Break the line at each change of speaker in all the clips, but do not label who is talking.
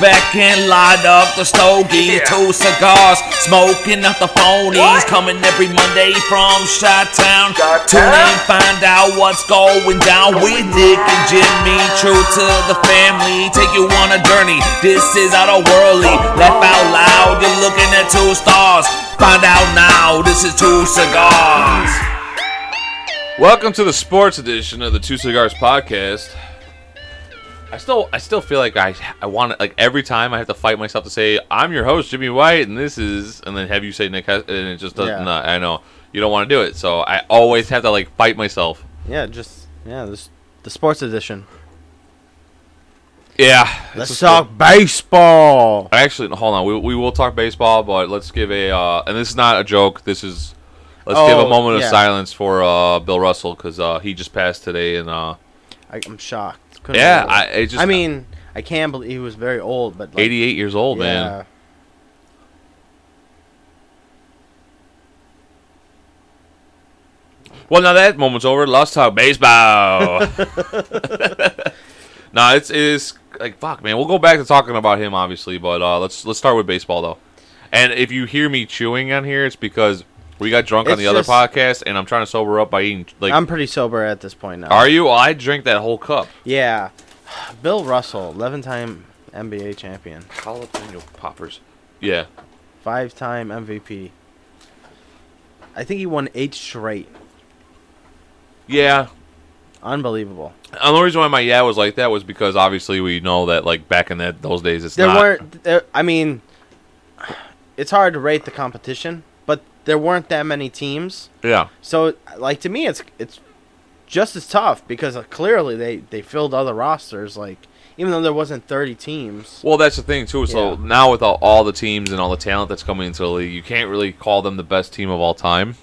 back and light up the stogie.
Yeah.
Two cigars, smoking out the phonies.
What?
Coming every Monday from Chi-Town.
Chi-Town?
Tune in, find out what's going down with Dick and Jimmy. True to the family, take you on a journey. This is out of worldly. Laugh out loud, you're looking at two stars. Find out now, this is two cigars.
Welcome to the sports edition of the Two Cigars podcast. I still, I still feel like I, I want it. Like every time, I have to fight myself to say, "I'm your host, Jimmy White," and this is, and then have you say Nick, Hes- and it just doesn't.
Yeah.
I know you don't want to do it, so I always have to like fight myself.
Yeah, just yeah, this the sports edition.
Yeah,
Let's talk baseball.
Actually, hold on. We, we will talk baseball, but let's give a uh, and this is not a joke. This is let's give a
Oh,
moment
yeah.
of silence for uh, Bill Russell because uh, he just passed today, and uh,
I, I'm shocked. Couldn't
yeah,
believe
I
it.
it just
I mean, I can't believe he was very old, but like,
88 years old, man.
yeah.
Well, now that moment's over. Let's talk baseball. no, it's it's like fuck, man. We'll go back to talking about him, obviously, but uh, let's let's start with baseball though. And if you hear me chewing on here, it's because we got drunk on
It's
the other
just-
podcast, and I'm trying to sober up by eating. Like,
I'm pretty sober at this point now.
are you? Well, I drink that whole cup.
yeah, Bill Russell, 11-time NBA champion,
Jalapeno poppers. Yeah,
five-time MVP. I think he won eight straight.
yeah.
Unbelievable.
The only reason why my yeah was like that was because obviously we know that like back in that those days it's
There
not.
weren't. There, I mean, it's hard to rate the competition, but there weren't that many teams.
yeah,
So, like to me, it's it's just as tough because uh, clearly they they filled other rosters. Like even though there wasn't thirty teams,
Well, that's the thing too. So
Yeah.
now with all, all the teams and all the talent that's coming into the league, you can't really call them the best team of all time.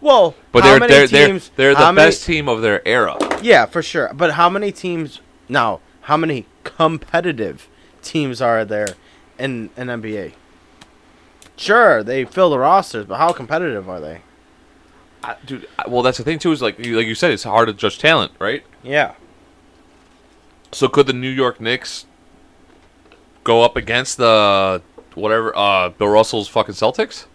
well,
But
how
they're
many
they're,
teams,
they're they're
how
the
many-
best team of their era.
Yeah, for sure. But how many teams now? How many competitive teams are there in an NBA? Sure, they fill the rosters, but how competitive are they?
I, dude, I- well, that's the thing too. Is like you, like you said, it's hard to judge talent, right?
Yeah,
So could the New York Knicks go up against the whatever uh, Bill Russell's fucking Celtics?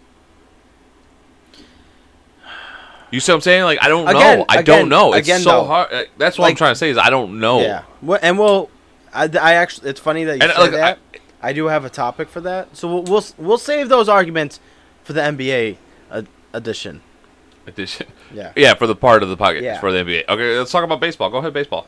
You see what I'm saying? Like I don't know.
Again-
I
again-
don't know. It's
again,
so
though.
hard. Uh, That's what I'm
Like-
trying to say is I don't know.
yeah. Well, and we'll. I, I actually, it's funny that you
Oh. And,
say
like,
that. I, do have a topic for that, so we'll we'll, s- we'll save those arguments for the NBA ed- edition.
Addition.
Yeah.
Yeah, for the part of the pocket
Yeah.
for the NBA. Okay, let's talk about baseball. Go ahead, baseball.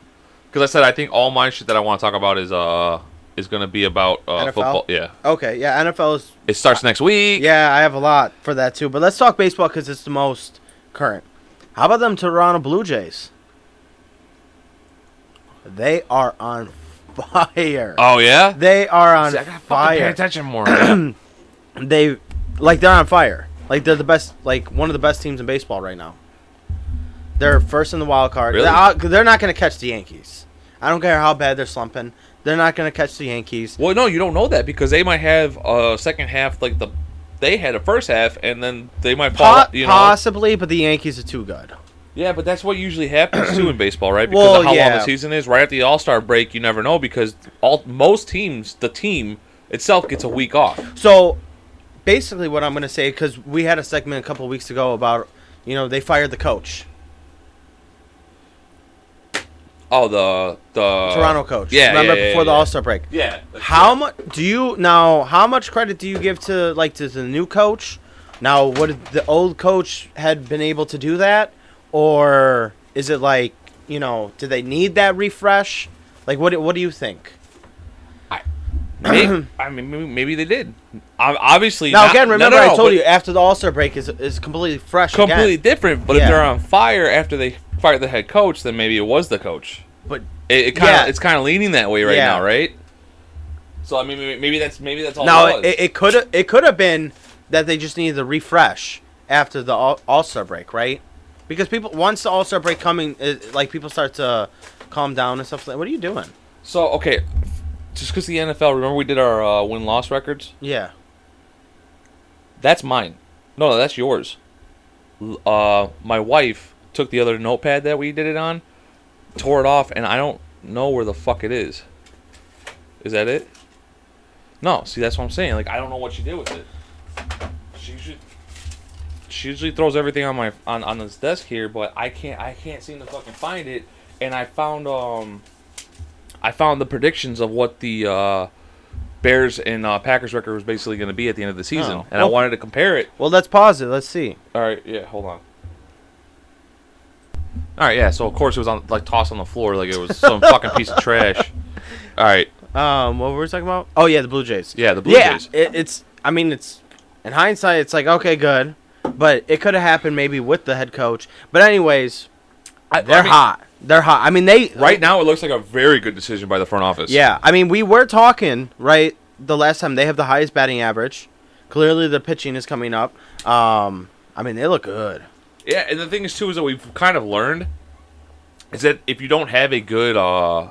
Because I said I think all my shit that I want to talk about is uh is going to be about uh,
NFL?
football. Yeah,
Okay. Yeah. NFL is.
it starts next week.
Yeah, I have a lot for that too, but let's talk baseball because it's the most current. How about them Toronto Blue Jays? They are on fire.
Oh yeah.
they are on
See, I gotta fucking pay
fire.
attention more. yeah.
They, like, they're on fire. Like they're the best. Like one of the best teams in baseball right now. They're first in the wild card.
Really?
They're, out- they're not going to catch the Yankees. I don't care how bad they're slumping. They're not going to catch the Yankees.
Well, no, you don't know that because they might have a uh, second half like the they had a first half, and then they might fall.
Po-
you know.
possibly, but the Yankees are too good.
Yeah, but that's what usually happens too in baseball, right? Because
Well,
of how long
yeah.
the season is. Right at the All Star break, you never know because all most teams, the team itself gets a week off.
So basically, what I'm going to say, because we had a segment a couple weeks ago about, you know, they fired the coach,
Oh, the the
Toronto coach.
Yeah,
remember
yeah, yeah,
before the
yeah.
All Star break.
Yeah. that's
How
it.
much do you now? How much credit do you give to like to the new coach? Now, would the old coach had been able to do that, or is it like you know? Do they need that refresh? Like, what do- what do you think?
May- I mean, maybe, maybe they did. Ob- Obviously,
Now
not-
again,
no,
remember
no, no,
I told
but
you after the All Star break is is completely fresh. again.
completely different. But if
Yeah.
they're on fire after they fired the head coach, then maybe it was the coach.
but
It, it kind of
Yeah.
it's kind of leaning that way right
Yeah.
now, right? So I mean, maybe, maybe that's maybe that's all.
now
it was.
it could it could have been that they just needed a refresh after the All Star break, right? Because people once the All Star break coming, it, like people start to calm down and stuff. Like, what are you doing?
so okay, just because the NFL, remember we did our uh, win loss records.
Yeah.
That's mine. No, no, that's yours. L- Uh, my wife took the other notepad that we did it on, tore it off, and I don't know where the fuck it is. Is that it? No, see, that's what I'm saying. Like, I don't know what she did with it. She usually, she usually throws everything on my on, on this desk here, but I can't I can't seem to fucking find it. And I found um, I found the predictions of what the uh, Bears and uh, Packers record was basically going to be at the end of the season,
Oh.
and I wanted to compare it.
Well, let's pause it. Let's see.
All right, yeah, hold on. All right, yeah. So of course it was on like tossed on the floor like it was some fucking piece of trash. All right,
Um, what were we talking about? Oh yeah, the Blue Jays.
yeah, the Blue
yeah,
Jays.
It, it's. I mean, it's. In hindsight, it's like okay, good, but it could have happened maybe with the head coach. But anyways,
I- I
they're
mean-
hot. They're hot. I mean, they
Right now, it looks like a very good decision by the front office.
Yeah, I mean, we were talking right the last time they have the highest batting average. Clearly, the pitching is coming up. Um, I mean, they look good.
yeah. And the thing is too is that we've kind of learned is that if you don't have a good uh,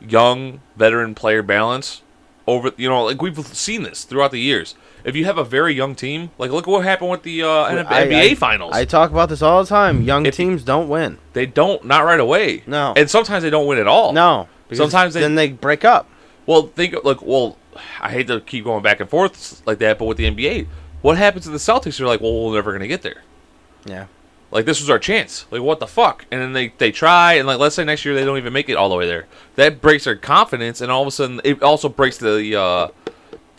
young veteran player balance over, you know, like we've seen this throughout the years. If you have a very young team, like look what happened with the uh,
I-
NBA
I-
finals,
I talk about this all the time. Young
If-
teams don't win.
they don't not right away.
No.
and sometimes they don't win at all.
No, because
Sometimes they-
then they break up.
Well, think like well, I hate to keep going back and forth like that, but with the NBA, what happens to the Celtics? They're like, well, we're never gonna get there.
Yeah,
Like this was our chance. Like what the fuck? And then they they try and like let's say next year they don't even make it all the way there. That breaks their confidence, and all of a sudden it also breaks the. uh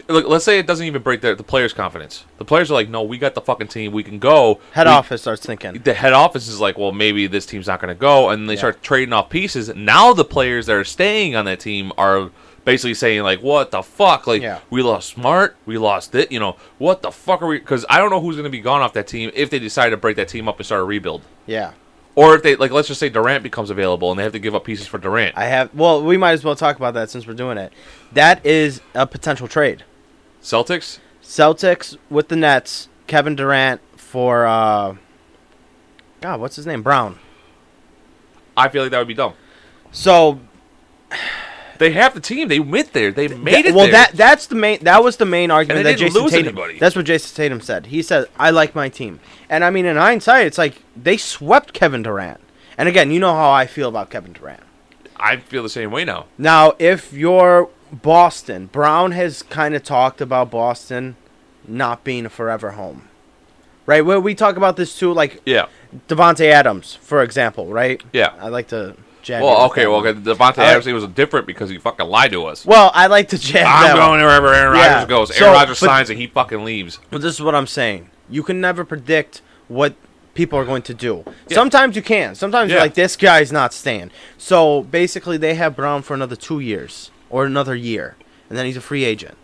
Look, let's say it doesn't even break the, the players' confidence. The players are like, "No, we got the fucking team. We can go."
head
We-
office starts thinking.
The head office is like, "Well, maybe this team's not going to go," and they
Yeah.
start trading off pieces. Now the players that are staying on that team are basically saying like, "What the fuck? Like,
Yeah.
we lost Smart, we lost it. You know, what the fuck are we?" Because I don't know who's going to be gone off that team if they decide to break that team up and start a rebuild.
Yeah,
Or if they like, let's just say Durant becomes available and they have to give up pieces for Durant.
I have. Well, we might as well talk about that since we're doing it. That is a potential trade.
Celtics,
Celtics with the Nets. Kevin Durant for uh, God, what's his name? Brown.
I feel like that would be dumb.
So
They have the team. They went there. They made
Th-
it.
well,
there.
that that's the main that was the main
they
argument that
didn't
Jason
lose
Tatum.
anybody.
That's what Jason Tatum said. He said, "I like my team," and I mean, in hindsight, it's like they swept Kevin Durant. And again, you know how I feel about Kevin Durant.
I feel the same way now.
Now, if you're Boston, Brown has kind of talked about Boston not being a forever home, right? Where we talk about this too, like
Yeah.
Devonte Adams, for example, right?
Yeah.
I like to. Jab you
Well,
with
okay.
that
Well,
one.
okay, Devontae
All right.
Adams he was different because he fucking lied to us.
Well, I like to jab. that
I'm
one.
going wherever Aaron
Yeah.
Rodgers goes.
So,
Aaron Rodgers
but-
signs and he fucking leaves.
But this is what I'm saying. You can never predict what people are going to do. Sometimes you can. Sometimes you're
Yeah.
like, this guy's not staying. So basically, they have Brown for another two years or another year, and then he's a free agent.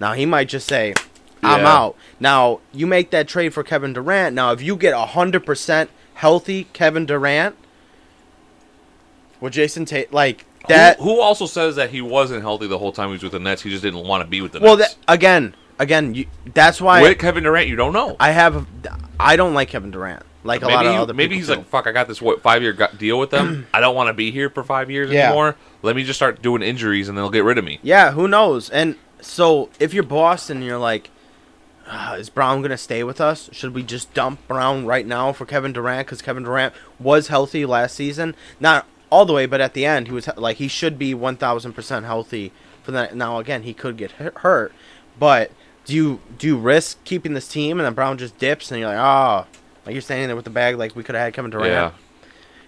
Now he might just say, "I'm
Yeah.
out." Now you make that trade for Kevin Durant. Now if you get hundred percent healthy Kevin Durant, well, Jason Tate like that.
who, who also says that he wasn't healthy the whole time he was with the Nets? He just didn't want to be with the
well, that,
Nets.
again, again, you, that's why
with Kevin Durant, you don't know.
I have. I don't like Kevin Durant. Like
maybe
a lot of
he-
other
maybe
people
he's
do.
like, fuck, I got this what five year deal with them. I don't want to be here for five years
Yeah.
anymore. Let me just start doing injuries and they'll get rid of me.
Yeah, who knows? And so if you're Boston, and you're like, "Ah, is Brown gonna stay with us? Should we just dump Brown right now for Kevin Durant? Because Kevin Durant was healthy last season, not all the way, but at the end he was he- like he should be one thousand percent healthy for that. Now again, he could get hu- hurt, but do you do you risk keeping this team and then Brown just dips and you're like, ah, like you're standing there with the bag, like we could have had Kevin Durant.
Yeah.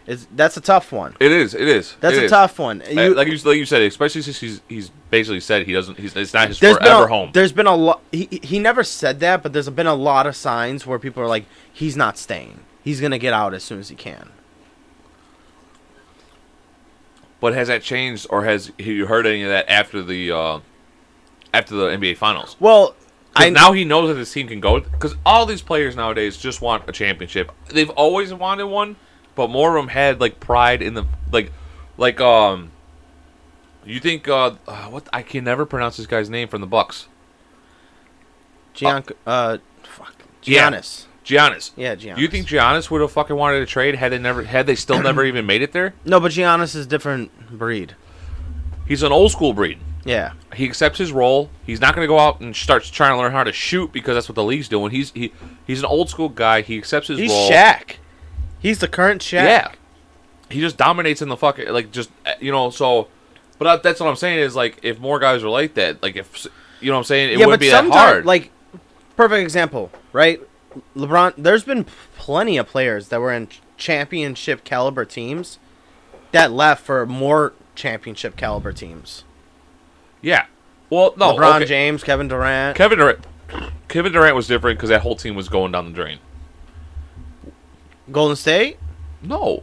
It's, that's a tough one.
It is. It is.
That's
it
a
is.
tough one.
Uh,
You-
like you like you said, especially since he's he's basically said he doesn't. He's it's not his
There's
forever
been a,
home.
There's been a lot. He, he- he never said that, but there's been a lot of signs where people are like, he's not staying. He's gonna get out as soon as he can.
But has that changed, or has have you heard any of that after the uh, after the NBA Finals?
Well, I
I, now he knows that his team can go because all these players nowadays just want a championship. They've always wanted one, but more of them had like pride in the like, like um. You think uh, uh what I can never pronounce this guy's name from the Bucks,
Gian, uh, fuck,
Yeah.
Giannis.
Giannis.
Yeah, Giannis.
You think Giannis would have fucking wanted to trade had they never had they still never even made it there?
No, but Giannis is a different breed.
He's an old school breed.
Yeah,
he accepts his role. He's not going to go out and starts trying to learn how to shoot because that's what the league's doing. He's he he's an old school guy. He accepts his
he's
role.
Shaq. He's the current Shaq.
Yeah, he just dominates in the fucking like just uh, you know. So, but uh, that's what I'm saying is like if more guys are like that, like if s- you know what I'm saying? It
yeah,
wouldn't
but
be that
sometimes,
hard.
like, perfect example, right? LeBron. There's been plenty of players that were in championship caliber teams that left for more championship caliber teams.
yeah. Well, no.
LeBron
Oh, okay.
James, Kevin Durant.
Kevin Durant. Kevin Durant was different because that whole team was going down the drain.
Golden State?
No.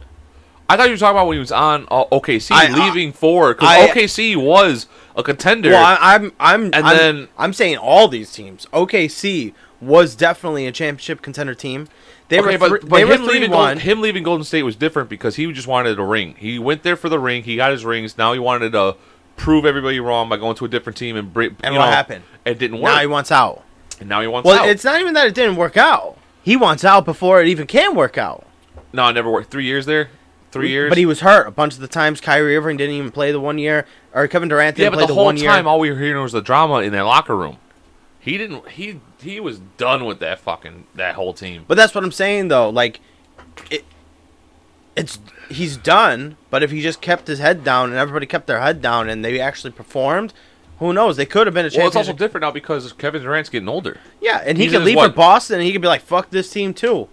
I thought you were talking about when he was on uh, OKC,
I-
leaving for
I-
because OKC was a contender.
Well, I, I'm I'm
And
I'm,
then-
I'm saying all these teams. OKC was definitely a championship contender team. They
okay,
were
but,
three,
but
they were
him,
three
leaving
one.
Golden, him leaving Golden State was different because he just wanted a ring. He went there for the ring. He got his rings. Now he wanted to prove everybody wrong by going to a different team and bri-
And
you
what
know,
happened?
It didn't work.
now he wants out.
and now he wants
Well,
out.
it's not even that it didn't work out. He wants out before it even can work out.
no, it never worked. Three years there, three years.
But he was hurt a bunch of the times. Kyrie Irving didn't even play the one year, or Kevin Durant didn't
yeah,
play
but the, whole
one year.
time, all we were hearing was the drama in that locker room. He didn't. He he was done with that fucking that whole team.
But that's what I'm saying though. Like, it, it's he's done. But if he just kept his head down and everybody kept their head down and they actually performed, who knows? They could have been a
Well, it's also
championship.
different now because Kevin Durant's getting older.
yeah, and he
he's
could
in
leave
his
for
what?
Boston and he could be like, "Fuck this team too."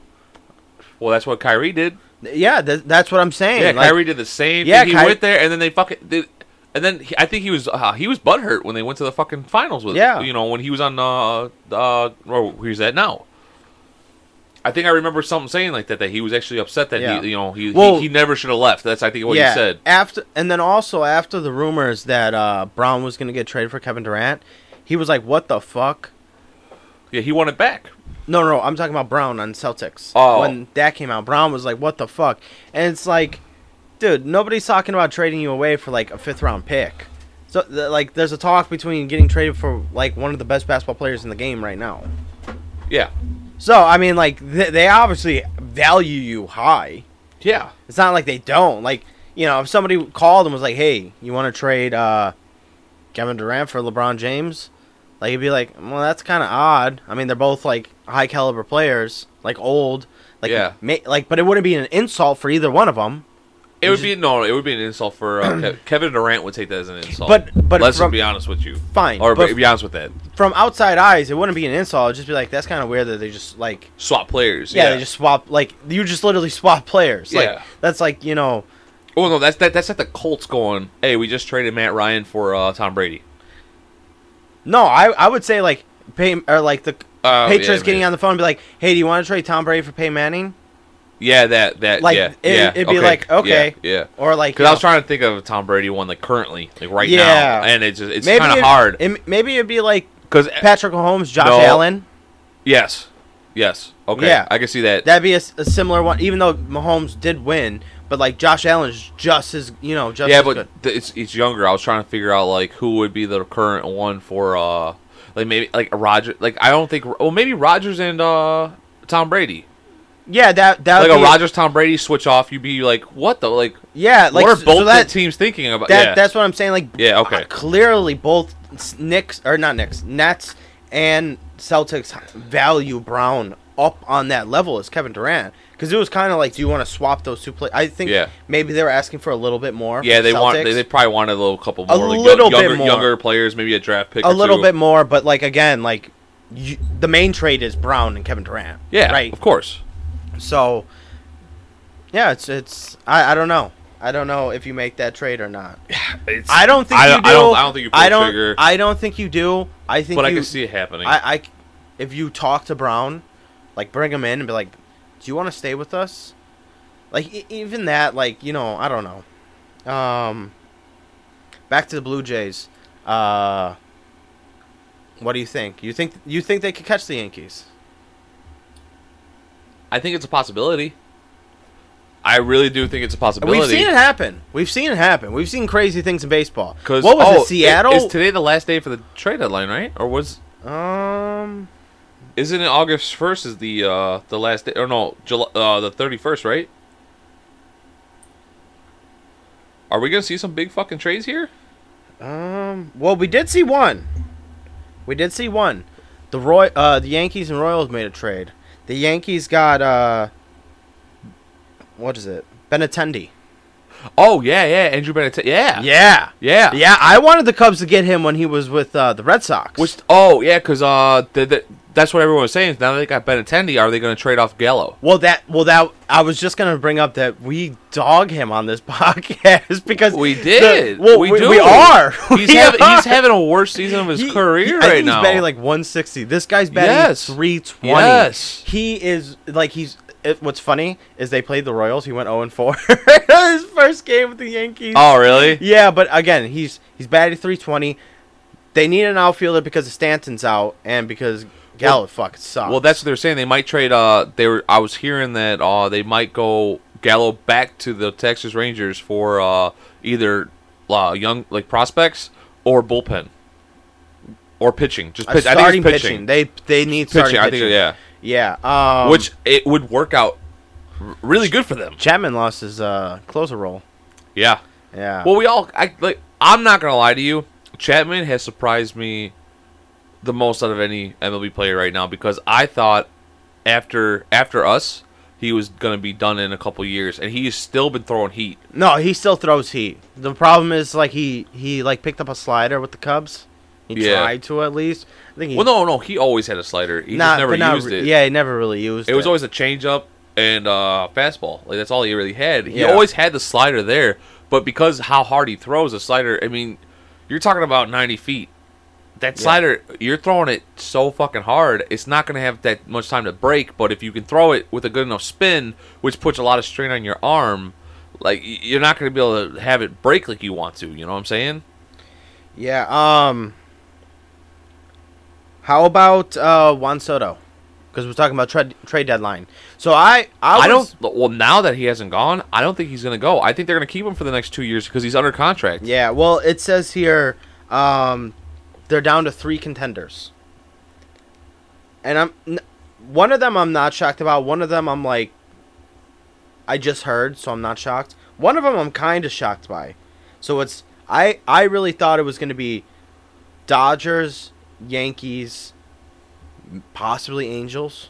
Well, that's what Kyrie did.
Yeah, th- that's what I'm saying.
Yeah,
like,
Kyrie did the same. Yeah,
Yeah,
thing. he
Ky-
went there, and then they fucking. They, and then he, I think he was uh, he was butthurt when they went to the fucking finals with
Yeah.
you know when he was on uh uh or where's that now. I think I remember something saying like that that he was actually upset that
Yeah.
he you know he
Well-
he, he never should have left. That's I think what
yeah,
he said.
after and then also after the rumors that uh, Brown was going to get traded for Kevin Durant, he was like, "What the fuck."
Yeah, he wanted back.
No, no, I'm talking about Brown on Celtics.
Oh.
When that came out, Brown was like, what the fuck? And it's like, dude, nobody's talking about trading you away for like a fifth round pick. So, th- like, there's a talk between getting traded for like one of the best basketball players in the game right now.
Yeah,
So, I mean, like, th- they obviously value you high.
yeah.
It's not like they don't. Like, you know, if somebody called and was like, hey, you want to trade uh, Kevin Durant for LeBron James? Like, you'd be like, well, that's kind of odd. I mean, they're both, like, high caliber players, like, old. Like,
Yeah.
ma- like, but it wouldn't be an insult for either one of them.
It would be no, it would be an insult for uh, Kev- Kevin Durant would take that as an insult.
But- but
let's just
from-
be honest with you.
Fine,
or
but-
be honest with that.
From outside eyes, it wouldn't be an insult. It'd just be like, that's kind of weird that they just, like,
Swap players.
yeah, they just swap, like, you just literally swap players. Like,
Yeah.
that's like, you know,
Oh no, that's that, that's at the Colts going. Hey, we just traded Matt Ryan for uh, Tom Brady.
No, I I would say like pay or like the
Oh,
Patriots
yeah,
getting
maybe.
on the phone and be like, "Hey, do you want to trade Tom Brady for Pay Manning?"
Yeah, that that
Like
yeah,
it,
yeah,
it'd be like, "Okay,
yeah.
or like
Because
you
I was
know,
trying to think of a Tom Brady one like currently, like right
Yeah.
now, and it's just, it's
maybe
kind of
it-
hard.
It, maybe it'd be like
Because
Patrick Mahomes, Josh
No.
Allen.
yes, yes, okay,
Yeah.
I can see that.
That'd be a, s- a similar one, even though Mahomes did win, but like Josh Allen's just as you know, just
yeah,
as
but
good.
th- it's it's younger. I was trying to figure out like who would be the current one for uh like maybe like Roger. Like I don't think well maybe Rogers and uh Tom Brady.
yeah, that that
Like
would
a
be,
Rogers Tom Brady switch off. You'd be like, what the like.
Yeah,
what
like
are
so- so
both
that,
the teams thinking about?
That
yeah.
that's what I'm saying. Like
Yeah, okay.
uh, clearly, both s- Knicks or not Knicks, Nets and Celtics value Brown up on that level as Kevin Durant because it was kind of like, do you want to swap those two players? I think
Yeah.
maybe they were asking for a little bit more.
Yeah,
from
they want. They,
Celtics.
they probably wanted a little couple
A
more, like, yo-
little bit
younger,
more.
younger players, maybe a draft pick,
a
or
little
two.
bit more, but like again, like you, the main trade is Brown and Kevin Durant.
Yeah,
right.
Of course.
So yeah, it's it's I, I don't know. I don't know if you make that trade or not.
It's-
I don't think
I,
you
I
do.
don't. I don't think you pull
I don't.
the trigger.
I don't think you do. I think.
but I
you-
can see it happening.
I, I- if you talk to Brown, like bring him in and be like, "Do you want to stay with us?" Like e- even that, like you know, I don't know. Um, back to the Blue Jays. Uh, what do you think? You think you think they could catch the Yankees?
I think it's a possibility. I really do think it's a possibility.
We've seen it happen. We've seen it happen. We've seen crazy things in baseball.
'Cause-
what was
oh,
it, Seattle?
Is today the last day for the trade deadline, right? Or was
um,
isn't it August first? Is the uh the last day? Or no, July, uh, the thirty first, right? Are we gonna see some big fucking trades here?
Um. Well, we did see one. We did see one. The Roy, uh, the Yankees and Royals made a trade. The Yankees got uh, what is it? Benatendi.
Oh yeah, yeah, Andrew Benatendi. Yeah,
Yeah.
yeah,
Yeah, I wanted the Cubs to get him when he was with uh, the Red Sox.
Which oh yeah, because uh, the, the, that's what everyone was saying. Now that they got Benatendi, are they going to trade off Gallo?
well, that well that I was just gonna bring up that we dog him on this podcast because
We
the-
did.
well,
we,
we,
do.
We are.
He's,
We
having,
are.
he's having a worse season of his
He-
career
he- I
right
think
now.
He's batting like 160. This guy's batting
Yes.
320.
Yes.
He is like he's. It, what's funny is they played the Royals. He went 0 and 4. His first game with the Yankees.
oh really?
Yeah, but again, he's he's batting 320. They need an outfielder because Stanton's out and because Gallup fucking sucks.
Well, that's what they're saying. They might trade. Uh, they were. I was hearing that. Uh, they might go Gallo back to the Texas Rangers for uh either uh, young like prospects or bullpen or pitching. Just
Uh,
pitch. I think
starting
it's pitching.
pitching. They they need
pitching.
starting
I
pitching.
think. Yeah.
yeah. Yeah. Um,
Which it would work out r- really good for them.
Chapman lost his uh, closer role.
Yeah.
Yeah.
Well, we all. I like. I'm not gonna lie to you. Chapman has surprised me the most out of any MLB player right now because I thought after after us he was gonna be done in a couple years, and he's still been throwing heat.
No, he still throws heat. The problem is like he he like picked up a slider with the Cubs. He
Yeah.
tried to at least. I think he
Well, no, no, he always had a slider. He
not-
just never
but not
used
re-
it.
Yeah, he never really used it.
it was always a changeup and uh, fastball. Like that's all he really had. He
Yeah.
always had the slider there, but because how hard he throws the slider, I mean, you're talking about 90 feet. That slider, you're throwing it so fucking hard. It's not going to have that much time to break. But if you can throw it with a good enough spin, which puts a lot of strain on your arm, like y- you're not going to be able to have it break like you want to. You know what I'm saying?
yeah. Um. How about uh, Juan Soto? Because we're talking about trade trade deadline. So I I,
I,
was,
don't. Well, now that he hasn't gone, I don't think he's going to go. I think they're going to keep him for the next two years because he's under contract.
Yeah. Well, it says here, um, they're down to three contenders, and I'm n- one of them. I'm not shocked about. One of them, I'm like, I just heard, so I'm not shocked. One of them, I'm kind of shocked by. So it's I I really thought it was going to be Dodgers, Yankees, possibly Angels.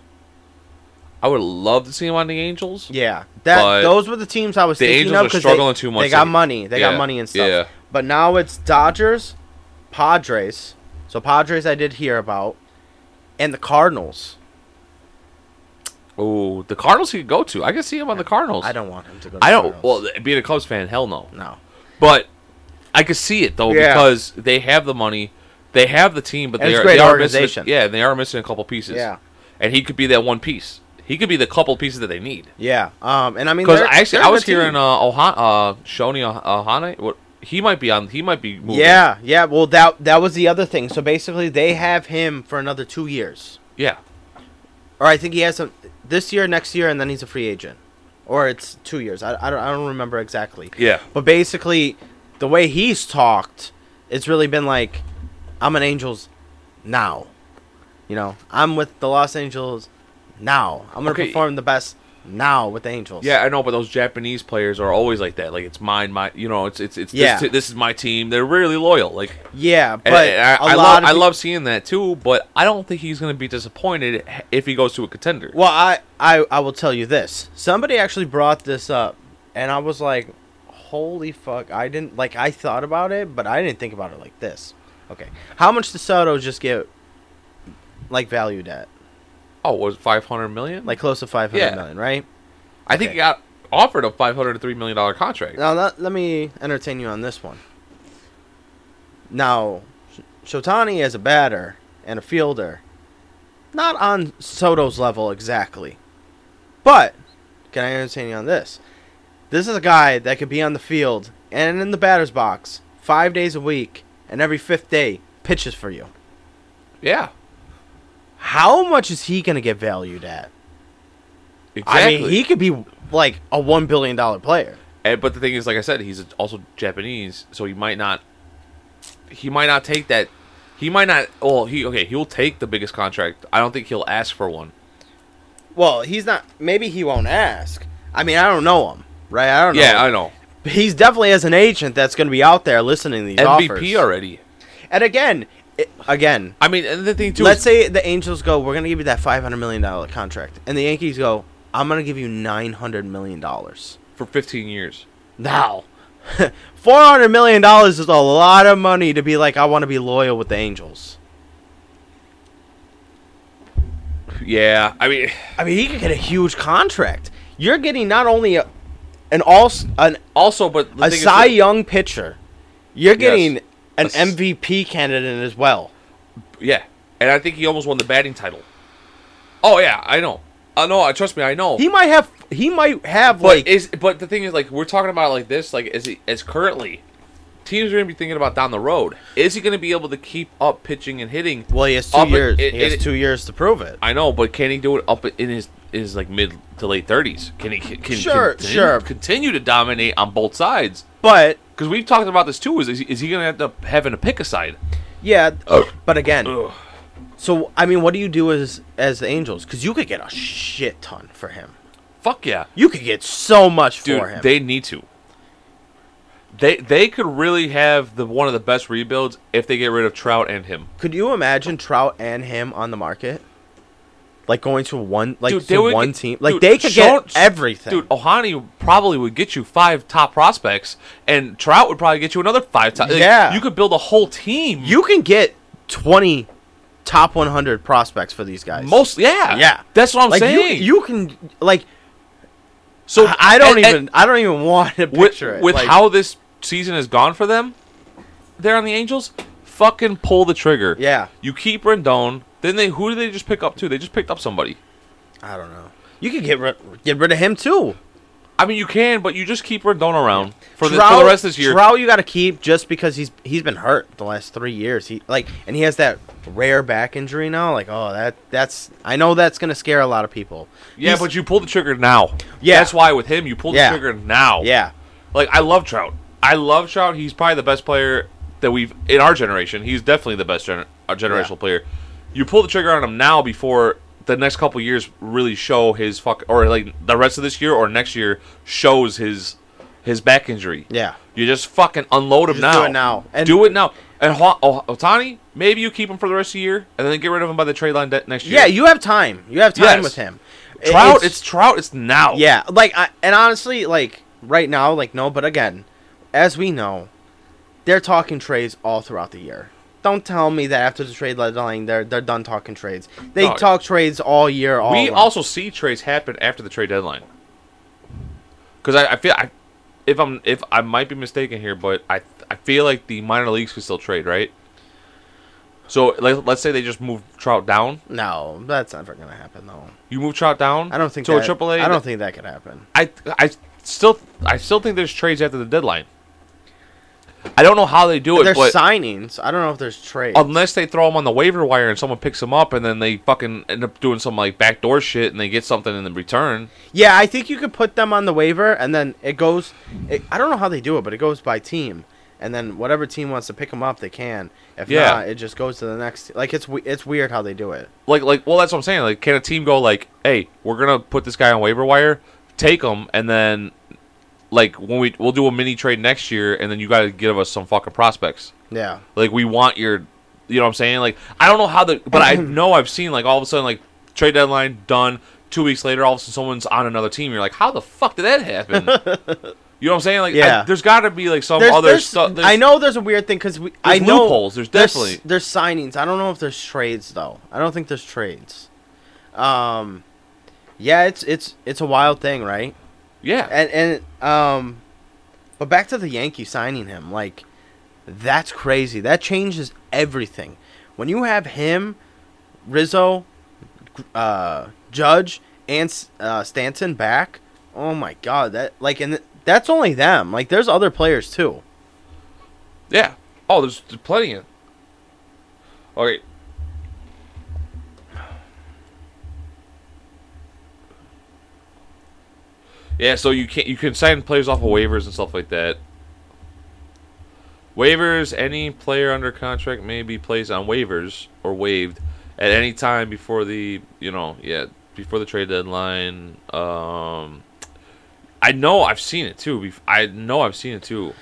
I would love to see him on the Angels.
Yeah, that
But
those were the teams I was
the
thinking
Angels
of
are
'cause
struggling
they,
too much
They got
to-
money. They
yeah,
got money and stuff.
yeah.
But now it's Dodgers, Padres. So Padres, I did hear about, and the Cardinals.
Oh, the Cardinals he could go to. I can see him on the Cardinals.
I don't want him to go. To
I don't.
Cardinals.
Well, being a Cubs fan, hell no.
no.
But I could see it though
Yeah.
because they have the money, they have the team, but
And
they
it's
are
a great
they are
organization.
Missing, yeah, and they are missing a couple pieces.
Yeah.
and he could be that one piece. He could be the couple pieces that they need.
Yeah. Um. And I mean,
Because
they're-
actually,
they're
I
a
was
good
hearing
team.
uh, Oha- uh Shoni oh- Ohane. What he might be on. He might be moving.
yeah. Yeah. Well, that that was the other thing. So basically, they have him for another two years,
yeah.
or I think he has some this year, next year, and then he's a free agent, or it's two years. I, I don't I don't remember exactly.
Yeah.
But basically, the way he's talked, it's really been like, I'm an Angels now. You know, I'm with the Los Angeles now. I'm going to
Okay.
perform the best now with the Angels.
Yeah, I know, but those Japanese players are always like that. Like it's mine, my you know, it's it's it's
Yeah.
this, t- this is my team. They're really loyal. Like
Yeah, but
and, and I, I
a lot
love
of
I
peop-
love seeing that too, but I don't think he's going to be disappointed if he goes to a contender.
Well, I, I I will tell you this. Somebody actually brought this up, and I was like, "Holy fuck!" I didn't like. I thought about it, but I didn't think about it like this. Okay, how much does Soto just get like valued at?
oh, was it 500 million?
Like close to five
Yeah.
hundred million, right?
I think he got offered a 503 million dollar contract.
Now let, let me entertain you on this one. Now, Sh- Shotani as a batter and a fielder, not on Soto's level exactly, but can I entertain you on this? This is a guy that could be on the field and in the batter's box five days a week, and every fifth day pitches for you.
Yeah.
How much is he going to get valued at?
Exactly.
I mean, he could be like a one billion dollar player.
And- but the thing is like I said, he's also Japanese, so he might not he might not take that he might not well, he okay, he'll take the biggest contract. I don't think he'll ask for one.
Well, he's not. Maybe he won't ask. I mean, I don't know him, right? I don't know.
Yeah,
him.
I know.
he's definitely as an agent that's going to be out there listening to these
MVP
offers.
already.
And again, it, again,
I mean, and the thing too
let's
is-
say the Angels go, we're going to give you that five hundred million dollar contract, and the Yankees go, I'm going to give you nine hundred million dollars.
for 15 years.
Now, four hundred million dollars is a lot of money to be like, I want to be loyal with the Angels.
Yeah, I mean,
I mean, he could get a huge contract. You're getting not only a, an all an
also, but the
a
thing is
Cy
that-
Young pitcher, you're getting
A
an
s-
MVP candidate as well.
yeah, and I think he almost won the batting title. Oh yeah, I know. I know. I trust me, I know.
He might have. He might have
but
like.
is but the thing is, like, we're talking about like this, like, as he, as currently, teams are going to be thinking about down the road. Is he going to be able to keep up pitching and hitting?
well, he has two
up in-
years.
Oh, it-
he has
it-
two years to prove it.
I know, but can he do it up in his his like mid to late thirties? Can he can, can
Sure,
continue,
sure.
continue to dominate on both sides?
But
Because we've talked about this too. Is is he, is he going to end up having to pick a side?
yeah. But again,
Oh. Ugh.
so I mean, what do you do as as the Angels? Because you could get a shit ton for him.
Fuck yeah,
You could get so much
dude.
for him.
They need to. They they could really have the one of the best rebuilds if they get rid of Trout and him.
could you imagine Trout and him on the market? Like going to one, like
Dude, they
to
would
one
get-
team, like
dude,
they could
Schultz-
get everything.
Dude, Ohani probably would get you five top prospects, and Trout would probably get you another five top. like,
Yeah.
you could build a whole team.
you can get twenty top one hundred prospects for these guys.
most yeah
Yeah.
That's what I'm
like you,
saying.
you can like
so
I I don't
and- and
even I don't even want to
with,
picture it.
with
like,
how this season has gone for them. They're on the Angels. Fucking pull the trigger.
Yeah.
You keep Rendon. Then they who did they just pick up too? They just picked up somebody.
I don't know. You could get rid, get rid of him too
I mean, you can, but you just keep Rendon around for, the, for
Trout-
the rest of this year.
Trout, you got to keep just because he's he's been hurt the last three years. He like and he has that rare back injury now. Like oh that that's I know that's gonna scare a lot of people.
yeah,
He's-
but you pull the trigger now.
Yeah.
that's why with him you pull
Yeah.
the trigger now.
yeah,
like I love Trout. I love Trout. He's probably the best player that we've in our generation. He's definitely the best gener- uh, generational
Yeah.
player. You pull the trigger on him now before the next couple years really show his fuck or like the rest of this year or next year shows his his back injury.
Yeah.
you just fucking unload him
Just
now.
do it now. And-
do it now. And Ho- Otani, maybe you keep him for the rest of the year, and then get rid of him by the trade line de- next year.
yeah. You have time. You have time
Yes.
with him. It-
Trout. It's, Trout. It's now.
Yeah, like I, and honestly, like right now, like no, but again, as we know, they're talking trades all throughout the year. Don't tell me that after the trade deadline, they're they're done talking trades. They
No.
talk trades all year. All
we
around.
also see trades happen after the trade deadline. Because I, I feel I, if I'm if I might be mistaken here, but I I feel like the minor leagues can still trade, right? So like, let's say they just move Trout down.
no, that's never gonna happen though.
You move Trout down.
I don't think
to
that,
a triple A.
I don't think that could happen.
I I still I still think there's trades after the deadline. I don't know how they do it,
There's
but
signings. I don't know if there's trades.
unless they throw him on the waiver wire and someone picks him up, and then they fucking end up doing some like backdoor shit, and they get something in the return.
Yeah, I think you could put them on the waiver, and then it goes. It, I don't know how they do it, but it goes by team, and then whatever team wants to pick them up, they can. If
Yeah.
not, it just goes to the next. Like it's we- it's weird how they do it.
like like well that's what I'm saying. Like can a team go like, "Hey, we're going to put this guy on waiver wire, take him and then like when we we'll do a mini trade next year and then you got to give us some fucking prospects."
Yeah,
Like we want your you know what I'm saying? Like I don't know how the but I know I've seen like all of a sudden like trade deadline done, 2 weeks later all of a sudden someone's on another team. You're like, "How the fuck did that happen?" you know what I'm saying? Like I-
Yeah.
Um, there's got to be like some
there's,
other
there's-
stuff
I know there's a weird thing because we. I know
loopholes, there's definitely-
there's signings. I don't know if there's trades though. I don't think there's trades. Um, yeah, it's it's it's a wild thing, right?
Yeah.
And and um, but back to the Yankees signing him, like that's crazy. That changes everything. When you have him, Rizzo, uh, Judge, and uh, Stanton back, oh my god, that like and that's only them. Like there's other players too.
Yeah. Oh, there's there's plenty of. Okay. Yeah, so you can not you can sign players off of waivers and stuff like that. Waivers, any player under contract may be placed on waivers or waived at any time before the you know yeah before the trade deadline. Um, I know I've seen it too. bef- I know I've seen it too.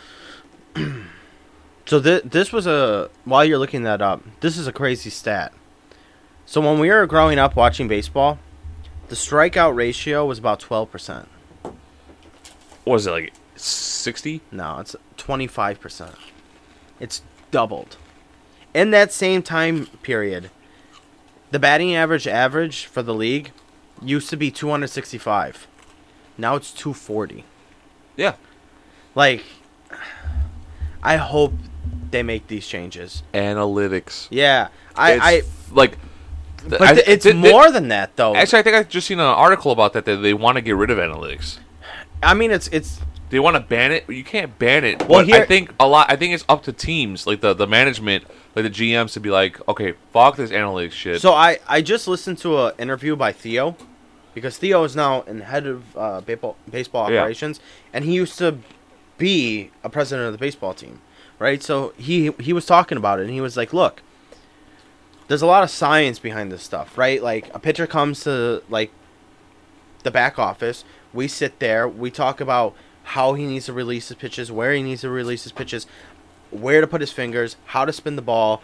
So th- this was a while you're looking that up. This is a crazy stat. So when we were growing up watching baseball, the strikeout ratio was about twelve percent.
What was it like sixty.
No, it's 25%. It's doubled. In that same time period, the batting average average for the league used to be 265. Now it's 240.
Yeah,
Like I hope they make these changes.
analytics.
Yeah. I, I
It's like,
but th- it's more than that though.
actually, I think I just seen an article about that. That they want to get rid of analytics.
I mean it's it's
They want to ban it, but you can't ban it.
Well,
But I
here-
think a lot. I think it's up to teams, like the the management, like the GMs, to be like, okay, fuck this analytics shit.
So I, I just listened to an interview by Theo, because Theo is now in head of uh, baseball, baseball
Yeah.
operations, and he used to be a president of the baseball team, right? So he he was talking about it, and he was like, "Look, there's a lot of science behind this stuff, right? Like a pitcher comes to like the back office, we sit there, we talk about how he needs to release his pitches, where he needs to release his pitches, where to put his fingers, how to spin the ball,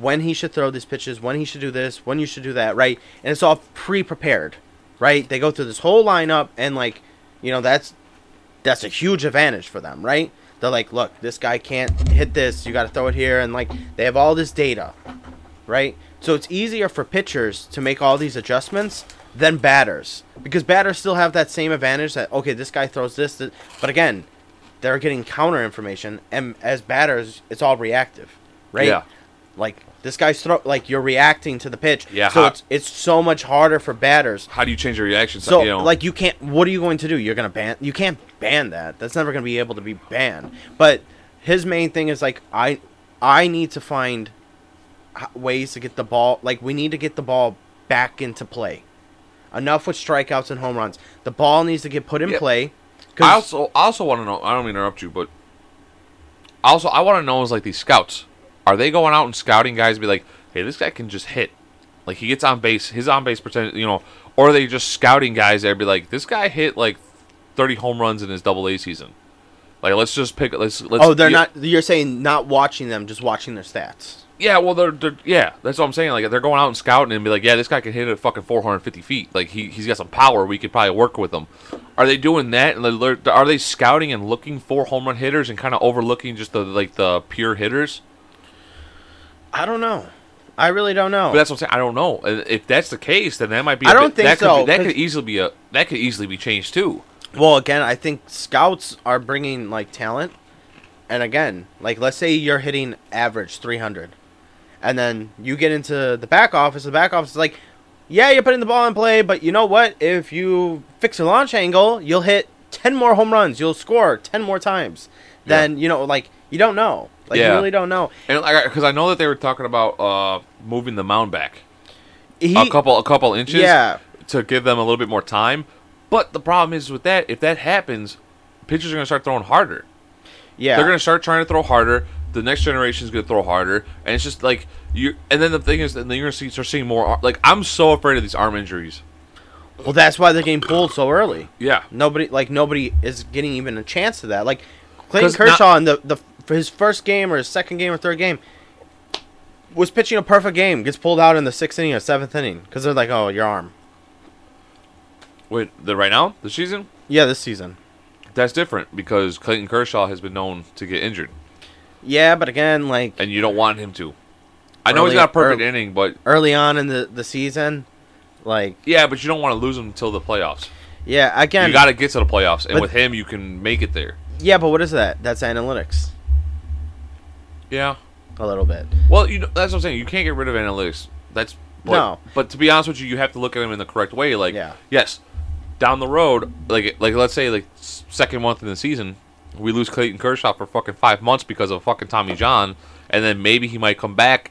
when he should throw these pitches, when he should do this, when you should do that, right? And it's all pre-prepared, right? They go through this whole lineup and like, you know, that's that's a huge advantage for them, right? They're like, look, this guy can't hit this. You got to throw it here, and like they have all this data, right? So it's easier for pitchers to make all these adjustments than batters because batters still have that same advantage that okay, this guy throws this, th- but again, they're getting counter information, and as batters, it's all reactive, right?
Yeah.
Like this guy's throw, like you're reacting to the pitch.
Yeah,
So
how-
it's it's so much harder for batters
How do you change your reaction?
so
you know,
like you can't. What are you going to do? You're gonna ban. You can't ban that. That's never gonna be able to be banned. But his main thing is like I, I need to find h- ways to get the ball. Like we need to get the ball back into play. Enough with strikeouts and home runs. The ball needs to get put in
Yeah.
play.
I also I also want to know. I don't mean to interrupt you, but I also I want to know is like these scouts. Are they going out and scouting guys? And be like, hey, this guy can just hit. Like he gets on base, his on base percentage, you know. Or are they just scouting guys there? Be like, this guy hit like thirty home runs in his Double A season. Like let's just pick. Let's let's.
oh, they're
yeah,
not. You're saying not watching them, just watching their stats.
Yeah, well, they're, they're yeah. That's what I'm saying. Like they're going out and scouting and be like, yeah, this guy can hit it at fucking 450 feet. Like he he's got some power. We could probably work with him. Are they doing that? And they're- they're- are they scouting and looking for home run hitters and kind of overlooking just the like the pure hitters?
I don't know. I really don't know.
But that's what I'm saying. I don't know. And If that's the case, then that might be. I
I don't think
that could be-
so,
that could
'cause-
easily be a that could easily be changed too.
Well, again, I think scouts are bringing like talent, and again, like let's say you're hitting average 300, and then you get into the back office. The back office is like, yeah, you're putting the ball in play, but you know what? If you fix your launch angle, you'll hit 10 more home runs. You'll score 10 more times. Then you know, like you don't know. Like
Yeah.
you really don't know.
And because I know that they were talking about uh, moving the mound back
He,
a couple a couple inches.
Yeah.
to give them a little bit more time. But the problem is with that, if that happens, pitchers are going to start throwing harder.
yeah,
They're going to start trying to throw harder. The next generation is going to throw harder, and it's just like you. And then the thing is, then you're going to see start seeing more. ar- Like I'm so afraid of these arm injuries.
well, that's why they're getting pulled so early.
Yeah,
Nobody like nobody is getting even a chance to that. Like Clayton
'Cause not-
Kershaw in the the for his first game or his second game or third game was pitching a perfect game, gets pulled out in the sixth inning or seventh inning because they're like, oh, your arm.
wait, the right now the season
Yeah, this season.
that's different because Clayton Kershaw has been known to get injured,
Yeah, but again, like
and you don't want him to. I know he's
Early-
got a perfect
early-
inning, but
early on in the the season, like
yeah, but you don't want to lose him until the playoffs.
yeah, again,
You got to get to the playoffs, and
But-
with him, you can make it there.
yeah, but what is that? That's analytics
Yeah,
a little bit.
Well, you know, that's what I'm saying. You can't get rid of analytics. That's but,
No.
But to be honest with you, you have to look at them in the correct way. Like,
Yeah.
yes, down the road, like like let's say like s- second month in the season, we lose Clayton Kershaw for fucking five months because of fucking
Uh-huh.
Tommy John, and then maybe he might come back.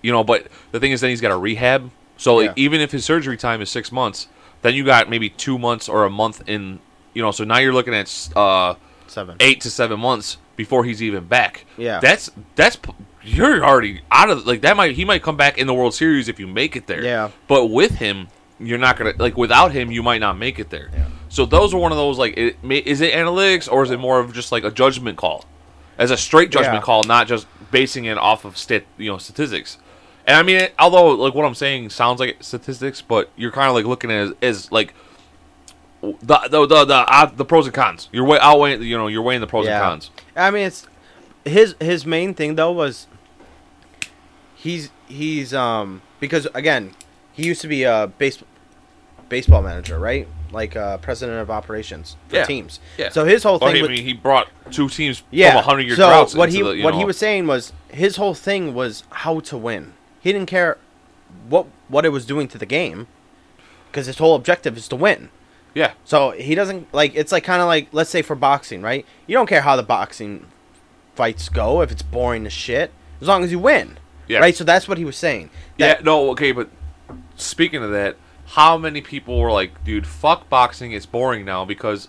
You know, but the thing is, then he's got a rehab. So like,
Yeah.
even if his surgery time is six months, then you got maybe two months or a month in. You know, so now you're looking at s- uh,
Seven.
eight to seven months before he's even back.
Yeah.
that's that's p- you're already out of like that. Might he might come back in the World Series if you make it there.
Yeah.
but with him, you're not gonna like without him, you might not make it there. So those are one of those like, it, may- is it analytics or is it more of just like a judgment call, as a straight judgment
Yeah.
call, not just basing it off of stat you know statistics. And I mean, it- although like what I'm saying sounds like statistics, but you're kind of like looking at it as, as like the the the the, uh, the pros and cons. You're way outweighing you know you're weighing the pros
Yeah.
and cons.
I mean, it's his his main thing though was he's he's um because again he used to be a base baseball manager, right? Like uh, president of operations for
Yeah.
teams.
Yeah.
So his whole
Or
thing
he, I
with-
mean, he brought two teams
yeah.
from a hundred year
so
droughts.
what
into
he
the, you
what
know,
he was saying was his whole thing was how to win. He didn't care what what it was doing to the game because his whole objective is to win.
Yeah,
So he doesn't like it's like kind of like let's say for boxing, right? You don't care how the boxing fights go if it's boring as shit as long as you win.
Yeah.
Right? So that's what he was saying.
yeah.
That-
No, okay, but speaking of that, how many people were like, "Dude, fuck boxing. It's boring now because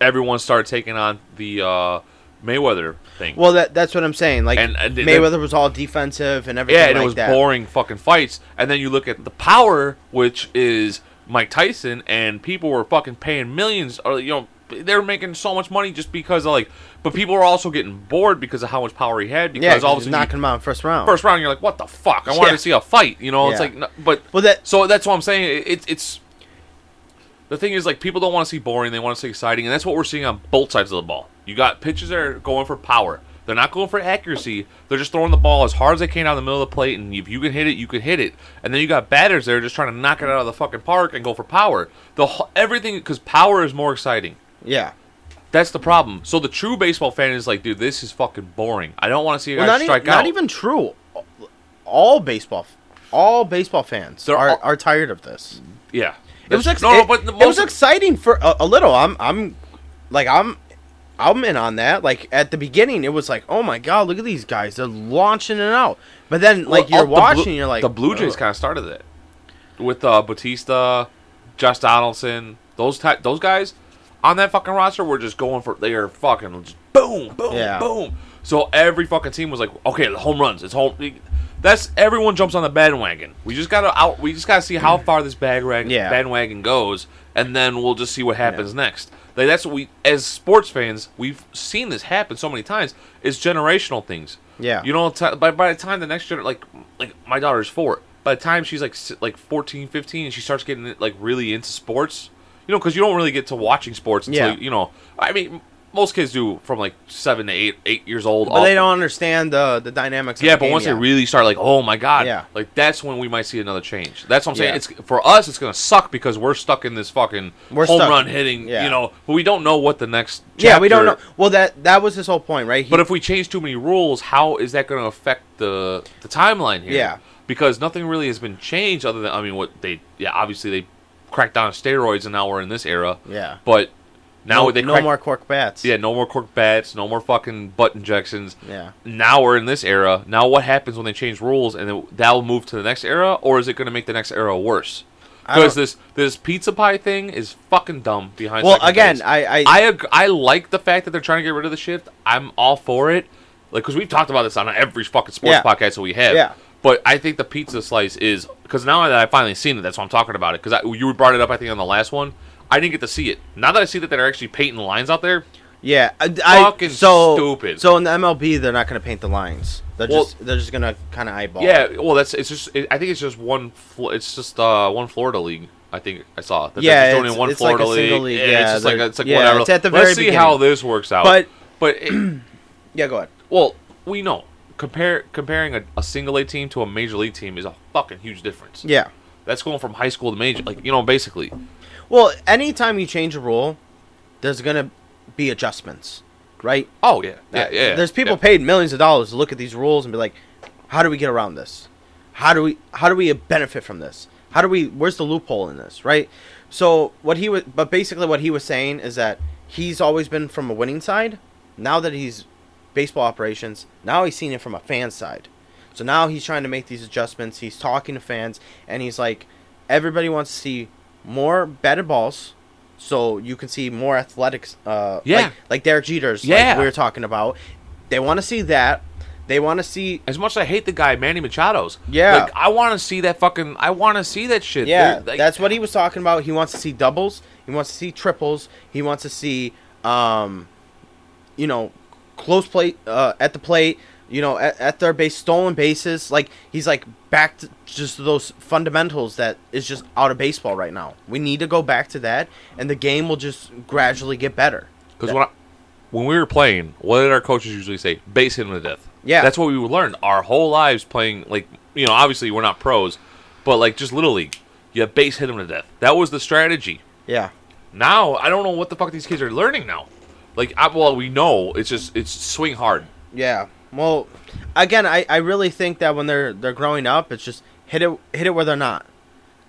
everyone started taking on the uh, Mayweather thing."
Well, that that's what I'm saying. Like
And, uh, the-
Mayweather was all defensive and everything
Yeah, and
like
it was
that.
boring fucking fights. And then you look at the power, which is Mike Tyson, and people were fucking paying millions, or you know, they were making so much money just because of like. But people were also getting bored because of how much power he had.
Yeah,
Because
'cause
all of a
he's
sudden,
knocking
you-
him out in first round.
first round, you're like, what the fuck? I wanted
Yeah.
to see a fight. You know, it's
Yeah.
like, no, but
Well, that-
so that's what I'm saying. It, it, it's the thing is like people don't want to see boring; they want to see exciting, and that's what we're seeing on both sides of the ball. You got pitchers that are going for power; they're not going for accuracy. They're just throwing the ball as hard as they can out of the middle of the plate, and if you can hit it, you can hit it. And then you got batters that are just trying to knock it out of the fucking park and go for power. The wh- everything because power is more exciting.
Yeah.
That's the problem. So the true baseball fan is like, dude, this is fucking boring. I don't want to see a guy
Well, not, e-
strike out.
not even true. All baseball all baseball fans
They're
are,
all-
are tired of this.
Yeah.
It was,
That's-
ex-
no, no,
it-
but the
it
most
was exciting for a, a little. I'm I'm like I'm I'm in on that. Like at the beginning, it was like, oh my god, look at these guys, they're launching it out. But then like
well,
you're
the
watching,
Blue-
you're like
the Blue Jays
ugh.
kind of started it with uh, Batista, Josh Donaldson, those ty- those guys on that fucking roster were just going for they are fucking just boom, boom,
Yeah.
boom. So every fucking team was like, okay, the home runs, it's home. That's everyone jumps on the bandwagon. We just gotta out. We just gotta see how far this bag rag-
Yeah.
bandwagon goes, and then we'll just see what happens next. Like that's what we, as sports fans, we've seen this happen so many times. It's generational things.
Yeah.
You know, t- by by the time the next gener like like my daughter's 4. By the time she's like si- like 14, 15 and she starts getting like really into sports, you know, cuz you don't really get to watching sports until
Yeah.
you know. I mean, most kids do from like 7 to 8 8 years old.
but they
up.
don't understand the the dynamics.
Yeah,
of the
but
game
once
yet.
they really start like, "Oh my god."
Yeah.
Like that's when we might see another change. That's what I'm saying.
Yeah.
It's for us it's going to suck because we're stuck in this fucking
We're
home
stuck.
run hitting,
Yeah.
you know, but we don't know what the next
yeah, we don't know.
chapter-
Well, that that was his whole point, right? He-
but if we change too many rules, how is that going to affect the the timeline here?
Yeah.
because nothing really has been changed other than I mean, what they yeah obviously they cracked down on steroids and now we're in this era.
Yeah.
but now
no,
they
no
crack-
more cork bats.
yeah no more cork bats, no more fucking butt injections.
Yeah.
now we're in this era. Now what happens when they change rules and then that'll move to the next era, or is it going to make the next era worse?
I don't-
Because this this pizza pie thing is fucking dumb behind.
Well,
second
again,
base.
I- I-
I ag- I like the fact that they're trying to get rid of the shift. I'm all for it. Like, because we've talked about this on every fucking sports
Yeah.
podcast that we have.
Yeah.
But I think the pizza slice is because now that I finally seen it, that's why I'm talking about it. Because you brought it up, I think, on the last one. I didn't get to see it. Now that I see that they're actually painting lines out there,
yeah. I, I-
Fucking
so
stupid.
So in the MLB, they're not going to paint the lines. They're
Well-
just they're just going to kind of eyeball. it.
yeah. Well, that's it's just. It, I think it's just one. Flo- it's just uh one Florida league. I think I saw that
Yeah,
they're just
it's-
doing it one
it's like a
Florida
single
league.
league,
Yeah,
yeah,
it's just like
they're-
it's like
yeah,
whatever.
it's at the
Let's
very
see how
beginning.
this works out.
But-
but it,
yeah. Go ahead.
Well, we know. Compare comparing a, a single A team to a major league team is a fucking huge difference.
Yeah.
That's going from high school to major like you know, basically.
Well, anytime you change a rule, there's gonna be adjustments, right?
Oh yeah. Yeah, yeah.
There's people
yeah.
paid millions of dollars to look at these rules and be like, "How do we get around this? How do we how do we benefit from this? How do we where's the loophole in this?" Right? So, what he was but basically what he was saying is that he's always been from a winning side. Now that he's baseball operations, now he's seen it from a fan side. So now he's trying to make these adjustments. He's talking to fans and he's like, "Everybody wants to see more batted balls." So you can see more athletics, uh,
Yeah.
like, like Derek Jeter's,
Yeah.
like we were talking about. They want to see that. They want to see.
As much as I hate the guy Manny Machado's.
Yeah.
Like I wanna see that fucking I wanna see that shit.
Yeah,
They're- like-
that's what he was talking about. He wants to see doubles. He wants to see triples. He wants to see, um, you know, close plate uh, at the plate. you know, at, at their base, stolen bases. Like he's like back to just those fundamentals that is just out of baseball right now. We need to go back to that, and the game will just gradually get better.
Because when I, when we were playing, what did our coaches usually say? Base him to death.
Yeah.
that's what we learned our whole lives playing. Like you know, obviously we're not pros, but like just little league, you base hit him to death. That was the strategy.
Yeah,
Now I don't know what the fuck these kids are learning now. Like, I, well, we know it's just it's swing hard.
yeah. Well, again, I, I really think that when they're they're growing up, it's just hit it hit it where they're not,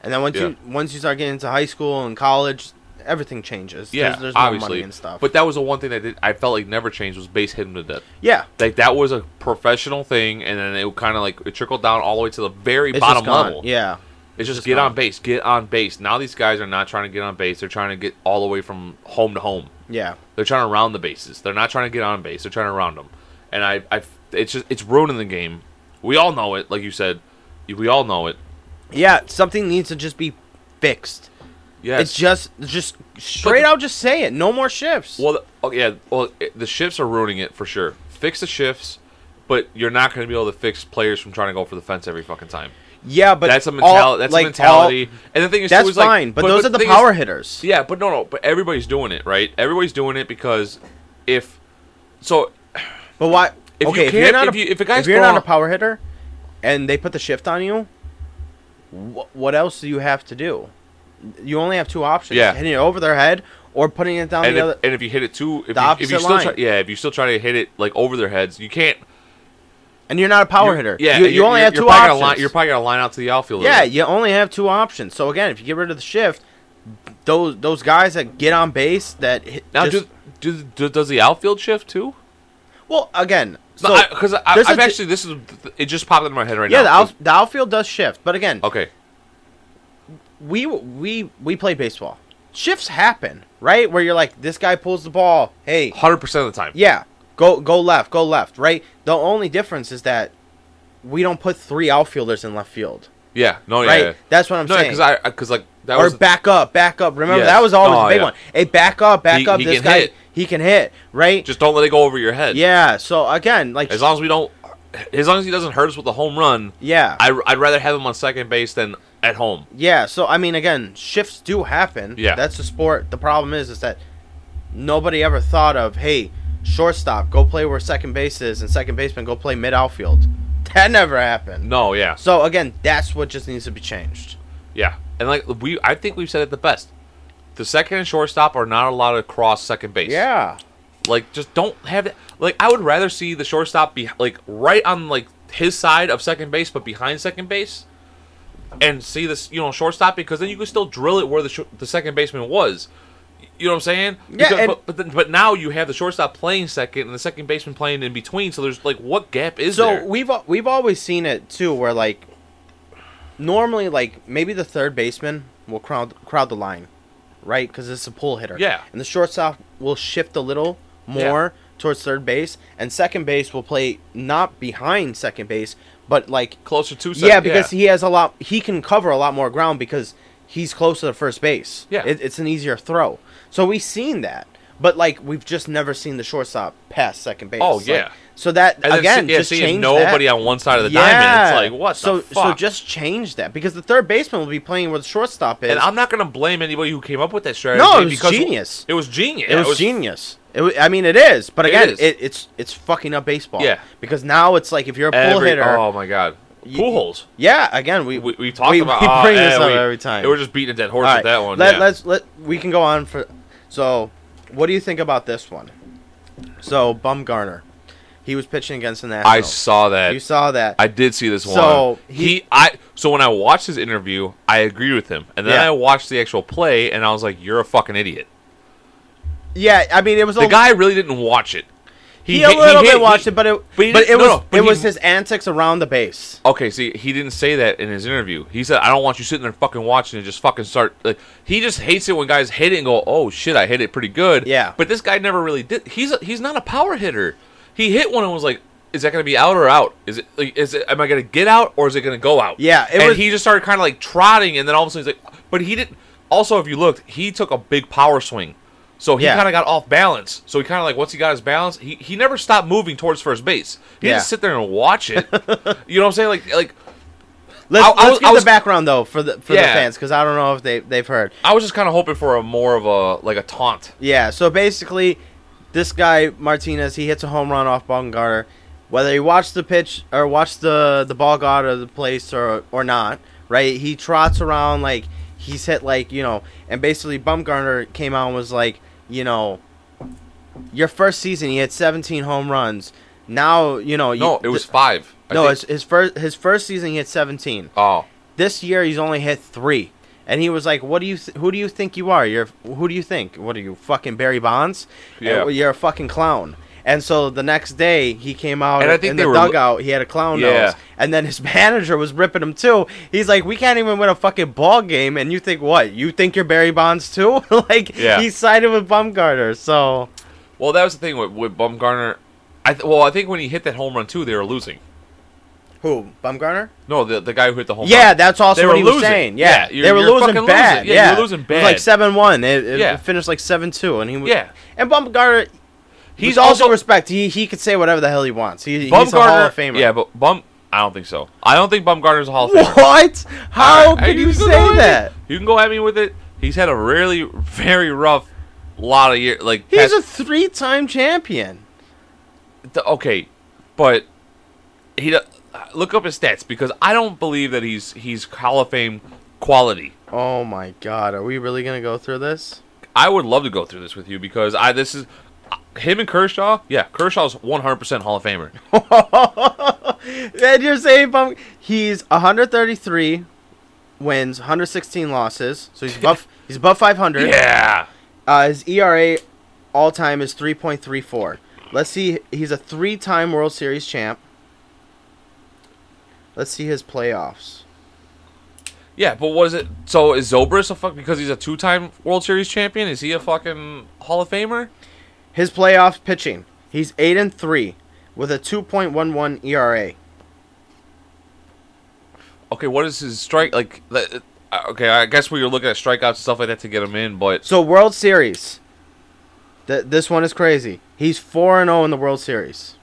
and then once you once you start getting into high school and college, everything changes.
Yeah,
there's, there's
obviously.
no money and stuff.
But that was the one thing that did, I felt like never changed was base hit him to death.
yeah,
Like that was a professional thing, and then it kind of like it trickled down all the way to the very
it's
bottom
just gone.
level.
Yeah,
It's just,
just
get
gone.
on base, get on base. Now these guys are not trying to get on base; they're trying to get all the way from home to home.
yeah.
They're trying to round the bases. They're not trying to get on base. They're trying to round them. And I, I, it's just it's ruining the game. We all know it, like you said. We all know it.
Yeah, something needs to just be fixed.
Yes.
It's just just straight
the-
out just say it. No more shifts.
Well, the- oh, yeah. Well, it, the shifts are ruining it for sure. Fix the shifts, but you're not going to be able to fix players from trying to go for the fence every fucking time.
yeah, but
that's a
all-
mentality. that's
like,
a mentality. and the thing
all-
is, too,
that's
is, like,
fine, but, those are the
thing is-
power hitters.
Yeah, but no, no. But everybody's doing it, right? Everybody's doing it because if so,
But why?
If you
okay, if
can't-
you're not
if
a,
you- if a guy's
you're not
throwing-
a power hitter, and they put the shift on you, wh- what else do you have to do? You only have two options:
Yeah.
hitting it over their head or putting it down
and
the
if,
other.
and if you hit it too, if you,
The
if
opposite
you still
line.
Try, yeah, if you still try to hit it like over their heads, you can't.
And you're not a power hitter.
Yeah,
you,
and
you
you're-
only
you're-
have
you're
two
probably
options.
gonna Line, you're probably gonna line out to the outfield.
Yeah, you only have two options. So again, if you get rid of the shift, those those guys that get on base that hit,
Now,
just,
do, do, do does the outfield shift too?
well again, so
Because I,
there's a
I've
t-
actually this is it just popped into my head right
yeah,
now.
the, out, the outfield does shift, but again,
Okay.
we we we play baseball. Shifts happen, right? Where you're like, this guy pulls the ball. Hey,
Hundred percent of the time.
yeah, go go left, go left, right. The only difference is that we don't put three outfielders in left field,
Yeah. No. Oh, Yeah.
right?
yeah.
That's what I'm
no,
saying.
because I because like that
or
was
back up, back up. Remember
Yes.
that was always
Oh,
a big
yeah.
one. Hey, back up, back
He-
up.
he
this
can
guy
hit.
he can hit, right?
just don't let it go over your head.
yeah. So again, like
As long as we don't, as long as he doesn't hurt us with a home run,
yeah,
I I'd rather have him on second base than at home.
yeah. So I mean, again, shifts do happen.
Yeah.
that's the sport. The problem is, is that nobody ever thought of hey, shortstop, go play where second base is, and second baseman go play mid outfield. That never happened.
No. Yeah.
So again, that's what just needs to be changed.
Yeah, and like we, I think we've said it the best. The second and shortstop are not allowed to cross second base.
Yeah.
like just don't have it. Like I would rather see the shortstop be like right on like his side of second base, but behind second base, and see this you know shortstop because then you could still drill it where the sh- the second baseman was. You know what I'm saying?
Yeah,
Because-
and-
but but, then, but now you have the shortstop playing second and the second baseman playing in between. So there's like what gap is
so
there?
we've al- we've always seen it too, where like normally like maybe the third baseman will crowd crowd the line, right? Because it's a pull hitter.
Yeah.
And the shortstop will shift a little more towards third base, and second base will play not behind second base, but like
Closer to second.
yeah, because he has a lot. He can cover a lot more ground because he's close to the first base.
Yeah.
it, it's an easier throw. So we've seen that, but like we've just never seen the shortstop pass second base.
Oh,
Like,
yeah.
so that
and then
again,
see- yeah,
just
seeing
change
nobody
that.
on one side of the diamond. It's like what?
So
the fuck?
so just change that because the third baseman will be playing where the shortstop is.
And I'm not gonna blame anybody who came up with that strategy.
No, it was
because
genius.
It was genius.
it, was genius. It wa- I mean, it is, but
It
again,
is.
It, it's it's fucking up baseball.
Yeah.
because now it's like if you're a pull
Every,
hitter,
Oh my god,
Y-
pool holes.
yeah. Again, we
We, we talked about.
we
oh,
bring
eh,
this up
we-
every time.
We're just beating a dead horse
All
with
right,
that one.
Let,
yeah.
Let's let we can go on for. So, what do you think about this one? So Bumgarner, he was pitching against the Nationals.
I saw that.
You saw that.
I did see this one.
So,
he,
he-
I so when I watched his interview, I agreed with him, and then
Yeah.
I watched the actual play, and I was like, "You're a fucking idiot."
yeah, I mean it was
The
a,
guy really didn't watch it.
He,
hit-
a little
hit-
bit watched
he-
it, but it
but
but,
he
it
didn't- no,
was
no, but
it
he-
was his antics around the base.
Okay, see, he didn't say that in his interview. He said, "I don't want you sitting there fucking watching and just fucking start." Like, he just hates it when guys hit it and go, "Oh shit, I hit it pretty good."
Yeah.
But this guy never really did. He's a, he's not a power hitter. He hit one and was like, "Is that going to be out or out? Is it like is it? Am I going to get out or is it going to go out?"
Yeah, it
and
was-
he just started kind of like trotting, and then all of a sudden he's like, "But he didn't." Also, if you looked, he took a big power swing. So he
Yeah.
kind of got off balance. So he kind of like once he got his balance, he, he never stopped moving towards first base. He
Yeah.
just sit there and watch it. you know what I'm saying? Like like
Let's,
I- I
let's
was-
give
I was-
the background though for the for
Yeah.
the fans because I don't know if they they've heard.
I was just kind of hoping for a more of a like a taunt.
Yeah, so basically, this guy Martinez he hits a home run off Baumgartner, whether he watched the pitch or watched the the ball go out of the place or or not, right? He trots around like he's hit like you know, and basically Baumgartner came out and was like, you know, your first season he hit 17 home runs. Now you know you,
No, it was five. I
no
think-
his, his first his first season he hit 17
oh
this year he's only hit three. And he was like, "What do you? Th- who do you think you are? You're who do you think? What are you fucking Barry Bonds?
Yeah.
Uh, you're a fucking clown." And so the next day he came out
And I think
in
they
the
were-
dugout. He had a clown
Yeah.
nose, and then his manager was ripping him too. He's like, "We can't even win a fucking ball game, and you think what? You think you're Barry Bonds too? like
Yeah.
he sided with Bumgarner." So
well, that was the thing with, with Bumgarner. I th- well, I think when he hit that home run too, they were losing.
who Bumgarner?
No, the the guy who hit the home run.
Yeah, that's also
They
what
were
he was
losing.
saying. Yeah,
Yeah, you're-
they were
you're
losing
fucking
bad.
losing. Yeah,
Yeah,
you're losing
It was
bad.
like seven one. It, it
Yeah.
finished like seven two, and he was
Yeah.
And Bumgarner,
He's
he's also
also-
respect. He he could say whatever the hell he wants. He, he's a
Bumgarner.
Hall of Famer.
Yeah, but Bum. I don't think so. I don't think Bumgarner's a Hall of Famer.
What? How
All right,
could you,
can
say
go at me.
that?
You can go at me with it. He's had a really very rough lot of years. Like
He's
past-
a three-time champion.
th- okay, but he do- look up his stats because I don't believe that he's he's Hall of Fame quality.
Oh my God, are we really gonna go through this?
I would love to go through this with you because I this is uh, him and Kershaw. Yeah, Kershaw's 100% Hall of Famer.
and you're saying Bum? He's 133 wins, 116 losses. So he's above. he's above 500.
yeah.
Uh, his ERA all time is 3.34. Let's see. He's a three time World Series champ. Let's see his playoffs.
Yeah, but was it so is Zobrist a fuck because he's a two-time World Series champion? Is he a fucking Hall of Famer?
His playoff pitching. He's 8 and 3 with a 2.11 ERA.
Okay, what is his strike like that, uh, okay, I guess we were looking at strikeouts and stuff like that to get him in, but
So, World Series. Th- this one is crazy. He's 4 and 0 in the World Series.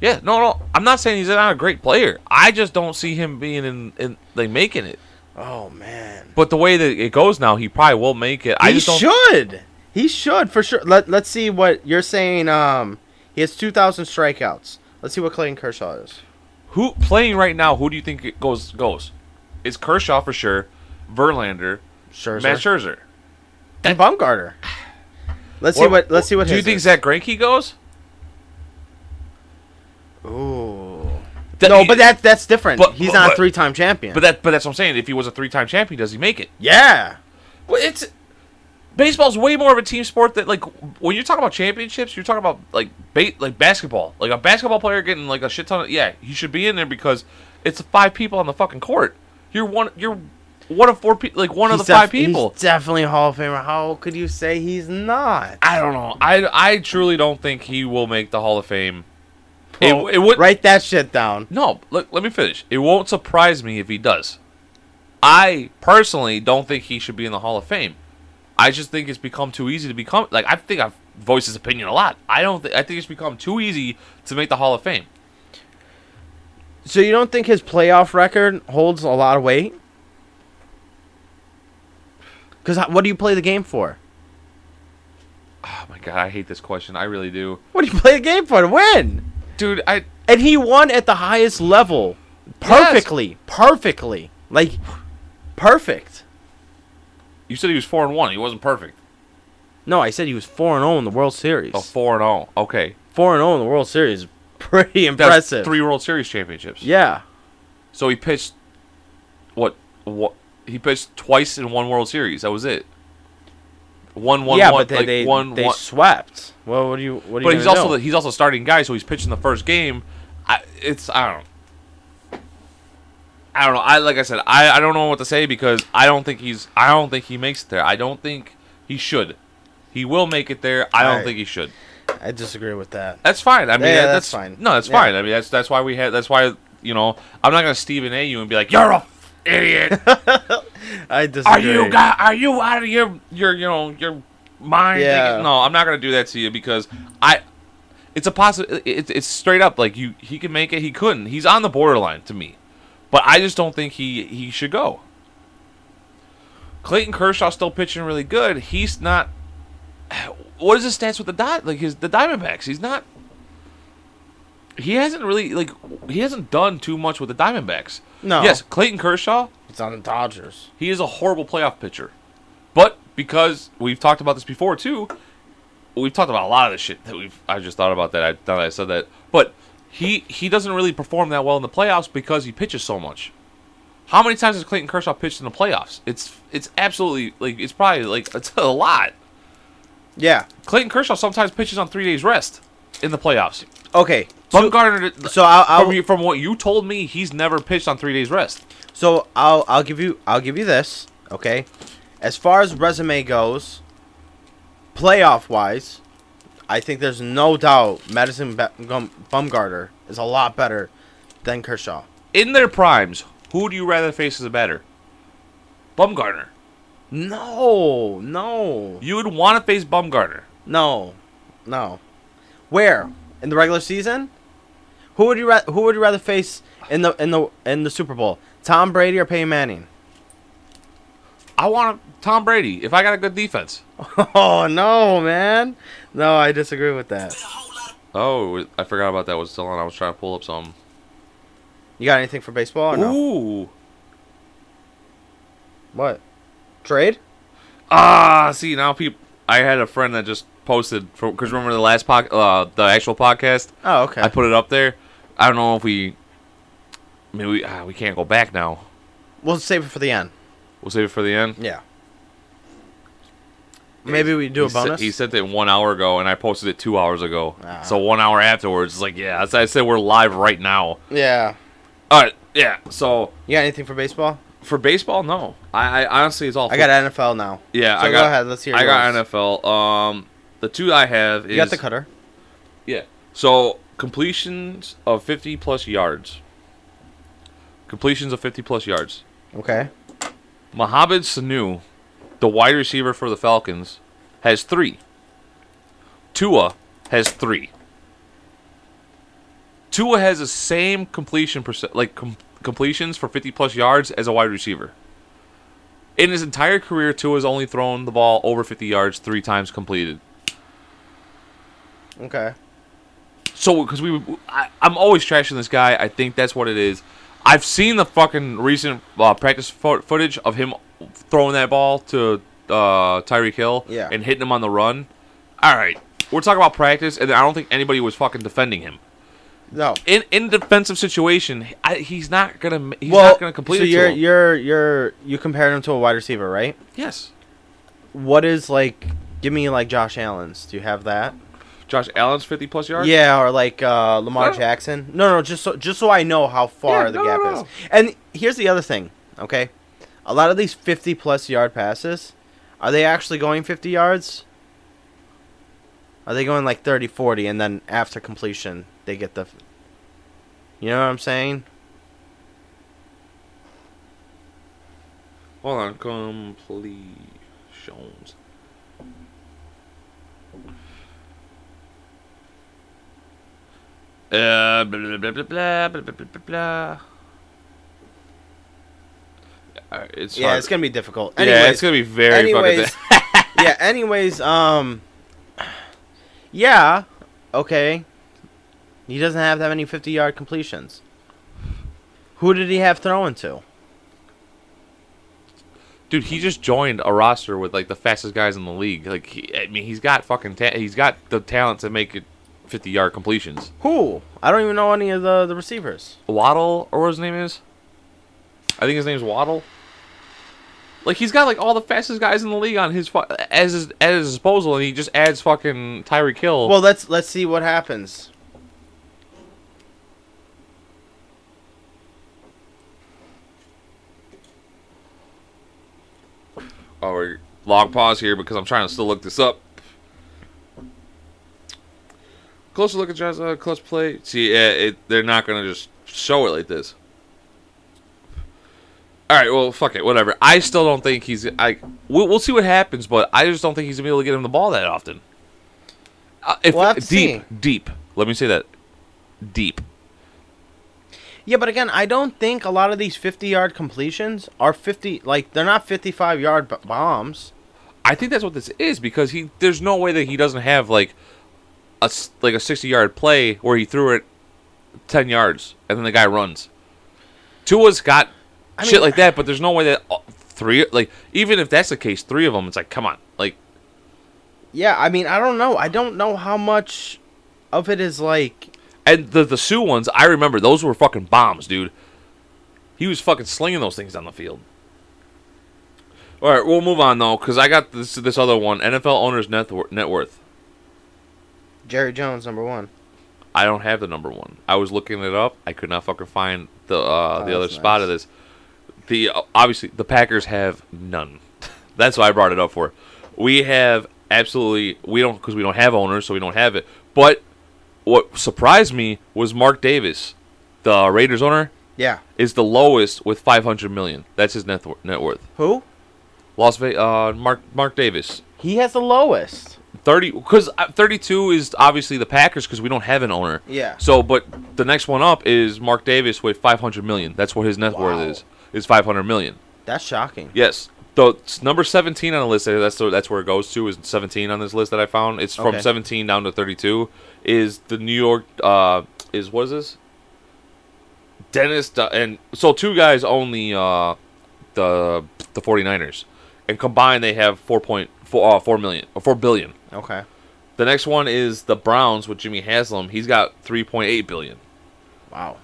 yeah, no, no, I'm not saying he's not a great player. I just don't see him being in, in like making it.
Oh, man.
But the way that it goes now, he probably will make it. I
He
just don't.
should. He should for sure. Let, let's see what you're saying. Um, He has 2,000 strikeouts. Let's see what Clayton Kershaw is.
Who playing right now? Who do you think it goes goes? It's Kershaw for sure, Verlander,
Sure.
Matt Scherzer.
and Bumgarner. Let's see what. Let's see what.
Do you
his
think
is.
Zach Greinke goes?
Ooh.
That-
no, but that that's different.
But-
He's
but-
not
but-
a three-time champion.
But that but that's what I'm saying. If he was a three time champion, does he make it?
yeah,
Well, it's baseball's way more of a team sport that like when you're talking about championships, you're talking about like ba- like basketball. Like a basketball player getting like a shit ton of yeah, he should be in there because it's five people on the fucking court. You're one you're one of four people like one
he's
of the five
def- he's
people.
definitely a Hall of Famer. How could you say he's not?
I don't know. I I truly don't think he will make the Hall of Fame. It,
Well,
it would
write that shit down.
no. Look, let me finish. It won't surprise me if he does. I personally don't think he should be in the Hall of Fame. I just think it's become too easy to become. Like I think I've voiced his opinion a lot. I don't. Th- I think it's become too easy to make the Hall of Fame.
So you don't think his playoff record holds a lot of weight? Because what do you play the game for?
Oh my god, I hate this question. I really do,
What do you play the game for? To win.
dude. I
And he won at the highest level,
Yes.
perfectly, perfectly, like perfect.
you said he was four and one. He wasn't perfect.
No, I said he was four and zero in the World Series.
Oh, four and zero. Okay,
Four and zero in the World Series, is pretty
That's
impressive.
Three World Series championships.
Yeah,
So he pitched what what he pitched twice in one World Series. That was it. One one
yeah,
one,
but they
like,
they,
one
they
one.
swept. Well, what do you what do you?
But he's also the, he's also a starting guy, so he's pitching the first game. I, it's I don't. I don't know. I like I said, I, I don't know what to say because I don't think he's I don't think he makes it there. I don't think he should. He will make it there. I don't
Right.
think he should.
I disagree with that.
That's fine. I mean,
Yeah,
that- that's,
that's fine.
No, that's
Yeah.
fine. I mean, that's that's why we had. That's why you know, I'm not gonna Stephen A. you and be like, you're a idiot.
I disagree.
Are you got? Are you out of your your you know your mind?
Yeah.
Thinking, no, I'm not gonna do that to you because I. It's a possible. It, it's straight up like you. He can make it. He couldn't. He's on the borderline to me, but I just don't think he he should go. Clayton Kershaw's still pitching really good. He's not. What is his stats with the dot? Like his the Diamondbacks. He's not. He hasn't really like he hasn't done too much with the Diamondbacks.
No.
Yes, Clayton Kershaw
It's on the Dodgers.
he is a horrible playoff pitcher. But because we've talked about this before too, we've talked about a lot of this shit that we've. I just thought about that. I now that I said that, but he he doesn't really perform that well in the playoffs because he pitches so much. How many times has Clayton Kershaw pitched in the playoffs? It's it's absolutely like it's probably like it's a lot.
Yeah.
Clayton Kershaw sometimes pitches on three days rest in the playoffs.
Okay.
Bumgarner,
So I'll, I'll
from, you- from what you told me, he's never pitched on three days rest.
So I'll I'll give you I'll give you this, okay? As far as resume goes, playoff wise, I think there's no doubt Madison Ba- Gum- Bumgarner is a lot better than Kershaw.
in their primes, who do you rather face as a batter? Bumgarner.
No, no,
You would want to face Bumgarner.
no, no. Where in the regular season? Who would you ra- who would you rather face in the in the in the Super Bowl? Tom Brady or Peyton Manning?
I want Tom Brady if I got a good defense.
Oh no, man! No, I disagree with that.
Oh, I forgot about that was still on. I was trying to pull up some.
You got anything for
Oh,
baseball or no?
Ooh.
What? Trade?
Ah, see now people. I had a friend that just posted for because remember the last pod, uh, the actual podcast.
Oh, okay.
I put it up there. I don't know if we. I mean, we ah, we can't go back now.
we'll save it for the end.
We'll save it for the end.
Yeah. Maybe we do a
he said-
bonus.
he sent it one hour ago, and I posted it two hours ago.
Ah.
So one hour afterwards, it's like, yeah, that's- I said we're live right now.
yeah.
All right, yeah. So
You got anything for baseball?
for baseball, no. I, I honestly, it's all.
I got NFL now.
Yeah,
So
I got.
go ahead. Let's hear.
I got
yours.
NFL. Um, the two I have is
You got the cutter.
Yeah. So completions of fifty plus yards. Completions of fifty plus yards.
Okay.
Mohamed Sanu, the wide receiver for the Falcons, has three. Tua has three. Tua has the same completion percent, like com- completions for 50 plus yards as a wide receiver. In his entire career, Tua has only thrown the ball over 50 yards three times completed.
Okay.
So, because we, I, I'm always trashing this guy. I think that's what it is. I've seen the fucking recent uh, practice fo- footage of him throwing that ball to uh, Tyreek Hill
Yeah.
and hitting him on the run. All right, we're talking about practice, and I don't think anybody was fucking defending him
No.
in in defensive situation. I, he's not gonna. ma- He's
well,
not gonna complete
so
it. to
you're
him.
you're you're you compared him to a wide receiver, right?
yes,
What is like? Give me like Josh Allen's. Do you have that?
Josh Allen's 50 plus yards.
Yeah, or like uh, Lamar
No.
Jackson. No, no, just so, just so I know how far
Yeah,
the
no,
gap
no,
is.
no.
And here's the other thing, okay? A lot of these 50 plus yard passes, are they actually going 50 yards? Are they going like 30, 40 and then after completion they get the f- You know what I'm saying?
Hold on, completions. Uh, blah, blah, blah, blah, blah, blah, blah, blah, blah, blah. Alright, it's
Yeah,
hard.
it's going to be difficult.
Yeah,
Anyways,
it's gonna be very fucking.
anyways, yeah, anyways, um yeah, okay. He doesn't have that many 50-yard completions. Who did he have throwing to?
dude, he just joined a roster with like the fastest guys in the league. Like, he, I mean, he's got fucking, ta- he's got the talent to make it fifty-yard completions.
Who? I don't even know any of the, the receivers.
Waddle or what his name is. I think his name's Waddle. Like he's got like all the fastest guys in the league on his fu- as his, at his disposal, and he just adds fucking Tyreek Hill.
Well, let's let's see what happens.
oh, we're- long pause here because I'm trying to still look this up. Closer look at John's uh, clutch play. See, yeah, it, they're not gonna just show it like this. All right, well, fuck it, whatever. I still don't think he's. I we'll, we'll see what happens, but I just don't think he's gonna be able to get him the ball that often. Uh, if,
We'll have to
deep,
see.
deep. Let me say that. Deep.
Yeah, but again, I don't think a lot of these 50 yard completions are 50, like, they're not 55 yard b- bombs.
I think that's what this is because he. There's no way that he doesn't have like a s- like a 60 yard play where he threw it 10 yards and then the guy runs. Tua's got
I
shit
mean-
like that, but there's no way that all- three like even if that's the case, three of them. It's like come on, like
Yeah, I mean, I don't know. I don't know how much of it is like.
And the the Sioux ones, I remember those were fucking bombs, dude. He was fucking slinging those things down the field. All right, we'll move on though, because I got this this other one. NFL owners net wor- net worth.
Jerry Jones, number one.
I don't have the number one. I was looking it up. I could not fucking find the uh, the
Oh,
other
that's
spot of this. The uh, obviously the Packers have none. that's why I brought it up for. We have absolutely we don't because we don't have owners, so we don't have it. But what surprised me was Mark Davis, the Raiders owner.
Yeah.
is the lowest with 500 million. That's his net wor- net worth.
Who?
Las Vegas, uh, Mark Mark Davis,
He has the lowest.
30 because 32 is obviously the Packers because we don't have an owner.
Yeah.
So, but the next one up is Mark Davis with 500 million. That's what his net
Wow.
worth is. Is 500 million.
That's shocking.
Yes. The it's number 17 on the list. That's the, that's where it goes to. Is 17 on this list that I found. It's from
Okay.
17 down to 32. Is the New York uh is what is this? Dennis Du- and so two guys own the uh the the 49ers and combined they have 4.4 uh, 4 million or 4 billion.
Okay.
The next one is the Browns with Jimmy Haslam. He's got 3.8 billion.
Wow.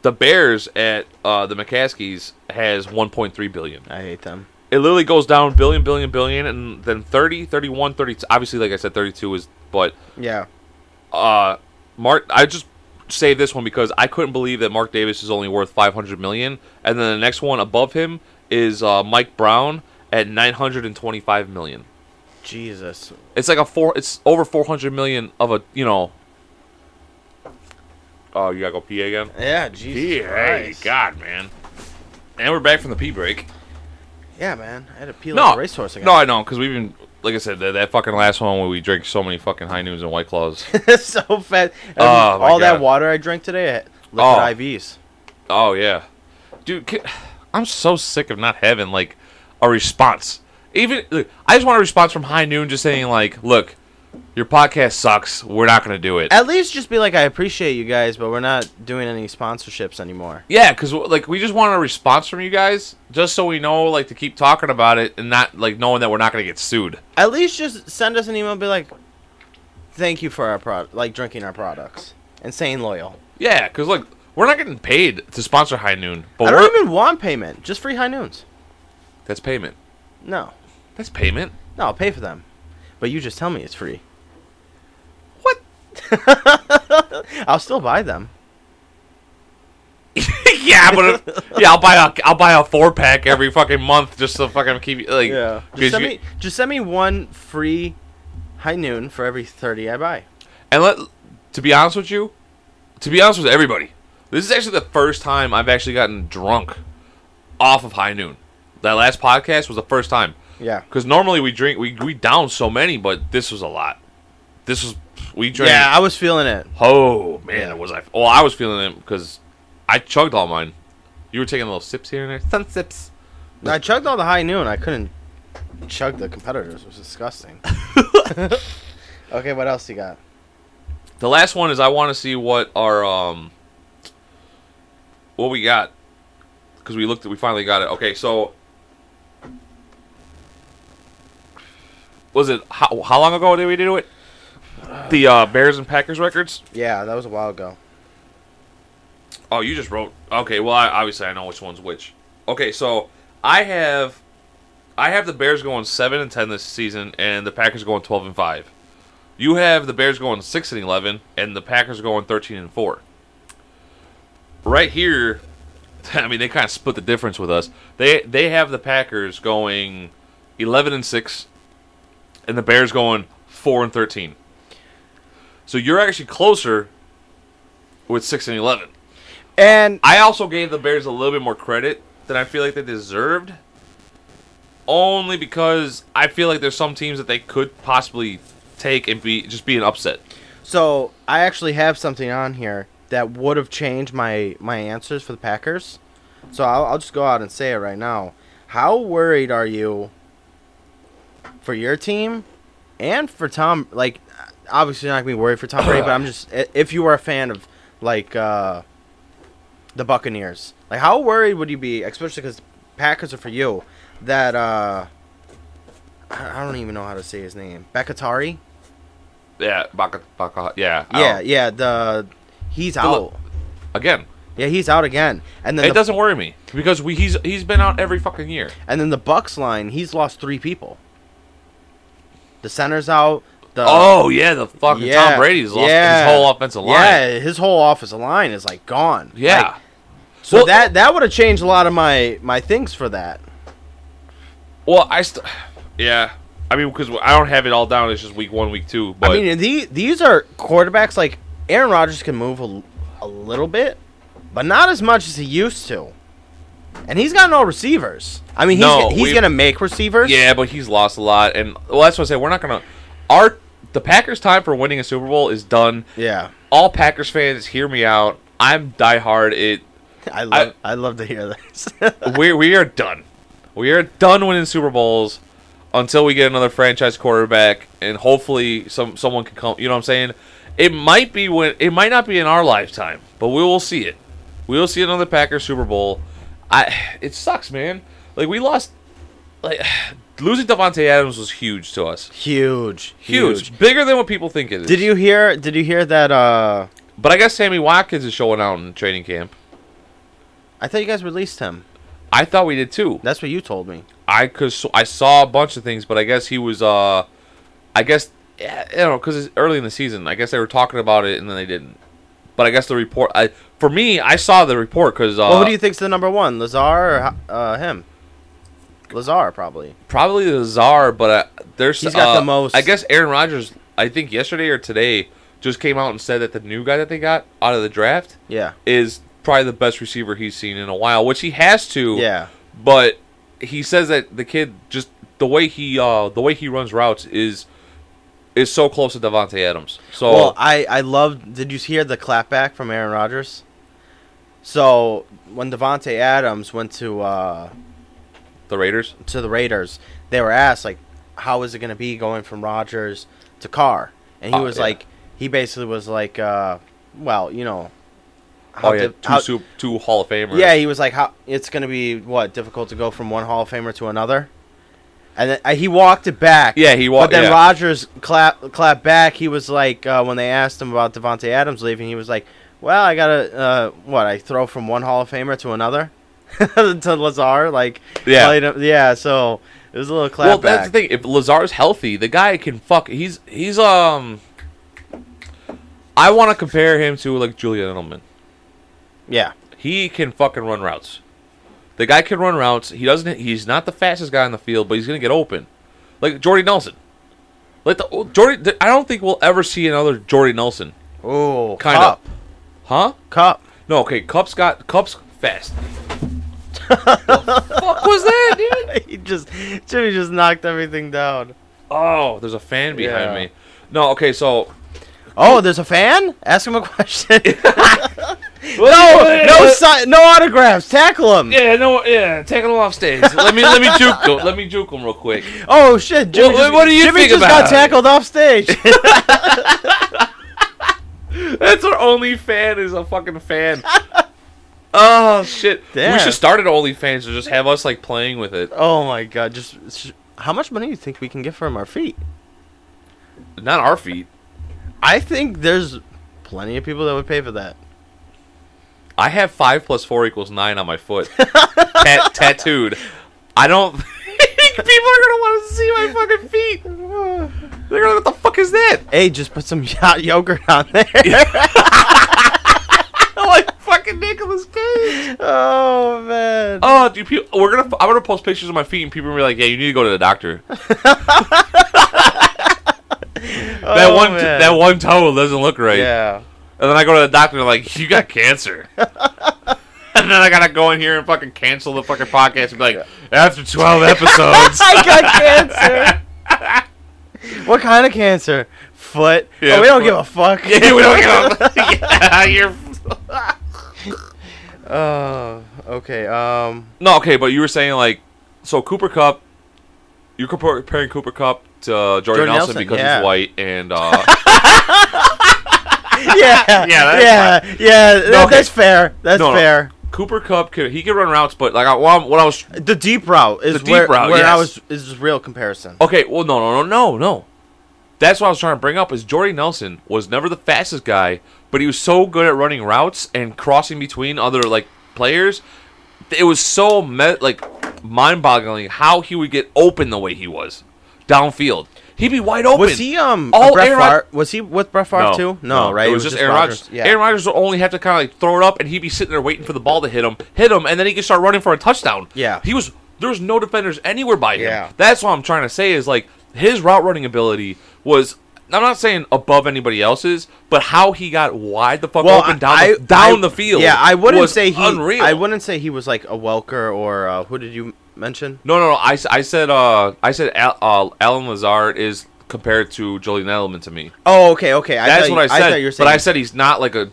The Bears at uh, the McCaskies has 1.3 billion.
I hate them.
it literally goes down billion billion billion and then 30 31 32 obviously like i said 32 is but
Yeah.
uh mark i just saved this one because i couldn't believe that mark davis is only worth 500 million and then the next one above him is uh, mike brown at 925 million
Jesus.
it's like a four it's over 400 million of a you know oh you gotta go pee again
Yeah, Jesus.
hey
Christ.
god man and we're back from the pee break
Yeah, man. I had to peel
no,
like a racehorse again.
No, I know because we've been like I said that, that fucking last one where we drank so many fucking high noons and white claws.
so fat. Um,
Oh, my
all
God.
that water I drank today, I had
Oh.
liquid IVs.
oh yeah, dude, ki- I'm so sick of not having like a response. Even look, I just want a response from High Noon, just saying like, look, your podcast sucks. We're not gonna do it.
At least just be like, I appreciate you guys, but we're not doing any sponsorships anymore.
Yeah, because like we just want a response from you guys, just so we know like to keep talking about it and not like knowing that we're not gonna get sued.
At least just send us an email, and be like, thank you for our product, like drinking our products, and staying loyal.
Yeah, because look, we're not getting paid to sponsor High Noon,
I
but we're
don't even want payment, just free high noons.
that's payment.
No,
That's payment.
no, I'll pay for them, but you just tell me it's free.
What?
I'll still buy them.
yeah, but yeah, I'll buy a I'll buy a four pack every fucking month just to fucking keep like
Just
'cause
send
you-
me, just send me one free high noon for every thirty I buy.
and let to be honest with you, to be honest with everybody, this is actually the first time I've actually gotten drunk off of High Noon. That last podcast was the first time
Yeah.
because normally we drink we we down so many, but this was a lot. This was we drank.
Yeah, I was feeling it.
Oh man,
Yeah.
was I? Well, I was feeling it because I chugged all mine. You were taking little sips here and there, sun sips.
I chugged all the high noon. I couldn't chug the competitors. It was disgusting. okay, what else you got?
The last one is I want to see what our um what we got because we looked at we finally got it. Okay, so was it how, how long ago did we do it? The uh, Bears and Packers records.
Yeah, that was a while ago.
Oh, you just wrote. Okay, well, I, obviously I know which one's which. Okay, so I have I have the Bears going seven and ten this season, and the Packers going twelve and five. You have the Bears going six and eleven, and the Packers going thirteen and four. Right here, I mean they kind of split the difference with us. They they have the Packers going eleven and six, and the Bears going four and thirteen. So you're actually closer with six and eleven.
And
I also gave the Bears a little bit more credit that I feel like they deserved. Only because I feel like there's some teams that they could possibly take and be just be an upset.
So I actually have something on here that would have changed my my answers for the Packers. So I'll, I'll just go out and say it right now. How worried are you for your team and for Tom? Like, obviously you're not gonna be worried for Tom Brady, but I'm just i- if you were a fan of like uh, the Buccaneers, like how worried would you be, especially because Packers are for you that uh, I I don't even know how to say his name, Bekatari.
Yeah, Baka, Baka, yeah, I
Yeah,
don't-
yeah. The he's out.
Again,
Yeah, he's out again. And then
it
the,
doesn't worry me because we he's he's been out every fucking year.
and then the Bucks line, he's lost three people. The center's out. The
Oh yeah, the fucking Tom Brady's lost his whole offensive line.
Yeah, his whole offensive line is like gone.
Yeah.
Like, so
Well-
that that would have changed a lot of my my things for that.
well, I st- yeah. I mean, because I don't have it all down. It's just week one, week two. But
I mean, and the, these are quarterbacks like Aaron Rodgers can move a, l- a little bit, but not as much as he used to. And he's got no receivers. I mean, he's
No,
he's
we-
gonna make receivers.
yeah, but he's lost a lot, and well, that's what I say. We're not gonna. Our the Packers' time for winning a Super Bowl is done.
yeah.
All Packers fans, hear me out. I'm diehard. It
I love I, love to hear this.
we we are done. We are done winning Super Bowls until we get another franchise quarterback, and hopefully some someone can come. You know what I'm saying? It might be when it might not be in our lifetime, but we will see it. We will see another Packers Super Bowl. I it sucks, man. Like we lost, like losing Devontae Adams was huge to us.
huge,
Huge, bigger than what people think it is.
Did you hear? Did you hear that? Uh,
But I guess Sammy Watkins is showing out in training camp.
I thought you guys released him.
I thought we did too.
That's what you told me.
I could sw- I saw a bunch of things, but I guess he was uh, I guess yeah, you know because it's early in the season. I guess they were talking about it and then they didn't. But I guess the report. I for me, I saw the report because uh,
well, who do you think's the number one, Lazar or uh, him? Lazar probably.
probably the czar, but uh, there's
He's got
uh,
the most-
I guess Aaron Rodgers. I think yesterday or today just came out and said that the new guy that they got out of the draft
Yeah,
is probably the best receiver he's seen in a while, which he has to.
yeah,
but he says that the kid just the way he uh the way he runs routes is is so close to Devonte Adams. So
Well, I I love. Did you hear the clapback from Aaron Rodgers? So when Devonte Adams went to uh,
the Raiders,
to the Raiders, they were asked like, "How is it going to be going from Rodgers to Carr?" And he
Oh,
was
yeah.
like, he basically was like, uh, "Well, you know."
oh yeah,
di-
two
how-
Sup- two Hall of Famers.
Yeah, he was like, "How it's going to be what difficult to go from one Hall of Famer to another," and then, uh, he walked it back.
Yeah, he wa-
But then
yeah.
Rogers clap clap back. He was like, uh, when they asked him about Devonte Adams leaving, he was like, "Well, I gotta uh, what I throw from one Hall of Famer to another to Lazar, like
Yeah.
played him- yeah." So it was a little clap
well,
back.
that's the thing. If Lazar's healthy, the guy can fuck. He's he's um. I want to compare him to like Julian Edelman.
yeah,
He can fucking run routes. The guy can run routes. He doesn't. He's not the fastest guy on the field, but he's gonna get open, like Jordy Nelson. Like the oh, Jordy. I don't think we'll ever see another Jordy Nelson.
ooh,
Kinda.
cup,
Huh?
cup.
No, okay. Cups got cups fast. the fuck was that, dude?
he just Jimmy just knocked everything down.
Oh, there's a fan behind
Yeah.
me. No, okay. So
Oh, there's a fan. Ask him a question.
no,
no, si- no autographs. Tackle him.
Yeah, no, yeah. Take him off stage. let me let me juke him. Let me juke him real quick.
Oh shit! Jimmy
Well,
just,
what do you
Jimmy
think
just
about
got
it?
tackled off stage.
That's our only fan is a fucking fan. oh shit!
Damn.
We should start an OnlyFans and just have us like playing with it.
oh my god! Just sh- how much money do you think we can get from our feet?
Not our feet.
I think there's plenty of people that would pay for that.
I have five plus four equals nine on my foot, Tat- tattooed. I don't think people are gonna want to see my fucking feet. They're gonna, what the fuck is that?
Hey, just put some hot yogurt on there.
like fucking Nicholas Cage.
oh man!
Oh, dude, people, we're gonna. I'm gonna post pictures of my feet, and people are gonna be like, "Yeah, you need to go to the doctor." that
Oh,
one,
man.
that one toe doesn't look right.
yeah.
And then I go to the doctor, and they're like, "You got cancer." and and then I gotta go in here and fucking cancel the fucking podcast and be like, after twelve episodes.
I got cancer. what kind of cancer? Foot.
Yeah,
oh, we don't
foot.
give a fuck.
Yeah, we don't give a- yeah, you're.
Oh, okay. Um,
No, okay, but you were saying like, so Cooper Cup, you're compar- comparing Cooper Cup to uh, Jordan,
Jordan
Nelson,
Nelson,
because
yeah.
he's white and uh,
yeah,
that's
yeah, yeah. that-
okay.
That's fair. That's
No, no.
fair.
Cooper Cup could he could run routes, but like I, what, I, what I was
The deep route is
The deep
where,
route,
where I
yes.
was is real comparison.
okay, well no no no no no, that's what I was trying to bring up is Jordy Nelson was never the fastest guy, but he was so good at running routes and crossing between other like players, it was so me- like mind-boggling how he would get open the way he was downfield. He'd be wide Oh, open.
Was he um
All
Brett
Aaron Rod-
Favre- Was he with Brett Favre too? No, right.
It was, just Aaron Rodgers.
Yeah.
Aaron Rodgers will only have to kind of like throw it up, and he'd be sitting there waiting for the ball to hit him, hit him, and then he could start running for a touchdown.
Yeah.
he was there was no defenders anywhere by him.
Yeah.
that's what I'm trying to say is like his route running ability was. I'm not saying above anybody else's, but how he got wide the fuck open down the, down
I-
the field.
Yeah, I wouldn't
was
say he.
unreal.
I wouldn't say he was like a Welker or uh, who did you mention?
No, no, no. I, s- I said uh I said Al, uh, Alan Lazard is compared to Julian Edelman to me.
Oh, okay, okay. I
That's
thought
what
you-
I said.
thought you were saying.
but I said he's not like a.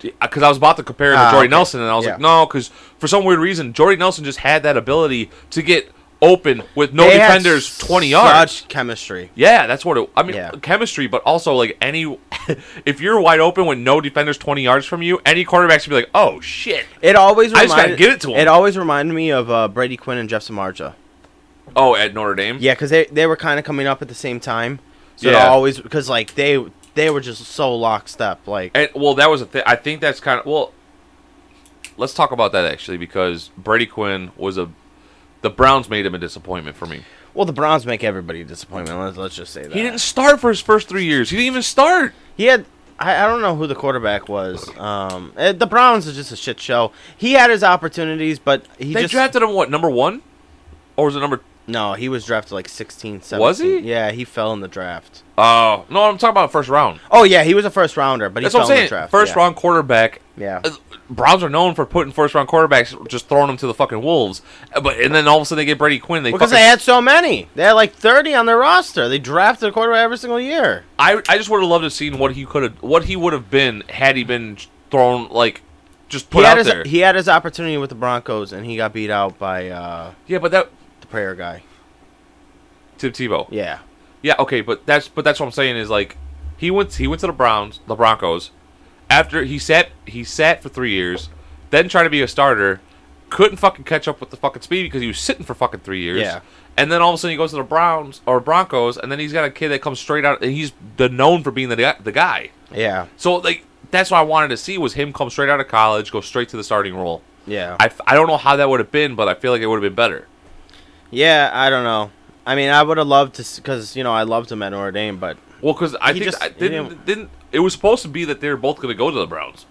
Because I was about to compare him
Ah,
to Jordy
okay.
Nelson, and I was
Yeah.
like, no, because for some weird reason, Jordy Nelson just had that ability to get open with no
They had
defenders 20 yards.
Such chemistry.
Yeah, that's what it. I mean,
Yeah.
chemistry, but also like any. if you're wide open with no defenders 20 yards from you, any quarterback should be like, oh, shit.
It always.
I just gotta
reminded-
get it to 'em.
It always reminded me of uh, Brady Quinn and Jeff Samarja.
Oh, at Notre Dame?
Yeah, because they they were kind of coming up at the same time. So it
Yeah.
always because like they they were just so lockstep. Like
And well, that was a thing. I think that's kind of well. Let's talk about that actually, because Brady Quinn was a. The Browns made him a disappointment for me.
well, the Browns make everybody a disappointment. Let's, let's just say that
He didn't start for his first three years. He didn't even start.
He had. I, I don't know who the quarterback was. Um, eh, the Browns is just a shit show. He had his opportunities, but he
They
just
drafted him what number one, or was it number?
no. He was drafted like 16, 17.
Was he?
Yeah, he fell in the draft.
Oh no, I'm talking about first round.
Oh yeah, he was a first rounder, but he
That's
fell
what I'm
in
saying.
the draft.
first
yeah.
round quarterback.
Yeah.
Uh, Browns are known for putting first round quarterbacks, just throwing them to the fucking wolves. Uh, But and then all of a sudden they get Brady Quinn. They
Because
fucking-
they had so many. They had like 30 on their roster. They drafted a quarterback every single year.
I I just would have loved to have seen what he could have, what he would have been had he been thrown like just put
he, had
out
his,
there.
he had his opportunity with the Broncos, and he got beat out by uh,
yeah, but that
the prayer guy.
Tim Tebow.
Yeah.
Yeah, okay, but that's but that's what I'm saying is like he went he went to the Browns, the Broncos. After he sat he sat for three years, then tried to be a starter, couldn't fucking catch up with the fucking speed because he was sitting for fucking three years.
Yeah.
And then all of a sudden he goes to the Browns or Broncos, and then he's got a kid that comes straight out, and he's the known for being the guy- the guy.
Yeah.
So like that's what I wanted to see was him come straight out of college, go straight to the starting role.
Yeah.
I, f- I don't know how that would have been, but I feel like it would have been better.
yeah, I don't know. I mean, I would have loved to, because, you know, I loved him at Notre Dame, but
Well, because I
He
think
just-
I
he
didn't,
didn't-
didn't it was supposed to be that they were both going to go to the Browns.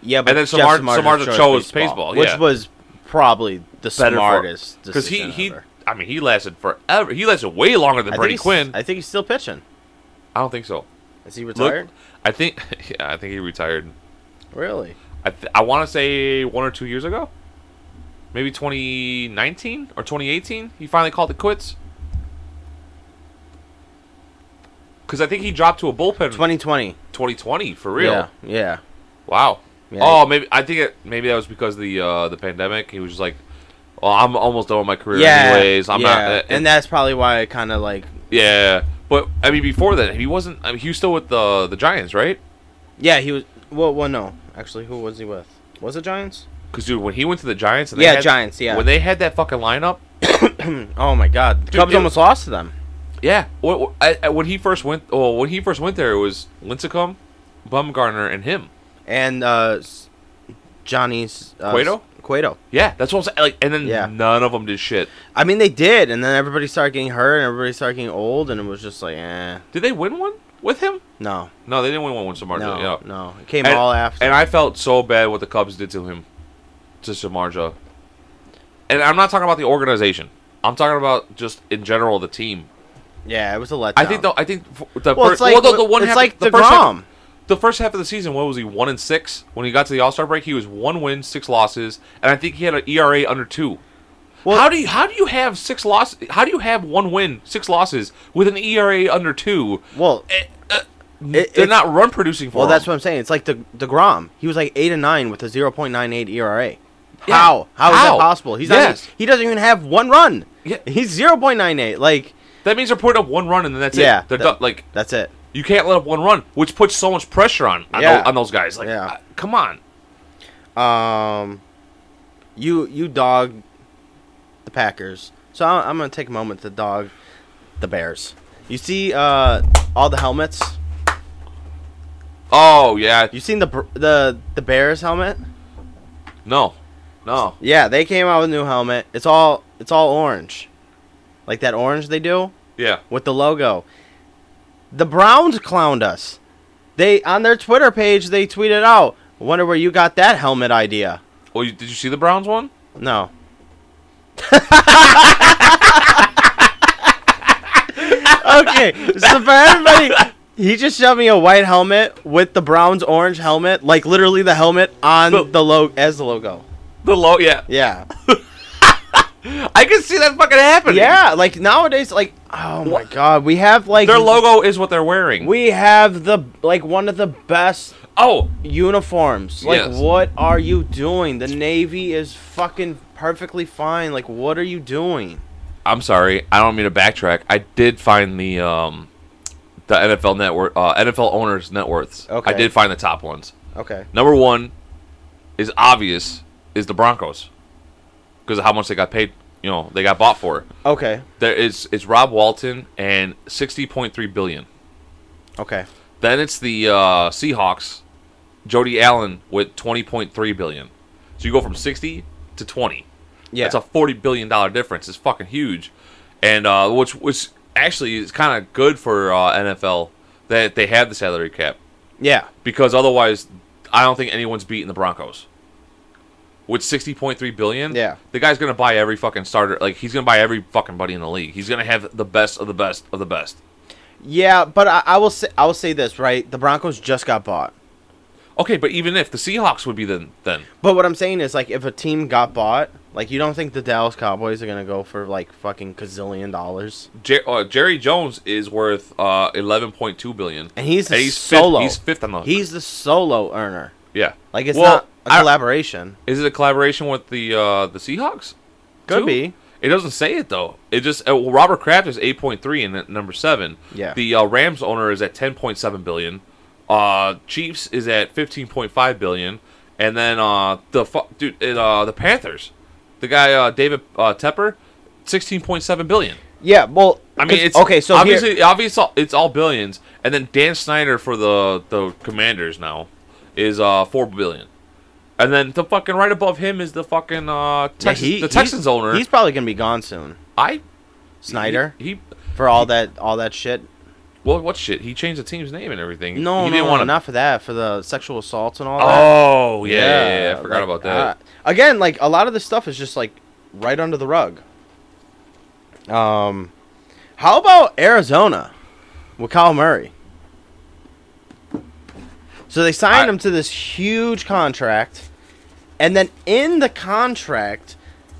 yeah, but
then
Jeff
Samar-
Samardzija
Samardzija chose baseball, yeah.
Which was probably the
better
smartest
because he
decision
he.
ever.
I mean, he lasted forever. He lasted way longer
I
than
think
Brady
he's-
Quinn. I,
I think he's still pitching.
don't think so.
Is he
Look,
retired?
I think yeah, I think he retired.
Really?
I th- I want to say one or two years ago, maybe 2019 or 2018. He finally called it quits because I think he dropped to a bullpen
2020.
2020 for real.
Yeah. Yeah.
Wow.
Yeah.
Oh, maybe I think it, maybe that was because of the uh, the pandemic. He was just like, "Well, I'm almost done with my career,
yeah.
anyways. I'm not."
yeah.
uh,
and that's probably why I kind of like
Yeah, but I mean, before that, he wasn't. I mean, he was still with the the Giants, right?
Yeah, he was. Well, well, no, actually, who was he with? Was it Giants?
Because dude, when he went to the Giants, and they
Yeah,
had-
Giants, yeah.
when they had that fucking lineup,
Oh my God, the Cubs
it-
almost lost to them.
yeah. What, what- I, I- when he first went, oh, when he first went there, it was Lincecum, Bumgarner, and him.
And uh, s- Johnny's uh,
Cueto?
s- Cueto.
Yeah, that's what I'm saying. Like, and then
Yeah.
none of them did shit.
I mean, they did, and then everybody started getting hurt, and everybody started getting old, and it was just like, eh,
Did they win one with him?
no,
No, they didn't win one with Samardzija.
no,
yeah.
no. It came
And-
all after.
And I felt so bad what the Cubs did to him, to Samarja. And I'm not talking about the organization. I'm talking about just in general the team.
yeah, it was a letdown.
I think though I think f- the
Well,
first,
it's like
well, the, the one
it's
half-
like
the
the
first half-
Degrom.
the first half of the season, what was he? One and six. When he got to the All Star break, he was one win, six losses, and I think he had an ERA under two.
Well-
how do you how do you have six loss? How do you have one win, six losses with an ERA under two?
Well,
Eh, uh,
it-
they're
it's-
not run producing for
well,
him.
that's what I'm saying. It's like the Degrom. He was like eight and nine with a 0.98 ERA.
Yeah.
How? How is
How?
that possible? He's not.
Yes.
even- He doesn't even have one run.
Yeah.
He's 0.98. Like
that means they're putting up one run and then that's
Yeah,
it. They're
that-
done. Like
that's it.
you can't let up one run, which puts so much pressure on on,
Yeah.
tho- on those guys. Like,
Yeah.
uh, come on.
Um, you you dog the Packers. So I'm, I'm gonna take a moment to dog the Bears. You see, uh, all the helmets.
Oh yeah,
You seen the br- the the Bears helmet?
no, no.
Yeah, they came out with a new helmet. It's all it's all orange, like that orange they do
Yeah,
with the logo. The Browns clowned us. They on their Twitter page they tweeted out, "Wonder where you got that helmet idea."
Well, you, did you see the Browns one?
No. okay, so for everybody, he just showed me a white helmet with the Browns orange helmet, like literally the helmet on
But-
the logo as the logo.
The low, yeah.
Yeah,
I can see that fucking happening.
yeah. Like nowadays, like oh my
What?
god, we have like
Their logo is what they're wearing.
We have the like one of the best
oh,
uniforms. Like,
Yes.
what are you doing? The navy is fucking perfectly fine. Like, what are you doing?
I'm sorry. I don't mean to backtrack. I did find the um the NFL network uh, NFL owners net worths.
Okay.
I did find the top ones.
Okay.
Number 1 is obvious is the Broncos. Because of how much they got paid, you know, they got bought for.
Okay.
There is it's Rob Walton and 60.3 billion.
Okay.
Then it's the uh, Seahawks, Jody Allen with 20.3 billion. So you go from 60 to 20.
Yeah.
That's a forty billion dollar difference. It's fucking huge, and uh, which which actually is kind of good for uh, NFL that they have the salary cap
yeah.
because otherwise, I don't think anyone's beating the Broncos. With sixty point three billion,
Yeah.
the guy's gonna buy every fucking starter. Like he's gonna buy every fucking buddy in the league. He's gonna have the best of the best of the best.
Yeah, but I, I will say I will say this right. The Broncos just got bought.
Okay, but even if the Seahawks would be then then
But what I'm saying is like if a team got bought, like you don't think the Dallas Cowboys are gonna go for like fucking gazillion dollars.
Jer- uh, Jerry Jones is worth uh, eleven point two billion,
And he's the
fifth-
solo.
he's fifth on the
He's the solo earner.
yeah.
Like it's
Well,
not a
I-
collaboration.
Is it a collaboration with the uh, the Seahawks?
Could
too?
be.
It doesn't say it though. It just uh, well, Robert Kraft is eight point three and at number seven.
Yeah.
The uh, Rams owner is at ten point seven billion. Uh, Chiefs is at fifteen point five billion, and then uh, the fu- dude it, uh, the Panthers, the guy uh, David uh, Tepper, sixteen point seven billion.
Yeah, well
I mean,
'cause-
it's
okay, so here-
obviously, obviously, it's all billions, and then Dan Snyder for the the Commanders now is uh four billion, and then the fucking right above him is the fucking uh
yeah,
Tex-
he-
the Texans
he's-
owner.
He's probably gonna be gone soon.
I
Snyder
He, he
for all that all that shit.
well, what shit? He changed the team's name and everything.
No,
he
no,
didn't
no,
wanna-
not for that. For the sexual assaults and all that.
Oh yeah, yeah, yeah, I forgot
like,
about that.
uh, again, like a lot of this stuff is just like right under the rug. Um, how about Arizona with Kyle Murray? So they signed
I-
him to this huge contract, and then in the contract,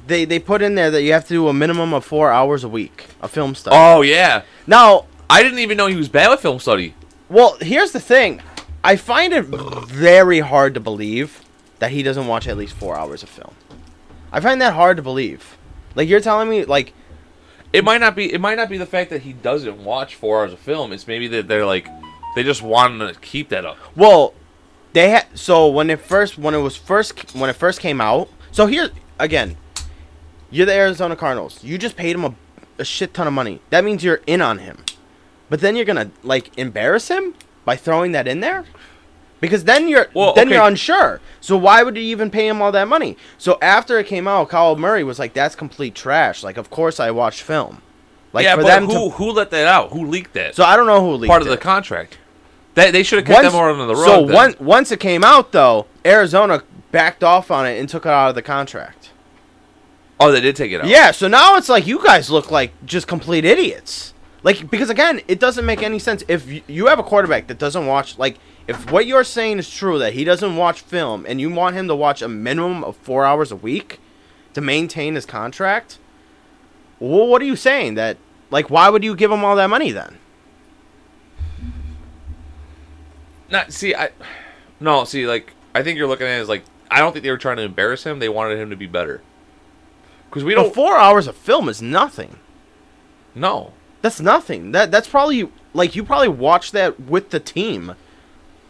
they they put in there that you have to do a minimum of four hours a week of film study.
oh yeah,
Now,
I didn't even know he was bad with film study.
well, here's the thing. I find it very hard to believe that he doesn't watch at least four hours of film. I find that hard to believe. Like you're telling me, like
It might not be. It might not be the fact that he doesn't watch four hours of film. It's maybe that they're like, they just want to keep that up.
Well, they had so when it first when it was first when it first came out. So here again, you're the Arizona Cardinals. You just paid him a, a shit ton of money. That means you're in on him. But then you're gonna like embarrass him by throwing that in there, because then you're
Well,
then
okay.
you're unsure. So why would you even pay him all that money? So after it came out, Kyle Murray was like, "That's complete trash." Like, of course I watched film. Like
yeah,
for
but
them
who
to.
who let that out? Who leaked that?
So I don't know who leaked
part of the
it.
contract. That they should have kept them more under the rug.
So
then.
once once it came out though, Arizona backed off on it and took it out of the contract.
oh, they did take it out.
Yeah, so now it's like you guys look like just complete idiots. Like because again, it doesn't make any sense if you, you have a quarterback that doesn't watch like if what you're saying is true that he doesn't watch film and you want him to watch a minimum of four hours a week to maintain his contract, well, what are you saying? That like, why would you give him all that money then?
Not see, I no see like I think you're looking at it as like I don't think they were trying to embarrass him. They wanted him to be better. Because we
You know,
don't
four hours of film is nothing.
no
That's nothing. That that's probably like you probably watched that with the team,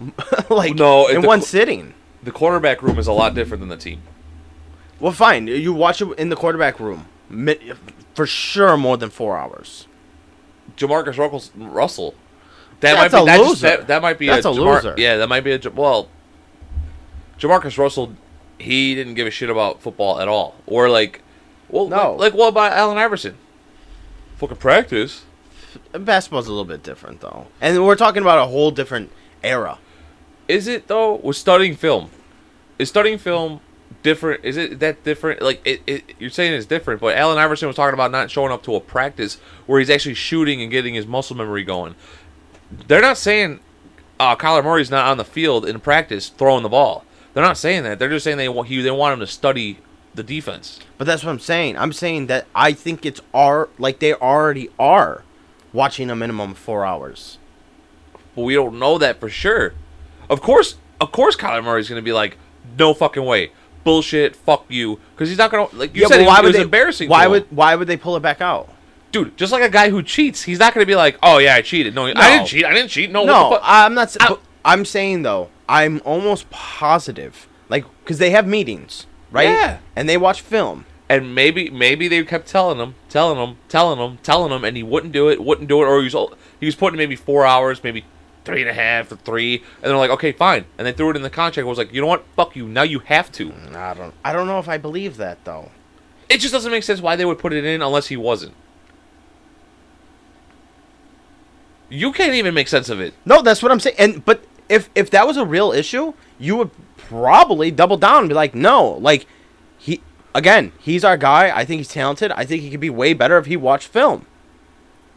like
No, if
in
the
one
cl-
sitting.
the quarterback room is a lot different than the team.
Well, fine. You watch it in the quarterback room Mi- for sure, more than four hours.
Jamarcus Ruckles- Russell. That
That's
might be
a
that, just-
loser.
that, that might be
That's a
Jamar-
loser.
Yeah, that might be a Ja- well. Jamarcus Russell, he didn't give a shit about football at all, or like, well,
No.
like, what about Allen Iverson? Fucking practice.
Basketball's a little bit different though, and we're talking about a whole different era.
Is it though? Was studying film? Is studying film different? Is it that different? Like it, it you're saying it's different, but Allen Iverson was talking about not showing up to a practice where he's actually shooting and getting his muscle memory going. They're not saying uh, Kyler Murray's not on the field in practice throwing the ball. They're not saying that. They're just saying they want he they want him to study the defense.
But that's what I'm saying. I'm saying that I think it's are like they already are watching a minimum of four hours.
but we don't know that for sure. Of course, of course, Kyler Murray's going to be like, no fucking way, bullshit, fuck you, because he's not going to like. You said it, it was
they,
embarrassing.
Why
to him.
would why would they pull it back out?
dude? Just like a guy who cheats, he's not going to be like, oh yeah, I cheated. No, I
No.
didn't cheat. I didn't cheat. No, What
No,
the fuck?
I'm not. s-
I-
but I'm saying though, I'm almost positive, like because they have meetings, right?
Yeah.
And they watch film.
and maybe, maybe they kept telling him, telling him, telling him, telling him, and he wouldn't do it, wouldn't do it, or he was all- he was putting maybe four hours, maybe. Three and a half or three, and they're like, okay, fine. And they threw it in the contract. and was like, you know what? Fuck you. Now you have to.
I don't. I don't know if I believe that though.
It just doesn't make sense why they would put it in unless he wasn't. You can't even make sense of it.
No, that's what I'm saying. And but if if that was a real issue, you would probably double down and be like, no, like he again, he's our guy. I think he's talented. I think he could be way better if he watched film,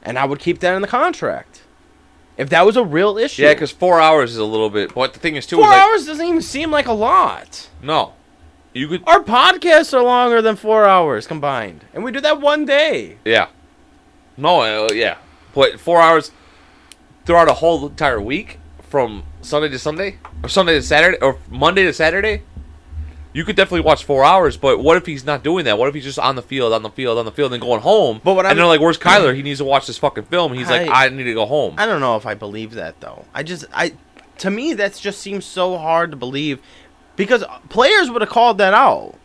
and I would keep that in the contract. If that was a real issue,
Yeah, because four hours is a little bit. But the thing is, too,
four
is like,
hours doesn't even seem like a lot.
no, you could.
Our podcasts are longer than four hours combined, and we do that one day.
Yeah, no, uh, yeah, but four hours throughout a whole entire week, from Sunday to Sunday, or Sunday to Saturday, or Monday to Saturday, you could definitely watch four hours. But what if he's not doing that? What if he's just on the field, on the field, on the field, and going home?
But what
and
I'm-
they're like, "Where's Kyler? He needs to watch this fucking film." He's like,
I-
"I need to go home."
I don't know if I believe that though. I just I to me that just seems so hard to believe because players would have called that out.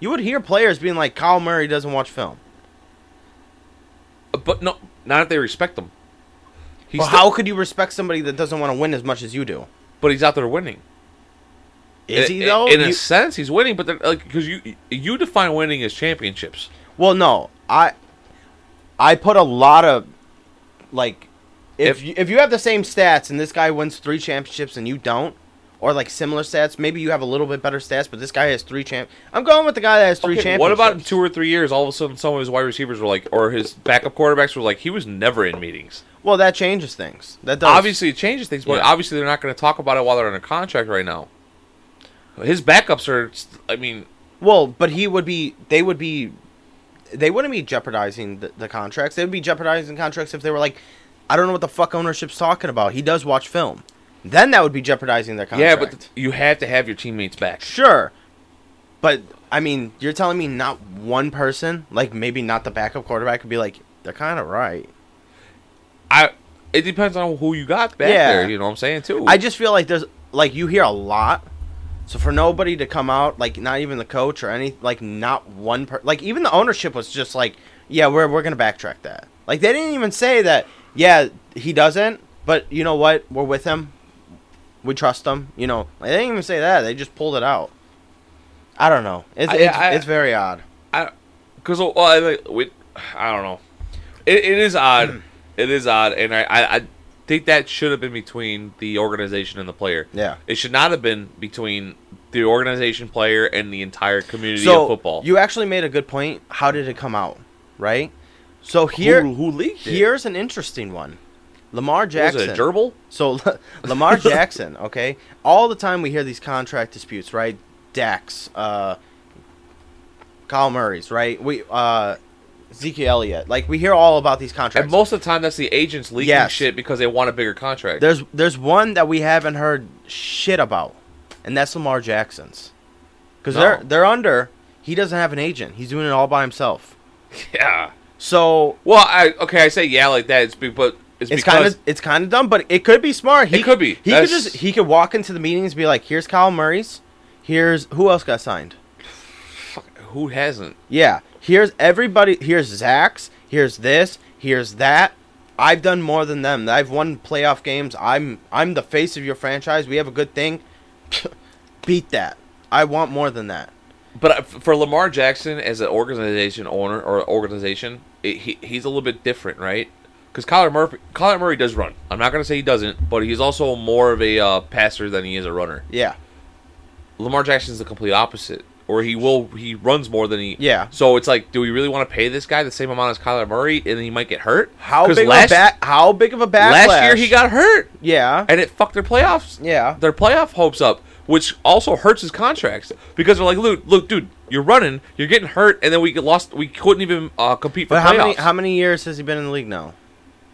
You would hear players being like, "Kyle Murray doesn't watch film."
But no, not if they respect him. He's
Well,
still-
how could you respect somebody that doesn't want to win as much as you do?
but he's out there winning.
Is
In-
he though?
In a
You-
sense, he's winning, but they're- like because you you define winning as championships.
well, no. I I put a lot of like if
If-
you, if you have the same stats and this guy wins three championships and you don't, or like similar stats, maybe you have a little bit better stats, but this guy has three champ. I'm going with the guy that has three
Okay,
championships.
what about in two or three years? All of a sudden, some of his wide receivers were like, or his backup quarterbacks were like, he was never in meetings.
Well, that changes things. That does.
Obviously, it changes things, but
Oh, Yeah.
obviously, they're not going to talk about it while they're under contract right now. His backups are, I mean,
Well, but he would be. They would be. They wouldn't be jeopardizing the, the contracts. They would be jeopardizing contracts if they were like, I don't know what the fuck ownership's talking about. He does watch film. Then that would be jeopardizing their
yeah,
contract.
but th- you have to have your teammates back.
sure. But I mean, you're telling me not one person, like maybe not the backup quarterback, would be like, they're kind of right.
I. It depends on who you got back
Yeah.
there. You know what I'm saying too.
I just feel like there's like you hear a lot. So for nobody to come out, like not even the coach or any, like not one per, like even the ownership was just like, yeah, we're we're gonna backtrack that. Like they didn't even say that. Yeah, he doesn't. But you know what? We're with him. We trust him. You know, like, they didn't even say that. They just pulled it out. I don't know. It's
I-
it's,
I-
it's very odd.
because well, oh, I, like, we, I don't know. It, it is odd. it is odd, and I, I, I think that should have been between the organization and the player.
Yeah.
It should not have been between the organization, player, and the entire community
So
of football.
you actually made a good point. How did it come out? Right. So
who,
here,
who leaked it?
Here's an interesting one. Lamar
What
Jackson.
Was it a gerbil?
So Lamar Jackson, okay? All the time we hear these contract disputes, right? Dax, uh Kyle Murray's, right? We uh Zeke Elliott. Like we hear all about these contracts.
And most of the time, that's the agents leaking
Yes.
shit because they want a bigger contract.
there's there's one that we haven't heard shit about, and that's Lamar Jackson's. Cuz
No.
they're they're under he doesn't have an agent. He's doing it all by himself.
yeah.
So
Well, I okay, I say yeah like that. It's be, but it's,
it's
because
kind of it's kind of dumb, but it could be smart. He
It could be.
He
That's-
could just he could walk into the meetings and be like, "Here's Kyle Murray's. Here's who else got signed.
who hasn't?
Yeah, here's everybody. Here's Zach's. Here's this. Here's that. I've done more than them. I've won playoff games. I'm I'm the face of your franchise. We have a good thing. Beat that. I want more than that.
But uh, f- for Lamar Jackson as an organization owner or organization, it, he he's a little bit different, right? Because Kyler Murray, Kyler Murray does run. I'm not gonna say he doesn't, but he's also more of a uh, passer than he is a runner.
Yeah.
Lamar Jackson's the complete opposite, or he will he runs more than he.
Yeah.
So it's like, do we really want to pay this guy the same amount as Kyler Murray, and he might get hurt?
How
'Cause
big
last,
of a ba- How big of a backlash?
last year he got hurt,
Yeah.
and it fucked their playoffs.
Yeah.
their playoff hopes up, which also hurts his contracts because they're like, look, look, dude, you're running, you're getting hurt, and then we get lost, we couldn't even uh, compete for
But
playoffs.
how many how many years has he been in the league now?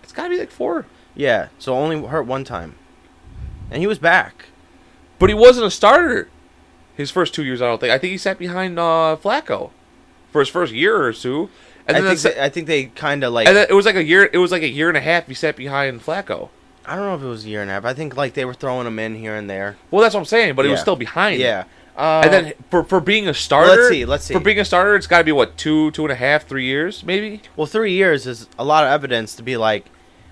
it's got to be like four.
Yeah. So only hurt one time, and he was back.
But he wasn't a starter his first two years. I don't think. I think he sat behind uh, Flacco for his first year or two, and
I
then,
think,
that's,
they, I think they kind of like
and then it was like a year. It was like a year and a half. He sat behind Flacco.
I don't know if it was a year and a half. I think like they were throwing him in here and there.
Well, that's what I'm saying, but he was
Yeah.
still behind.
Yeah. Uh,
And then for, for being a starter,
see, let's see.
For being a starter, it's got to be what two, two and a half, three years, maybe.
Um, well, three years is a lot of evidence to be like,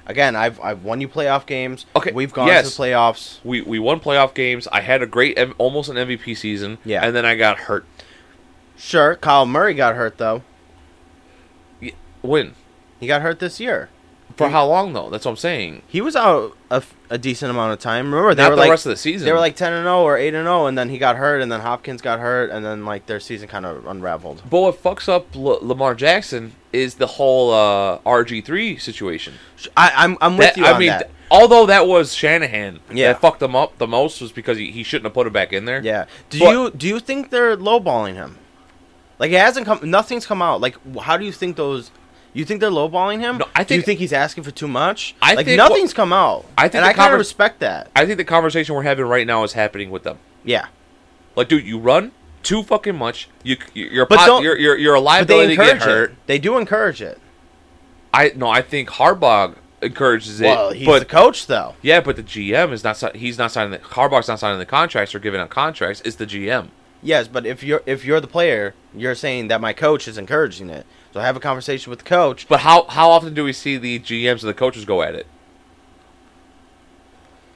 again, I've I've won you playoff games.
Okay,
we've gone to
yes.
the playoffs.
we we won playoff games. I had a great, M- almost an MVP season.
Yeah.
and then I got hurt.
Sure, Kyle Murray got hurt though.
Y- When
He got hurt this year.
for
He-
how long though? That's what I'm saying.
He was out a, f- a decent amount of time. Remember, they
Not
were
the
like
rest of the season.
they were like ten and zero or eight and zero, and then he got hurt, and then Hopkins got hurt, and then like their season kind of unraveled.
But what fucks up L- Lamar Jackson is the whole uh, RG three situation.
Sh- I, I'm I'm with
That-
you
I
on
mean,
that.
th- although that was Shanahan
Yeah.
that fucked him up the most was because he, he shouldn't have put him back in there.
Yeah. Do
But-
you do you think they're lowballing him? Like it hasn't come. Nothing's come out. Like wh- how do you think those? You think they're lowballing him?
No, I
do you
think-
think he's asking for too much?
I
like
think what-
nothing's come out.
I think
and
the
I kind
conver-
of respect that.
I think the conversation we're having right now is happening with them.
Yeah,
Like, dude, you run too fucking much. You you're a
But
pot,
don't-
you're, you're you're a
but they
liability to get
encourage
hurt.
it. They do encourage it.
I no, I think Harbaugh encourages it.
well, he's
but
the coach though.
Yeah, but the GM is not. si- He's not signing. The, Harbaugh's not signing the contracts or giving out contracts. It's the GM.
Yes, but if you're if you're the player, you're saying that my coach is encouraging it. So have a conversation with the coach.
But how how often do we see the GMs and the coaches go at it?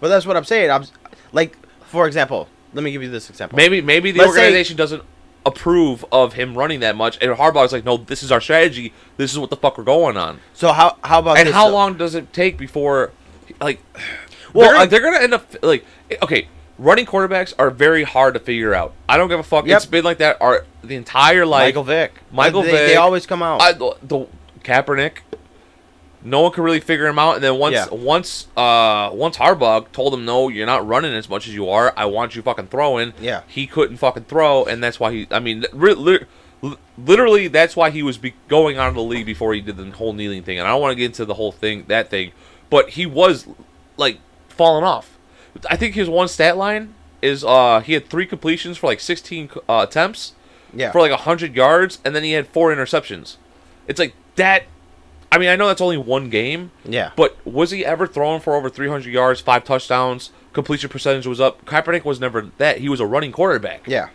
But that's what I'm saying. I'm s- like, for example, let me give you this example.
Maybe maybe the
Let's say-
organization doesn't approve of him running that much, and Harbaugh's like, no, this is our strategy. This is what the fuck we're going on.
So how how about
and
this,
how
though?
long does it take before, like,
Well,
they're,
I-
gonna, they're gonna end up like okay. Running quarterbacks are very hard to figure out. I don't give a fuck.
Yep.
It's been like that our the entire life.
Michael Vick.
Michael
they,
Vick.
They always come out.
I, the, the Kaepernick. No one could really figure him out, and then once
Yeah.
once uh once Harbaugh told him, "No, you're not running as much as you are. I want you fucking throwing."
Yeah.
he couldn't fucking throw, and that's why he. I mean, li- li- li- literally, that's why he was be- going out of the league before he did the whole kneeling thing. And I don't want to get into the whole thing, that thing, but he was like falling off. I think his one stat line is uh he had three completions for like 16 uh, attempts
yeah.
for like 100 yards, and then he had four interceptions. It's like that. I mean, I know that's only one game,
yeah.
but was he ever throwing for over 300 yards, five touchdowns? Completion percentage was up. Kaepernick was never that. He was a running quarterback.
yeah.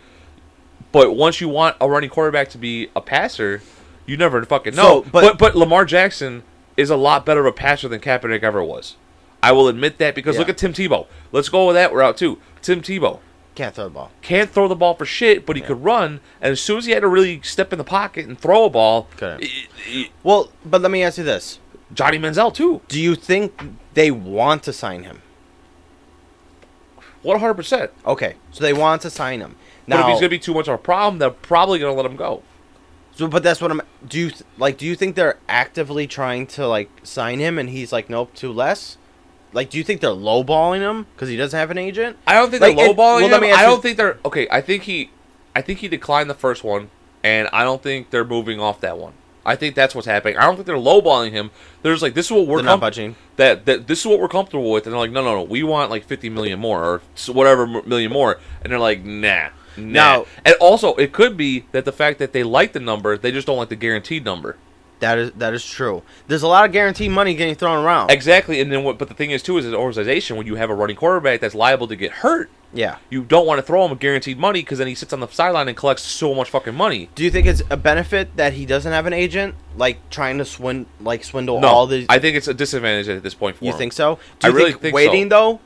But once you want a running quarterback to be a passer, you never fucking know.
So,
but,
but-
but Lamar Jackson is a lot better of a passer than Kaepernick ever was. I will admit that because
Yeah.
look at Tim Tebow. Let's go with that route too. Tim Tebow
Can't throw the ball.
can't throw the ball for shit, but he could run. And as soon as he had to really step in the pocket and throw a ball,
Couldn't.
i- i-
Well, but let me ask you this:
Johnny Manziel too,
Do you think they want to sign him?
one hundred percent.
Okay, so they want to sign him.
But
Now,
if he's gonna be too much of a problem, they're probably gonna let him go.
so, but that's what I'm. Do you th- like? Do you think they're actively trying to like sign him, and he's like, nope, two less? Like, do you think they're lowballing him because he doesn't have an agent?
I don't think
Like,
they're
it- well,
lowballing
let
him.
me ask
I
you-
don't think they're okay. I think he, I think he declined the first one, and I don't think they're moving off that one. I think that's what's happening. I don't think they're lowballing him. There's like this is what we're
They're not
com-
budging.
that that this is what we're comfortable with, and they're like, no, no, no, we want like 50 million more or s- whatever m- million more, and they're like, nah, nah.
Now-
and also it could be that the fact that they like the number, they just don't like the guaranteed number.
That is that is true. There's a lot of guaranteed money getting thrown around.
Exactly, and then what? But the thing is too is an organization when you have a running quarterback that's liable to get hurt.
yeah.
You don't want to throw him guaranteed money because then he sits on the sideline and collects so much fucking money.
Do you think it's a benefit that he doesn't have an agent, like trying to swin like swindle
No,
all the?
I think it's a disadvantage at this point for
you
him.
think so?
I
Do you
really think so.
waiting though?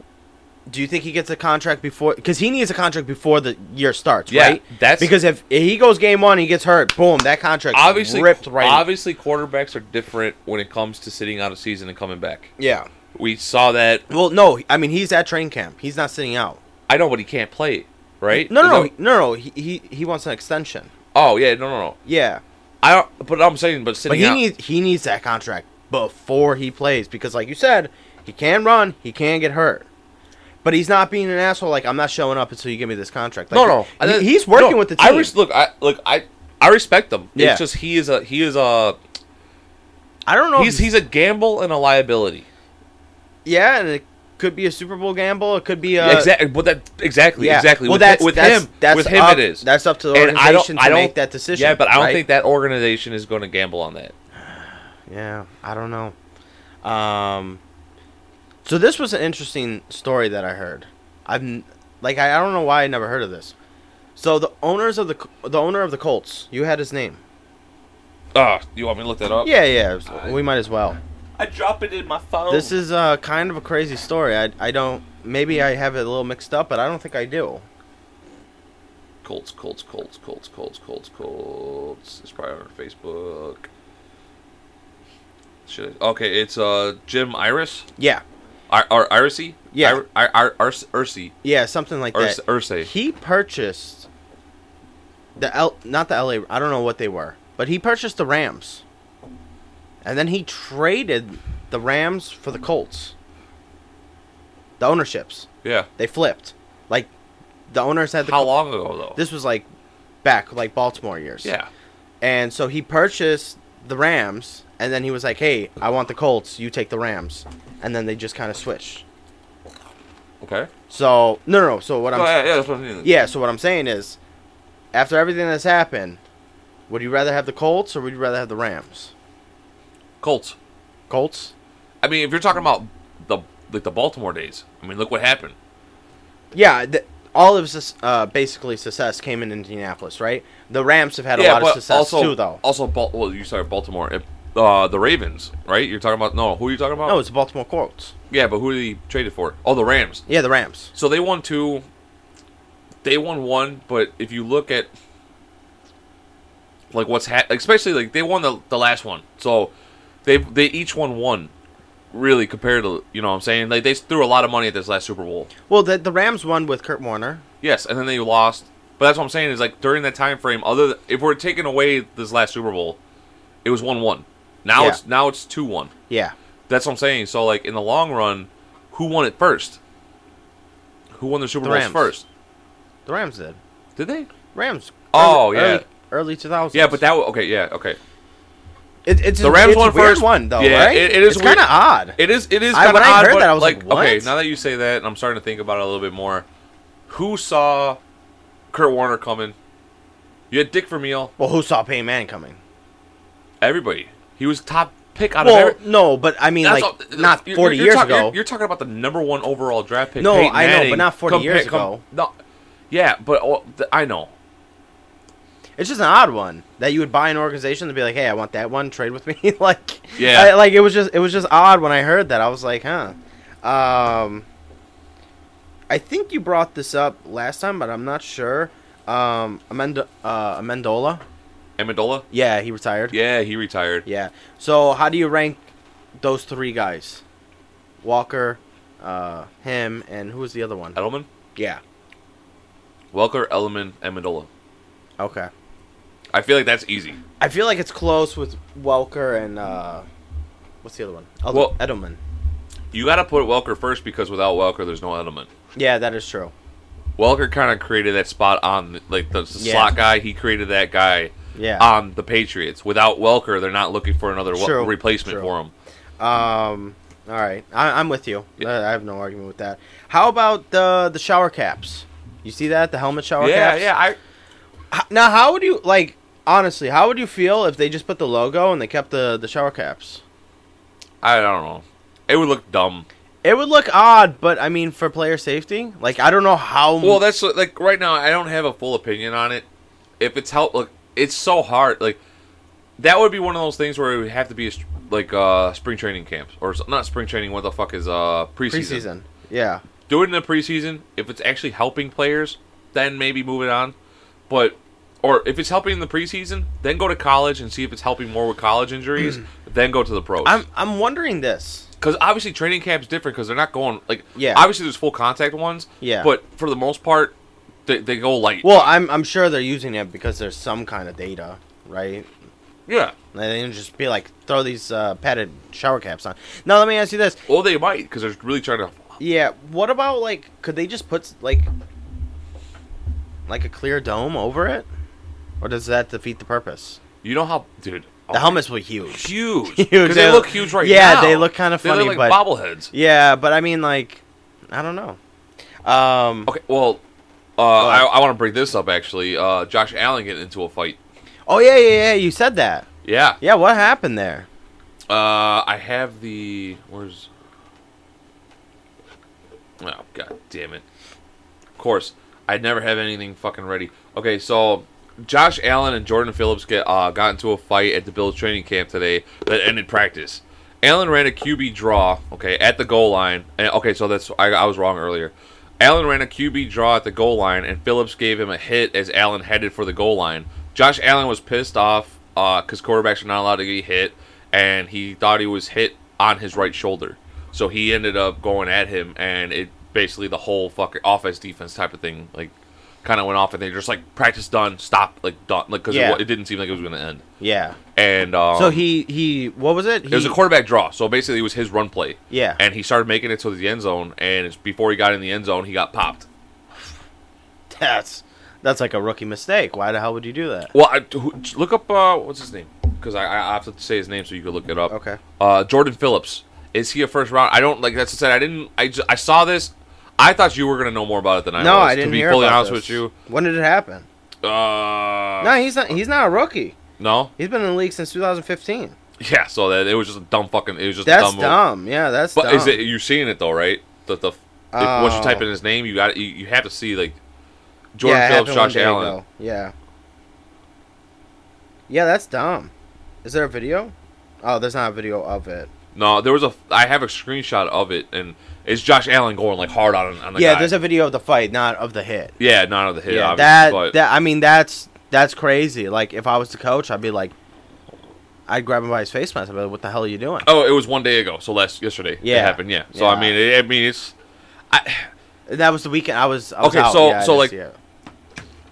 Do you think he gets a contract before? Because he needs a contract before the year starts,
Yeah,
right?
that's-
because if if he goes game one, he gets hurt. Boom, that contract
Obviously,
ripped right.
obviously, quarterbacks are different when it comes to sitting out a season and coming back.
yeah.
We saw that.
Well, no, I mean he's at train camp. He's not sitting out.
I know, but he can't play it, right?
No, no, no,
Is
he- no, no. He, he he wants an extension.
that- oh yeah, no, no, no.
Yeah,
I don't. But I'm saying, but
but
sitting
he
out.
needs he needs that contract before he plays because, like you said, he can run, he can get hurt, but he's not being an asshole. Like I'm not showing up until you give me this contract. Like,
no, no.
he-
I-
he's working
no,
with the
I
team.
res- look, I look, I, I respect him.
Yeah.
It's just he is a he is a
I don't know. if
he's he's a gamble and a liability.
yeah, and it could be a Super Bowl gamble. It could be a
exactly. But that exactly
Uh, Yeah.
exactly.
Well,
with
that's
hi- with
that's,
him.
That's
with him,
up,
it is.
That's up to the
And
organization
I don't.
to
I don't
make that decision.
Yeah, but I don't
right?
think that organization is going to gamble on that.
Yeah, I don't know. Um, so this was an interesting story that I heard. I've n- like I, I don't know why I never heard of this. So the owners of the C- the owner of the Colts, you had his name.
Oh, you want me to look that up?
Yeah, yeah, we might as well.
I drop it in my phone.
This is uh, kind of a crazy story. I I don't maybe I have it a little mixed up, but I don't think I do.
Colts, Colts, Colts, Colts, Colts, Colts, Colts. It's probably on our Facebook. Should I- okay, it's uh Jim Iris
Yeah,
I, or Irisy.
Yeah.
I, I, I, Ars- Ursi.
yeah, something like
Urs,
that.
Ursi.
He purchased the L, not the LA. I don't know what they were, but he purchased the Rams, and then he traded the Rams for the Colts. The ownerships
Yeah.
they flipped, like the owners had the.
How
Col-
long ago though?
This was like back like Baltimore years.
yeah.
and so he purchased the Rams, and then he was like, "Hey, I want the Colts. You take the Rams," and then they just kind of switched.
Okay.
So no, no. no, So what I'm
Oh, yeah, yeah, that's what I'm saying.
Yeah, so what I'm saying is, after everything that's happened, would you rather have the Colts or would you rather have the Rams?
Colts.
Colts?
I mean, if you're talking about the like the Baltimore days, I mean, look what happened.
Yeah, th- all of his uh, basically success came in Indianapolis, right? The Rams have had a lot of success
also,
too, though.
Also, Bal- well, you started Baltimore. If, Uh, the Ravens, right? You're talking about no. Who are you talking about?
No, it's the Baltimore Colts.
yeah, but who did he trade it for? Oh, the Rams.
Yeah, the Rams.
So they won two. They won one, but if you look at like what's ha- especially like they won the the last one, so they they each won one. Really, compared to you know what I'm saying, like they threw a lot of money at this last Super Bowl.
Well, the, the Rams won with Kurt Warner.
Yes, and then they lost. But that's what I'm saying is like during that time frame, other th- if we're taking away this last Super Bowl, it was one one. Now
Yeah.
it's now it's two one.
Yeah.
That's what I'm saying. So like in the long run, who won it first? Who won the Super
The
Bowls
Rams.
first?
The Rams did.
Did they?
Rams.
Oh,
early-
yeah.
Early, early 2000s.
Yeah, but that wa- okay. Yeah, okay.
It, it's
the Rams
it's
won
a weird
first.
one, though,
Yeah,
right?
it- it is
It's
weird.
kind of odd.
It is. It is.
I-
Kind
when
of
I
odd,
heard
but,
that, I was like,
okay.
"What?"
Now that you say that, and I'm starting to think about it a little bit more. Who saw Kurt Warner coming? You had Dick Vermeil.
well, who saw Peyton Manning coming?
Everybody. He was top pick out of
Well,
every.
no, but I mean,
That's
like,
all-
not
you're-
40
you're
years
talk-
ago.
You're, you're talking about the number one overall draft pick.
No,
Peyton
I know, but
Manning,
not 40
come
years
pick- come-
ago.
No, yeah, but oh, th- I know.
it's just an odd one that you would buy an organization to be like, hey, I want that one, trade with me. like,
Yeah.
I- like it was just it was just odd when I heard that. I was like, huh. Um, I think you brought this up last time, but I'm not sure. Um, Amend- uh, Amendola,
Amendola.
yeah, he retired.
Yeah, he retired.
Yeah. So how do you rank those three guys? Walker, uh, him, and who was the other one?
Edelman,
Yeah.
Welker, Edelman, Amendola.
Okay.
I feel like that's easy.
I feel like it's close with Welker and uh, what's the other one? Other,
Well-
Edelman.
You got to put Welker first because without Welker, there's no Edelman.
Yeah, that is true.
Welker kind of created that spot on like the, the
Yeah.
slot guy. He created that guy
Yeah.
on the Patriots. Without Welker, they're not looking for another Wel-
True.
replacement
True.
for him.
Um. All right, I, I'm with you.
Uh, Yeah.
I I have no argument with that. How about the the shower caps? You see that the helmet shower
yeah,
caps?
yeah. I
H- Now, how would you like? Honestly, how would you feel if they just put the logo and they kept the the shower caps?
I don't know. It would look dumb.
It would look odd, but I mean, for player safety, like I don't know how.
Well, that's like right now. I don't have a full opinion on it. If it's help, like it's so hard. Like that would be one of those things where it would have to be a, str- like uh spring training camps or s- not spring training. What the fuck is uh preseason?
preseason. Yeah,
Do it in the preseason. If it's actually helping players, then maybe move it on. But or if it's helping in the preseason, then go to college and see if it's helping more with college injuries. then go to the pros.
I'm I'm wondering this.
Because obviously training camp's different because they're not going like
Yeah.
Obviously there's full contact ones.
Yeah.
But for the most part, they, they go light.
Well, I'm I'm sure they're using it because there's some kind of data, right?
yeah.
They didn't just be like throw these uh, padded shower caps on. Now let me ask you this:
Well, they might because they're really trying to.
Yeah, what about like could they just put like like a clear dome over it, or does that defeat the purpose?
You know how, dude.
The helmets were huge.
Huge.
Huge,
'Cause Oh. They
they-
look huge right
yeah,
now.
they look kinda funny,
They look like
but-
bobbleheads.
Yeah, but I mean like I don't know. Um.
Okay. Well, uh, I, I want to bring this up actually. Uh, Josh Allen getting into a fight.
Oh yeah, yeah, yeah. You said that.
Yeah.
Yeah. What happened there?
Uh, I have the where's. Oh god damn it! Of course, I never have anything fucking ready. Okay, so Josh Allen and Jordan Phillips get uh, got into a fight at the Bills training camp today that ended practice. Allen ran a QB draw, okay, at the goal line. And, okay, so that's I, I was wrong earlier. Allen ran a QB draw at the goal line, and Phillips gave him a hit as Allen headed for the goal line. Josh Allen was pissed off because quarterbacks are not allowed to get hit, and he thought he was hit on his right shoulder. So he ended up going at him, and it basically the whole fucking offense defense type of thing like kind of went off, and they just like practice done, stop, like done, like because
Yeah.
it, wa- it didn't seem like it was going to end.
Yeah.
And um,
So he he what was it? He,
it was a quarterback draw, so basically it was his run play.
Yeah.
And he started making it to the end zone, and it's before he got in the end zone, he got popped.
That's that's like a rookie mistake. Why the hell would you do that?
Well, I, who, look up uh, what's his name because I, I have to say his name so you can look it up.
Okay.
Uh, Jordan Phillips is he a first round? I don't like that's what I said. I didn't. I just, I saw this. I thought you were gonna know more about it than I
no,
was.
I didn't
To be
hear
fully
about
honest
this.
with you,
When did it happen? no,
uh,
he's not. He's not a rookie.
no,
He's been in the league since 2015.
yeah. So that it was just a dumb fucking. It was just
That's
a dumb.
dumb.
move.
Yeah, that's
But
dumb.
is it? You're seeing it though, right? The the if, once you type
Oh.
in his name, you got you, you have to see like Jordan
it
Phillips,
happened one
Josh
day
Allen.
ago. Yeah. Yeah, that's dumb. Is there a video? Oh, there's not a video of it.
No, there was a. I have a screenshot of it, and it's Josh Allen going like hard on on the
yeah,
guy.
there's a video of the fight, not of the hit.
yeah, not of the hit.
Yeah,
obviously,
that
but-
that I mean that's that's crazy. Like if I was the coach, I'd be like, I'd grab him by his face mask. I'd be like, "What the hell are you doing?"
Oh, it was one day ago. So last yesterday, yeah,
Yeah.
it happened. Yeah. So I
Yeah.
mean, it, I mean, it's
And that was the weekend. I was, I was
Oh. Okay,
out.
so-
Yeah, I
so,
didn't
like-
see it.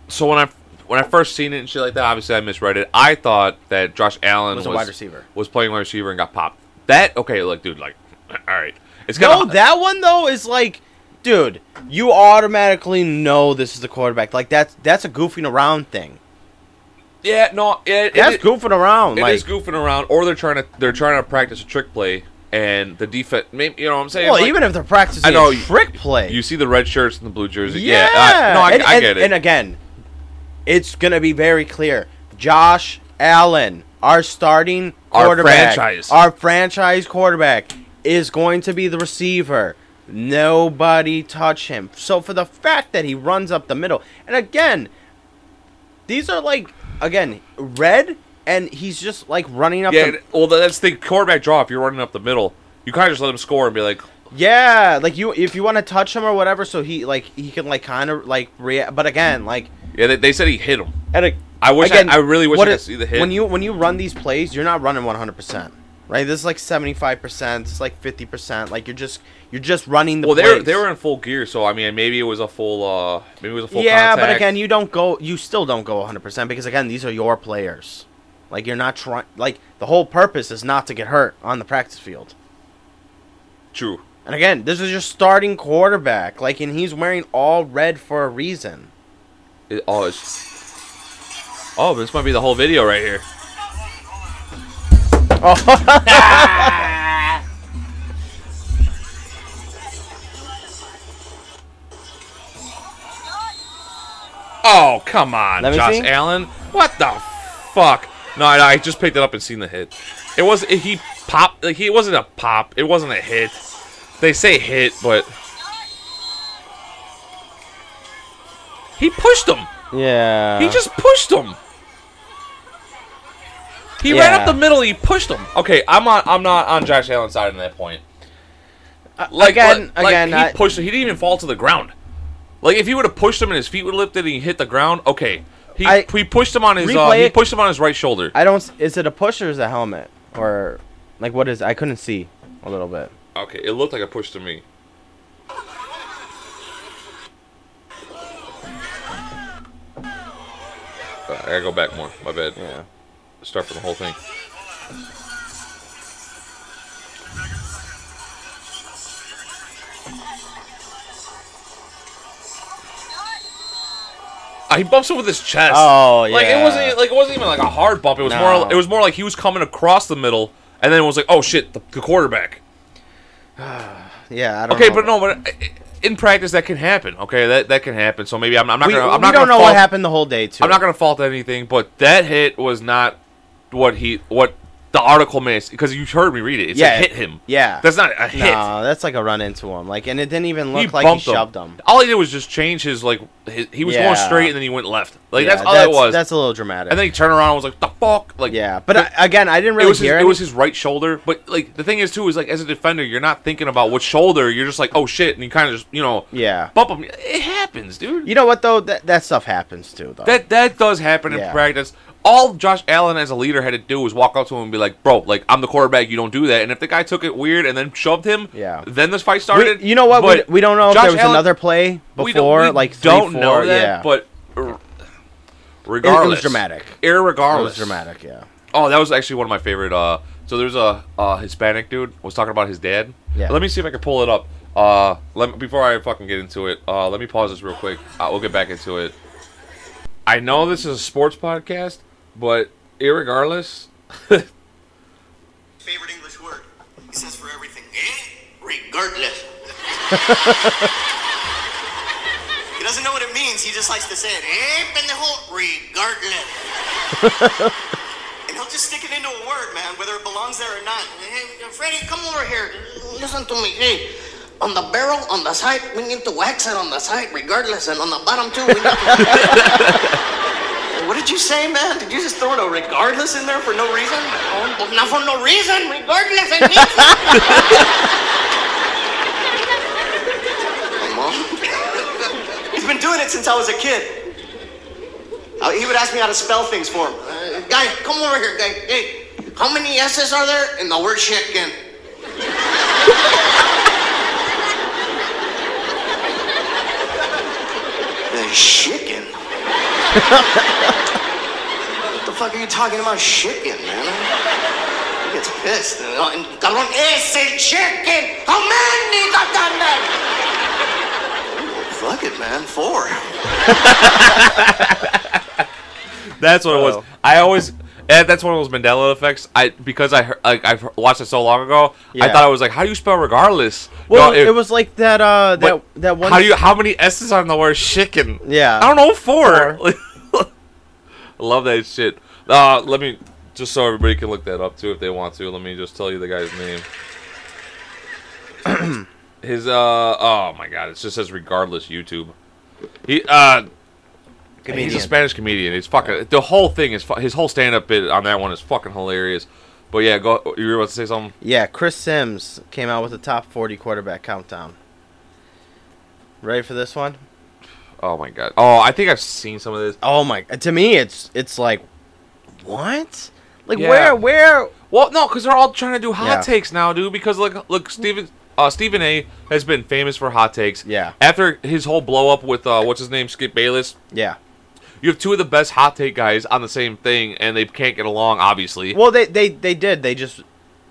so when I when I first seen it and shit like that, obviously I misread it. I thought that Josh Allen
Was
was,
a wide receiver.
was playing wide receiver and got popped. That okay, like dude, like all right, it's
no,
got
that one though is like, dude, you automatically know this is the quarterback. Like that's that's a goofing around thing.
yeah, no, it,
That's
it,
goofing around.
it
like
is goofing around, or they're trying to they're trying to practice a trick play, and the defense, maybe you know what I'm saying.
Well,
Like,
even if they're practicing
I know,
a
you-
trick play.
you see the red shirts and the blue jersey,
yeah.
yeah, I- no, I,
and,
I
and-
get it.
And again, it's going to be very clear. Josh Allen, our starting
Our
quarterback,
franchise.
our franchise quarterback, is going to be the receiver. Nobody touch him. So for the fact that he runs up the middle, and again, these are like again red, and he's just like running up.
yeah,
the,
and- well, that's the quarterback draw. If you're running up the middle, you kind of just let him score and be like,
Yeah, like you if you want to touch him or whatever, so he like he can like kind of like react. But again, like
yeah, they, they said he hit him.
and a,
I wish I-
again,
I really wish
what
I could
it-
see the hit.
When you when you run these plays, you're not running 100, percent right? This is like 75, percent It's like 50, percent Like you're just you're just running the.
well, they were,
plays.
they were in full gear, so I mean, maybe it was a full, uh, maybe it was a full.
yeah, but
contact.
again, you don't go. You still don't go 100 percent because again, these are your players. Like you're not trying. Like the whole purpose is not to get hurt on the practice field.
True.
And again, this is your starting quarterback. Like, and he's wearing all red for a reason.
It, oh, it's. Oh, this might be the whole video right here.
Oh,
Oh, come on,
Let me
Josh
see.
Allen. What the fuck? No, I, I just picked it up and seen the hit. It was it, he popped. Like he it wasn't a pop. It wasn't a hit. They say hit, but he pushed him.
yeah.
He just pushed him. He ran
Yeah.
up the middle. He pushed him. Okay, I'm on. I'm not on Josh Allen's side in that point. Like
Uh, again,
like,
again,
he
I-
pushed. He didn't even fall to the ground. Like if he would have pushed him and his feet would have lifted and he hit the ground, okay. He,
I-
he pushed him on his uh,
Replay
he
it.
pushed him on his right shoulder.
I don't. s- Is it a push or is it a helmet or like what is? I couldn't see a little bit.
okay, it looked like a push to me. Uh, I gotta go back more. My bad.
Yeah.
Start from the whole thing. Uh, he bumps him with his chest.
Oh yeah.
like it wasn't e-, like it wasn't even like a hard bump. It was
No.
more it was more like he was coming across the middle, and then it was like, oh shit, the, the quarterback.
Yeah. I don't
Okay,
know.
but no, but uh, in practice that can happen. Okay, that that can happen. So maybe I'm, I'm not
We,
gonna I'm
we
not
don't
gonna
know what
fault-
happened the whole day too.
I'm not gonna fault anything, but that hit was not what he what the article missed because you heard me read it. It's
Yeah.
a hit him.
Yeah.
That's not a hit.
No, that's like a run into him. Like, and it didn't even
he
look like he
bumped him.
shoved him.
All he did was just change his like his, he was
Yeah.
going straight and then he went left. Like
Yeah,
that's all that was.
That's a little dramatic.
and then he turned around and was like the fuck like
yeah, but I, again, I didn't
it
really
was his,
hear
it
any-
was his right shoulder. But like the thing is too is like as a defender, you're not thinking about what shoulder. You're just like oh shit, and you kind of just you know
Yeah.
bump him. It happens, dude.
You know what though? That that stuff happens too, though.
That that does happen in
Yeah.
practice. All Josh Allen as a leader had to do was walk up to him and be like, "Bro, like I'm the quarterback. You don't do that." And if the guy took it weird and then shoved him,
Yeah.
then this fight
We-
started.
you know what?
But
We, we don't know
Josh
if there was
Allen-
another play before,
we don't- we
like three,
don't
four,
know that,
yeah.
but r- regardless,
dramatic. it was
Irregardless,
dramatic. Yeah,
Oh, that was actually one of my favorite. Uh, so there's a uh, Hispanic dude was talking about his dad.
Yeah.
Let me see if I can pull it up. Uh, let before I fucking get into it. Uh, let me pause this real quick. Uh, we'll get back into it. I know this is a sports podcast, but irregardless,
favorite English word. It says for everything. Eh? Regardless. he doesn't know what it means. He just likes to say it. Eh, pendejo, regardless. and he'll just stick it into a word, man, whether it belongs there or not. Hey, Freddie, come over here. Listen to me. Hey, on the barrel, on the side, we need to wax it on the side, regardless, and on the bottom too. We need to... What did you say, man? Did you just throw a regardless in there for no reason? Oh, but not for no reason, regardless. I need you. Mom? He's been doing it since I was a kid. Uh, he would ask me how to spell things for him. Uh, guy, come over here, guy. Hey, how many S's are there in the word chicken? the chicken? What the fuck are you talking about chicken, man? He gets pissed. And, oh, and cabrón, ese chicken. How many goddamn? Fuck it, man. Four.
that's what it was.
Oh.
I always. and That's one of those Mandela effects. I because I heard, like I've watched it so long ago. I
Yeah.
thought I was like, how do you spell regardless?
well,
No,
it, was like that. Uh, that
but
that one.
How do you? How many s's are in the word chicken?
Yeah.
I don't know four. I love that shit. Uh, let me just so everybody can look that up too if they want to. Let me just tell you the guy's name. His uh oh my god, it just says regardless YouTube. He uh
Comedian.
he's a Spanish comedian. He's fucking the whole thing is fu- his whole stand up bit on that one is fucking hilarious. But yeah, go. You were about to say something.
Yeah, Chris Sims came out with the top 40 quarterback countdown. Ready for this one?
Oh my god. Oh, I think I've seen some of this.
Oh my! To me, it's it's like, what? Like
Yeah.
where where?
Well, no, because they're all trying to do hot
Yeah.
takes now, dude. Because look, look, Stephen, uh, Stephen A. has been famous for hot takes.
Yeah.
After his whole blow up with uh, what's his name, Skip Bayless,
Yeah.
you have two of the best hot take guys on the same thing, and they can't get along. Obviously,
Well, they they they did. They just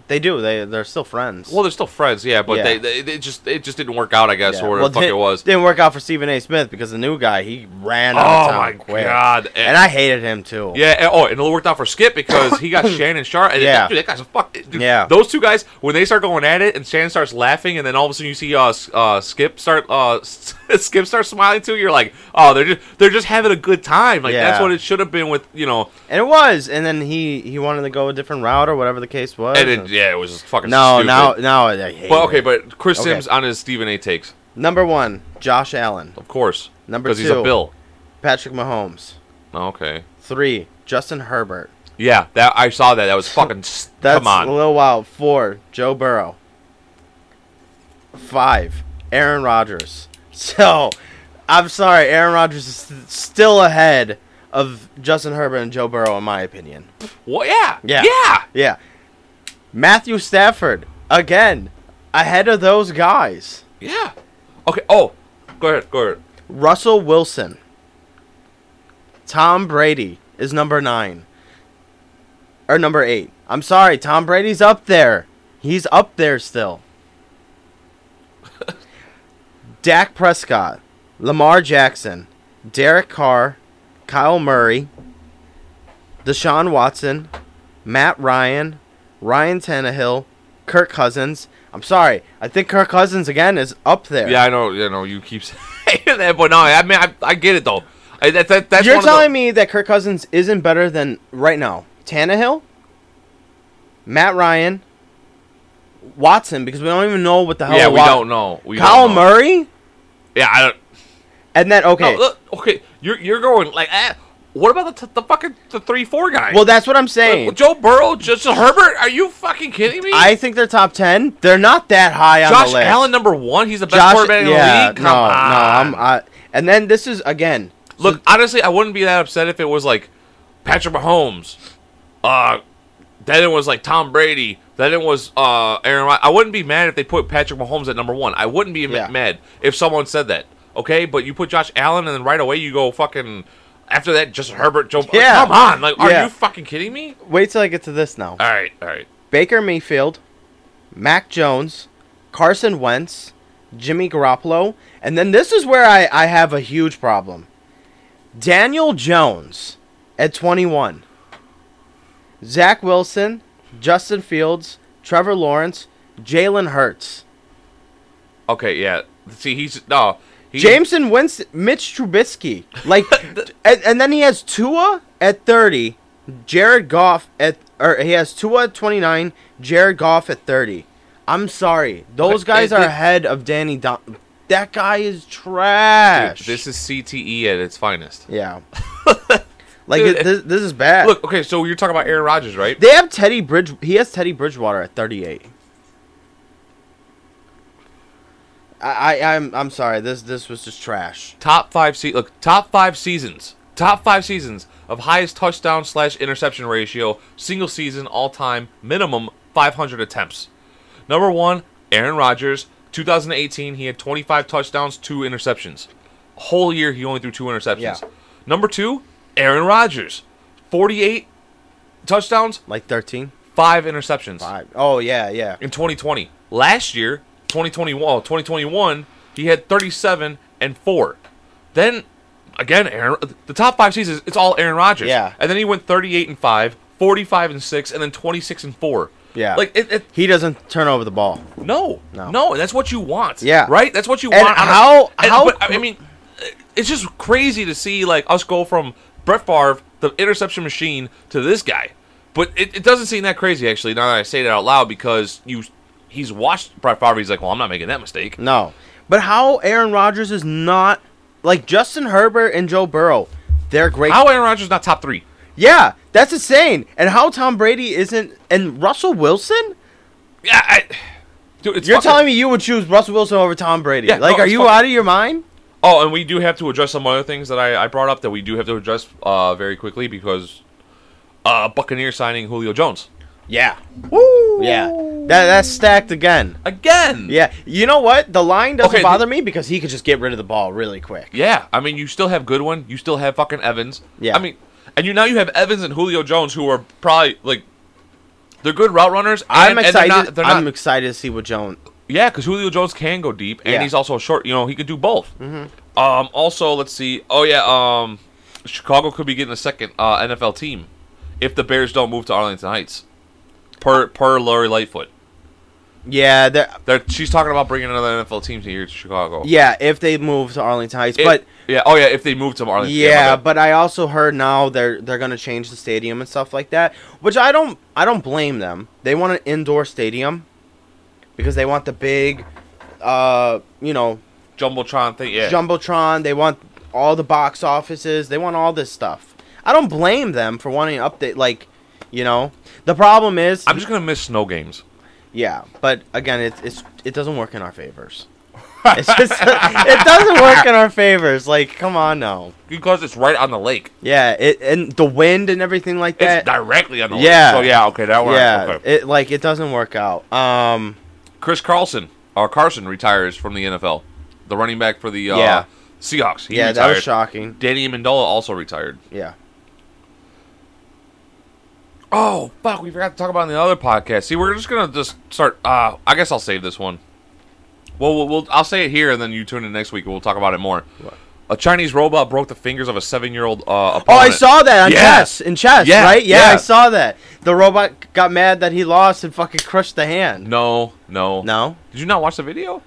They do. They they're still friends.
Well, they're still friends, yeah, but
Yeah.
They, they they just it just didn't work out, I guess,
Yeah.
or whatever
Well,
the fuck
di-
it was.
Didn't work out for Stephen A. Smith because the new guy he ran. Out
Oh
of town
my
quick.
god!
And I hated him too.
Yeah. and- Oh, and it worked out for Skip because he got Shannon Sharp. And
Yeah.
Dude, that guy's a fuck. Dude,
Yeah.
Those two guys, when they start going at it, and Shannon starts laughing, and then all of a sudden you see uh, S- uh Skip start uh Skip start smiling too. You're like, oh, they're just they're just having a good time. Like that's
Yeah.
what it should have been with you know.
And it was. And then he he wanted to go a different route or whatever the case was.
And it, yeah, it was just fucking
no,
Stupid.
now now I hate.
But okay,
it.
but Chris
Okay.
Sims on his Stephen A. takes,
number one, Josh Allen,
of course.
Number
he's a
two.
Bill.
Patrick Mahomes,
Oh, okay.
three, Justin Herbert.
Yeah, that I saw that. That was fucking. s-
That's
come on.
a little wild. Four, Joe Burrow. Five, Aaron Rodgers. So, I'm sorry, Aaron Rodgers is st- still ahead of Justin Herbert and Joe Burrow, in my opinion.
Well, yeah.
Yeah.
Yeah.
Yeah. Matthew Stafford, again, ahead of those guys.
Yeah. Okay. Oh, go ahead. Go ahead.
Russell Wilson. Tom Brady is number nine. Or number eight. I'm sorry, Tom Brady's up there. He's up there still. Dak Prescott, Lamar Jackson, Derek Carr, Kyle Murray, Deshaun Watson, Matt Ryan, Ryan Tannehill, Kirk Cousins. I'm sorry, I think Kirk Cousins again is up there.
Yeah, I know. You know, you keep saying that, but no, I mean, I, I get it though. I, that, that, that's
You're
one of the-
telling me that Kirk Cousins isn't better than right now Tannehill, Matt Ryan, Watson because we don't even know what the hell.
Yeah, we
Wa-
don't know. We
Kyle
don't know.
Murray,
Yeah, I don't.
and then okay.
No, look, okay, you're you're going like. Eh, what about the, t- the fucking the three four guy?
well, that's what I'm saying.
Like, Joe Burrow, Justin Herbert. Are you fucking kidding me?
I think they're top ten. They're not that high on
Josh
the list.
Allen number one. He's the best quarterback in the league. Come
no,
on.
no, I'm. I, and then this is again.
Look, honestly, I wouldn't be that upset if it was like Patrick Mahomes. Uh, then it was like Tom Brady. Then it was uh, Aaron. Rod- I wouldn't be mad if they put Patrick Mahomes at number one. I wouldn't be ma-
Yeah.
mad if someone said that. Okay, but you put Josh Allen, and then right away you go fucking. After that, Justin Herbert, Joe.
Yeah.
Come on, like, are
Yeah.
you fucking kidding me?
Wait till I get to this now.
All right, all right.
Baker Mayfield, Mac Jones, Carson Wentz, Jimmy Garoppolo, and then this is where I, I have a huge problem. Daniel Jones at 21, Zach Wilson, Justin Fields, Trevor Lawrence, Jalen Hurts,
Okay, yeah. See, he's no. He,
Jameson Winston, Mitch Trubisky. Like, and, and then he has Tua at 30, Jared Goff at, or he has Tua at 29, Jared Goff at 30. I'm sorry. Those
Okay,
guys
it-
are
it-
ahead of Danny Don. That guy is
dude,
trash.
this is CTE at its finest.
Yeah. like,
Dude,
it, this, this is bad.
Look, okay, so you're talking about Aaron Rodgers, right?
They have Teddy Bridge. He has Teddy Bridgewater at 38. I, I I'm I'm sorry. This this was just trash.
top five se- look top five seasons top five seasons of highest touchdown slash interception ratio single season all time minimum 500 attempts number one aaron rodgers 2018 he had 25 touchdowns two interceptions whole year he only threw two interceptions
Yeah.
number two aaron rodgers 48 touchdowns
Like 13.
five interceptions
Five. Oh yeah, yeah.
in 2020 last year 2021 well, 2021 he had 37 and 4 then again Aaron the top 5 seasons it's all Aaron Rodgers
Yeah.
and then he went 38 and 5 45 and 6 and then 26 and 4
Yeah.
like it, it
He doesn't turn over the ball.
no
No.
no that's what you want
Yeah.
right that's what you
And
want on a-
how-
and-
how-
but, I mean it's just crazy to see like us go from Brett Favre the interception machine to this guy but it, it doesn't seem that crazy actually now that I say that out loud because you he's watched Brett Favre he's like well I'm not making that mistake
No. But how Aaron Rodgers is not like Justin Herbert and Joe Burrow. They're great.
How Aaron Rodgers not top three?
yeah, that's insane. And how Tom Brady isn't and Russell Wilson?
Yeah, I, dude, it's
You're
fucking-
telling me you would choose Russell Wilson over Tom Brady?
Yeah,
like
no,
are
it's
you
fucking-
out of your mind?
Oh, and we do have to address some other things that I, I brought up that we do have to address uh, very quickly because uh, Buccaneer signing Julio Jones
Yeah. Woo. Yeah. That that's stacked again.
again.
Yeah. You know what? The line doesn't
Okay,
bother
the-
me because he could just get rid of the ball really quick.
yeah. I mean, you still have Goodwin. You still have fucking Evans.
Yeah.
I mean, and you now you have Evans and Julio Jones who are probably like They're good route runners.
I'm
and- and
excited.
they're not, they're
I'm
not-
excited to see what Jones.
yeah, because Julio Jones can go deep, and
Yeah. Mm-hmm.
he's also short. You know, he could do both. Um, also, let's see. Oh yeah, um, Chicago could be getting a second uh, NFL team if the Bears don't move to Arlington Heights. Per per Lori Lightfoot,
Yeah, they're-
They're, she's talking about bringing another NFL team here to Chicago.
yeah. If they move to Arlington Heights,
If-
but
yeah, oh yeah, if they move to Arlington,
yeah,
my bad.
but I also heard now they're they're gonna change the stadium and stuff like that, which I don't I don't blame them. They want an indoor stadium because they want the big, uh, you know,
jumbotron thing. Yeah,
jumbotron. They want all the box offices. They want all this stuff. I don't blame them for wanting to update. Like, you know, the problem is,
I'm just gonna miss snow games.
yeah. But again, it, it's it doesn't work in our favors. It's just, it doesn't work in our favors. Like, come on, no.
because it's right on the lake.
Yeah, it and the wind and everything like
It's
that.
directly on the
yeah.
lake. So yeah, okay, that one.
yeah,
okay.
it like it doesn't work out. Um,
Chris Carlson or Carson retires from the NFL. The running back for the uh,
Yeah.
Seahawks. He
yeah,
retired.
that was shocking.
Danny Amendola also retired.
Yeah,
Oh fuck, we forgot to talk about it in the other podcast. See, we're just gonna just start. Uh, I guess I'll save this one. Well, we'll, we'll I'll say it here, and then you tune in next week, and we'll talk about it more. A Chinese robot broke the fingers of a seven-year-old. Uh,
Oh, I
opponent.
saw that on
Yeah.
chess in chess,
Yeah,
right? Yeah,
yeah.
I saw that. The robot got mad that he lost and fucking crushed the hand.
No, no,
No,
Did you not watch the video?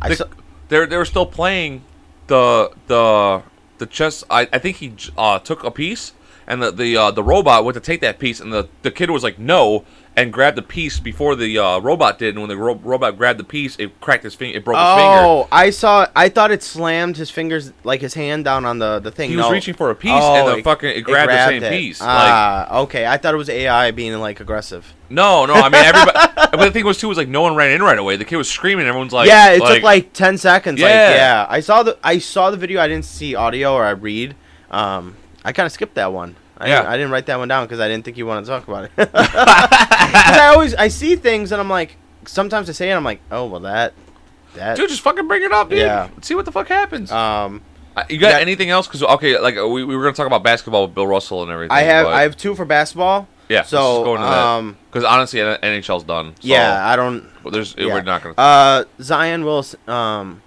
I
the,
saw,
they're they were still playing the the the chess. I, I think he j- uh, took a piece, and the the uh, the robot went to take that piece, and the the kid was like no, and grabbed the piece before the uh, robot did. And when the ro- robot grabbed the piece, it cracked his finger. It broke his finger.
Oh, I saw. I thought it slammed his fingers, like his hand down on the the thing.
He was
No.
reaching for a piece,
Oh,
and the fucking it grabbed, the same
it.
piece. like
Ah, okay. I thought it was AI being like aggressive.
no, no. I mean everybody. but the thing was too was like no one ran in right away. The kid was screaming. Everyone's like
yeah, it took like ten seconds. Yeah,
Yeah.
like, yeah. I saw the I saw the video. I didn't see audio or I read. Um, I kind of skipped that one. I
Yeah.
didn't, I didn't write that one down because I didn't think you wanted to talk about it. 'Cause I always I see things and I'm like, sometimes I say it and I'm like, oh well that that.
dude, just fucking bring it up, dude.
Yeah.
See what the fuck happens.
um,
Uh, You got
Yeah.
anything else? Because okay, like uh, we, we were gonna talk about basketball with Bill Russell and everything.
I have
but-
I have two for basketball.
yeah.
So um,
because honestly, N- NHL's done. So
yeah, I don't.
there's
yeah.
we're not gonna
Uh, Zion Wilson. Um,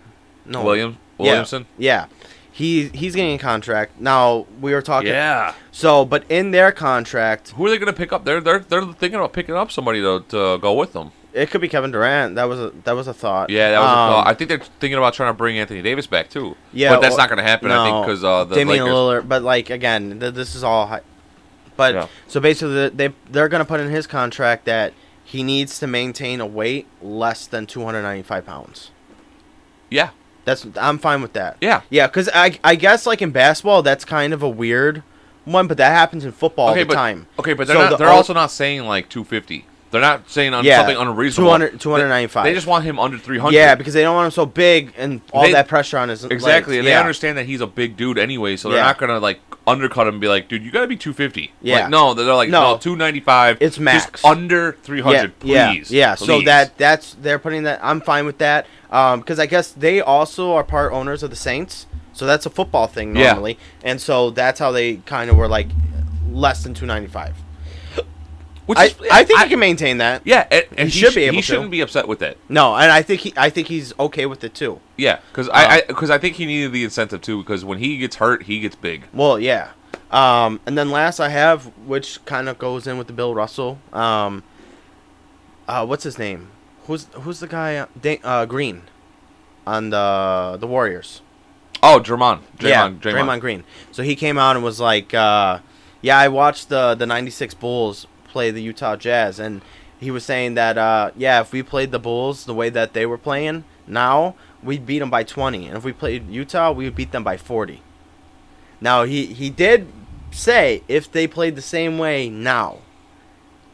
no
William
Yeah,
Williamson.
Yeah, he he's getting a contract now. We were talking.
Yeah.
So, but in their contract,
Who are they gonna pick up? They're they're they're thinking about picking up somebody to, to go with them.
It could be Kevin Durant. That was a that was a thought.
Yeah, that was. a
Um,
thought. I think they're thinking about trying to bring Anthony Davis back too.
yeah,
but that's
or-
not gonna happen. I think
no,
because uh, the
Damian
Lakers.
Lillard. But like again, th- this is all. High. But
Yeah.
so basically, they they're gonna put in his contract that he needs to maintain a weight less than 295 pounds.
yeah,
That's I'm fine with that.
yeah.
Yeah, because I I guess like in basketball, that's kind of a weird one, but that happens in football all
okay,
the
but
time.
okay, but they're
So
not,
the
they're
all-
also not saying like 250. They're not saying on
Yeah,
something unreasonable.
200
They-
295.
They, just want him under 300.
Yeah, because they don't want him so big and all
They-
that pressure on his
Exactly,
legs.
and they
yeah.
understand that he's a big dude anyway, so they're
Yeah.
not gonna like undercut him and be like, "Dude, you gotta be 250."
Yeah.
like, no, they're like, "No,
No.
295.
It's max.
just under 300,
yeah,
please."
Yeah, yeah. so
please."
that that's they're putting that. I'm fine with that because I guess they also are part owners of the Saints, so that's a football thing
Yeah.
normally, and so that's how they kind of were like less than 295.
which
I,
is,
I think he can maintain that.
yeah, and, and
He
he
should
should
be able
He
to.
shouldn't be upset with that.
No, and I think he I think he's okay with it too.
Yeah,
Oh.
because I because I think he needed the incentive too. Because when he gets hurt, he gets big.
Well, yeah. Um, and then last I have, which kind of goes in with the Bill Russell. Um, uh, what's his name? Who's who's the guy? uh, Da- Uh, Green, on the the Warriors.
Oh, Draymond, Draymond,
yeah,
Draymond.
Draymond. Green. So he came out and was like, uh, "Yeah, I watched the the '96 Bulls play the Utah Jazz, and he was saying that, uh, yeah, if we played the Bulls the way that they were playing now, we'd beat them by 20, and if we played Utah, we would beat them by 40." Now he he did say if they played the same way now.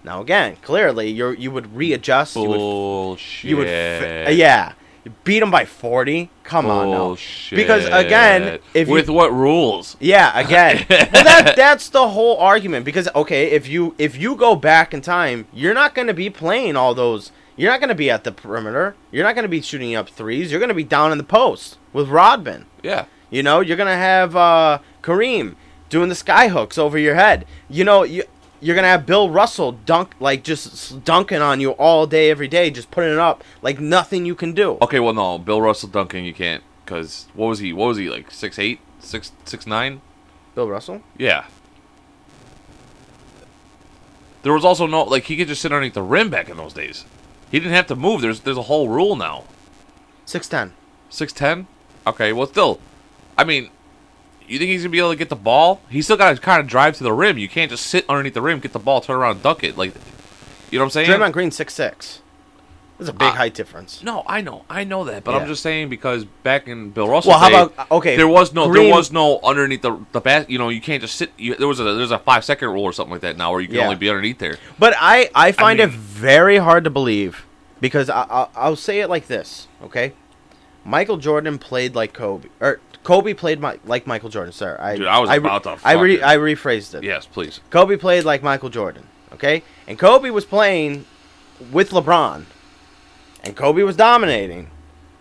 Now again, clearly you you would readjust. You would
Bullshit.
you would, f- yeah. You beat them by forty. Come
Bullshit.
on, now. because again, if
with
you,
what rules?
yeah, again, well, that that's the whole argument. Because okay, if you if you go back in time, you're not going to be playing all those. You're not going to be at the perimeter. You're not going to be shooting up threes. You're going to be down in the post with Rodman.
Yeah,
You know, you're gonna have uh, Kareem doing the sky hooks over your head. You know, you you're gonna have Bill Russell dunk like just s- dunking on you all day, every day, just putting it up like nothing you can do.
Okay, well, no, Bill Russell Duncan, you can't because what was he? What was he like? Six eight, six six nine?
Bill Russell?
Yeah. There was also no like he could just sit underneath the rim back in those days. He didn't have to move. There's there's a whole rule now.
Six ten.
Six ten. Okay, well, still, I mean, you think he's gonna be able to get the ball? He's still got to kind of drive to the rim. You can't just sit underneath the rim, get the ball, turn around, and dunk it. Like, you know what I'm saying?
Draymond Green six six. That's a big
Ah.
height difference.
No, I know, I know that, but
Yeah.
I'm just saying because back in Bill Russell's
Well, how
day,
about- uh, okay,
There was no,
Green-
there was no underneath the the bat. You know, you can't just sit. You, there was a there's a five second rule or something like that now, where you can
Yeah.
only be underneath there.
But I, I find it
mean-
very hard to believe because I, I, I'll say it like this, okay? Michael Jordan played like Kobe, or Kobe played my, like Michael Jordan. Sorry, I,
Dude, I was
re-
about to
I, re,
fucking-
I rephrased it.
Yes, please.
Kobe played like Michael Jordan, okay? And Kobe was playing with LeBron, and Kobe was dominating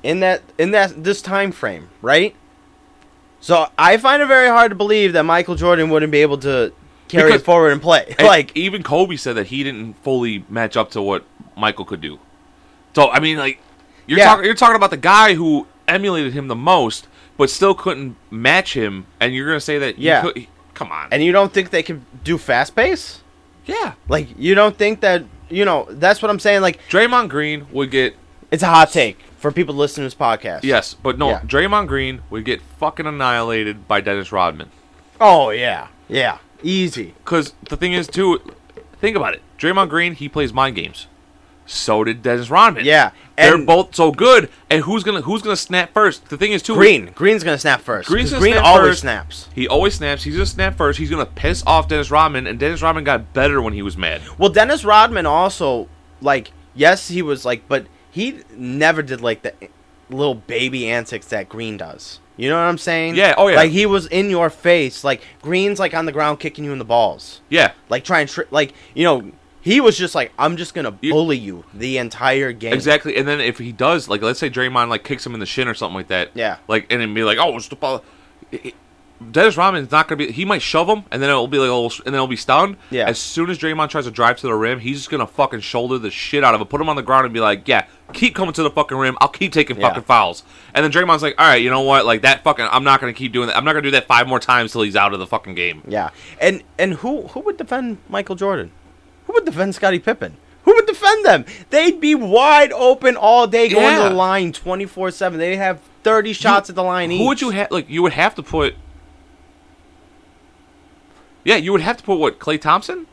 in that in that this time frame, right? So I find it very hard to believe that Michael Jordan wouldn't be able to carry
Because-
it forward and play.
And
like
even Kobe said that he didn't fully match up to what Michael could do. So I mean, like you're
Yeah.
talking you're talking about the guy who emulated him the most, but still couldn't match him, and you're gonna say that he
Yeah.
could- come on,
And you don't think they can do fast pace?
yeah.
Like you don't think that you know? That's what I'm saying. Like
Draymond Green would get
it's a hot take for people listening to this podcast.
Yes, but no,
Yeah.
Draymond Green would get fucking annihilated by Dennis Rodman.
Oh yeah. Yeah. Easy.
Because the thing is, too, think about it. Draymond Green, he plays mind games. So did Dennis Rodman.
Yeah,
they're
and-
both so good. And who's gonna who's gonna snap first? The thing is, too,
Green. Green's gonna snap first.
Green's gonna
'cause Green
snap
always
first.
snaps.
He always snaps. He's gonna snap first. He's gonna piss off Dennis Rodman, and Dennis Rodman got better when he was mad.
Well, Dennis Rodman also like yes he was like, but he never did like the little baby antics that Green does. You know what I'm saying?
Yeah, oh, yeah.
Like he was in your face. Like Green's like on the ground kicking you in the balls.
Yeah,
like try and tri- like you know he was just like I'm just gonna
You-
bully you the entire game.
exactly. And then if he does, like, let's say Draymond like kicks him in the shin or something like that.
Yeah.
like and then be like, oh, it's the ball. Dennis Rodman's not gonna be. He might shove him, and then it'll be like, a little, and then it'll be stunned.
Yeah.
As soon as Draymond tries to drive to the rim, he's just gonna fucking shoulder the shit out of it, put him on the ground, and be like, "Yeah, keep coming to the fucking rim. I'll keep taking
Yeah.
fucking fouls." And then Draymond's like, "All right, you know what? Like that fucking. I'm not gonna keep doing that. I'm not gonna do that five more times till he's out of the fucking game."
Yeah, and and who who would defend Michael Jordan? Who would defend Scottie Pippen? Who would defend them? They'd be wide open all day, going to the
Yeah.
line twenty four seven. They'd have thirty shots at the line
Who
each.
would you have? Like you would have to put. Yeah, you would have to put what Clay Thompson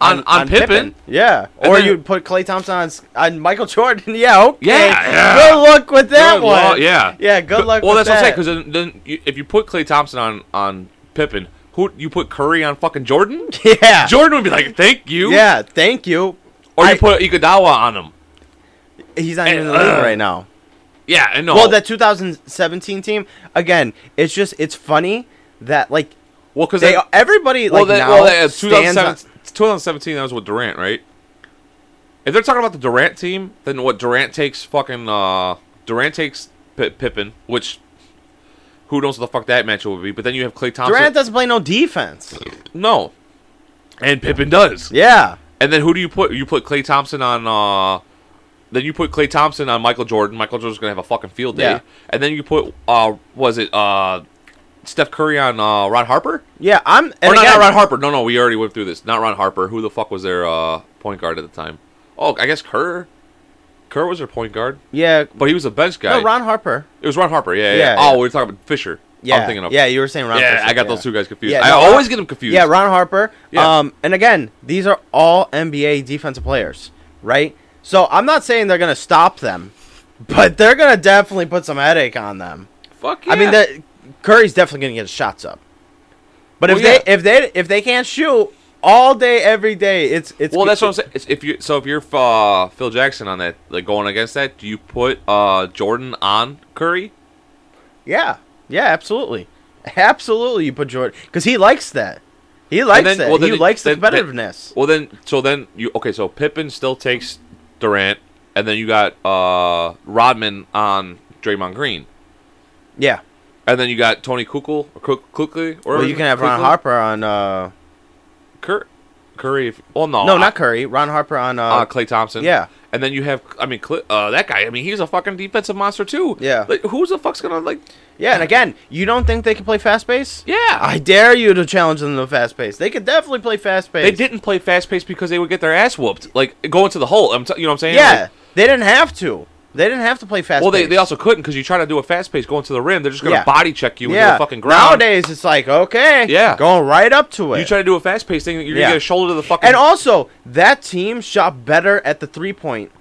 on on, Pippen.
Yeah,
And
or
then-
you'd put Clay Thompson on, S- on Michael Jordan. Yeah, okay.
Yeah, yeah.
Good luck with that
Good
one.
luck, yeah,
yeah. Good luck.
Well,
with
that's what I'm saying.
that.
Because then, then you, if you put Clay Thompson on on Pippen, who you put Curry on fucking Jordan?
Yeah.
Jordan would be like, "Thank you."
Yeah, thank you.
Or you
I-
put Iguodala on him.
He's not even in the
Uh,
league right now.
Yeah, and no.
Well, that 2017 team again. It's just it's funny that like
well because
they everybody
well,
like
that,
now
well uh, that,
stands on-
2017, 2017 that was with Durant, right? If they're talking about the Durant team, then what Durant takes fucking uh Durant takes P- Pippen, which who knows what the fuck that matchup would be? But then you have Clay Thompson.
Durant doesn't play no defense.
no, and Pippen does.
Yeah,
And then who do you put? You put Clay Thompson on. uh Then you put Clay Thompson on Michael Jordan. Michael Jordan's gonna have a fucking field day.
Yeah.
And then you put uh was it uh Steph Curry on uh Ron Harper?
yeah. I'm and
or not,
again,
not Ron Harper. No, no, we already went through this. Not Ron Harper. Who the fuck was their uh point guard at the time? Oh, I guess Kerr. Kerr was their point guard,
Yeah,
but he was a bench guy.
no, Ron Harper.
it was Ron Harper. Yeah, yeah.
Yeah,
yeah. Oh,
yeah.
we were talking about Fisher.
Yeah,
I'm thinking of
yeah. You were saying Ron.
Yeah,
Harper,
I got those two guys confused.
Yeah,
I
no,
always get them confused.
Yeah, Ron Harper.
Yeah.
Um, and again, these are all NBA defensive players, right? So I'm not saying they're gonna stop them, but they're gonna definitely put some headache on them.
Fuck
I mean,
yeah.
the, Curry's definitely going to get his shots up. But if
Well,
they if they if they can't shoot all day every day, it's it's
Well, that's what I'm saying. It's- If you so if you're uh, Phil Jackson on that, like going against that, do you put uh, Jordan on Curry?
Yeah, yeah, absolutely, absolutely. You put Jordan because he likes that. He likes
then-
that.
well, then
he
it-
likes the
then- then-
competitiveness.
Well, then so then you okay? So Pippen still takes Durant, and then you got uh, Rodman on Draymond Green,
yeah.
and then you got Tony Kukoc or Kuk- Kukoc or
Well, you can have Ron
Kukoc?
Harper on. uh
Cur- Curry. If, well, no,
No,
I-
not Curry. Ron Harper on. Uh,
uh, Clay Thompson.
Yeah.
And then you have, I mean, Cl- uh, that guy. I mean, he's a fucking defensive monster too.
Yeah.
Like, who's the fuck's gonna like?
yeah, and again, you don't think they can play fast pace?
Yeah.
I dare you to challenge them to fast pace. They could definitely play fast pace.
they didn't play fast pace because they would get their ass whooped. Like go into the hole. I'm t- you know what I'm saying?
Yeah,
Like,
they didn't have to. They didn't have to play fast.
well, they,
pace.
they also couldn't because you try to do a fast pace going to the rim. They're just gonna
Yeah.
body check you into the fucking ground.
Nowadays, it's like okay,
Yeah.
going right up to it.
you try to do a fast pace thing, you're
Yeah.
gonna get a shoulder to the fucking.
and also, that team shot better at the three point.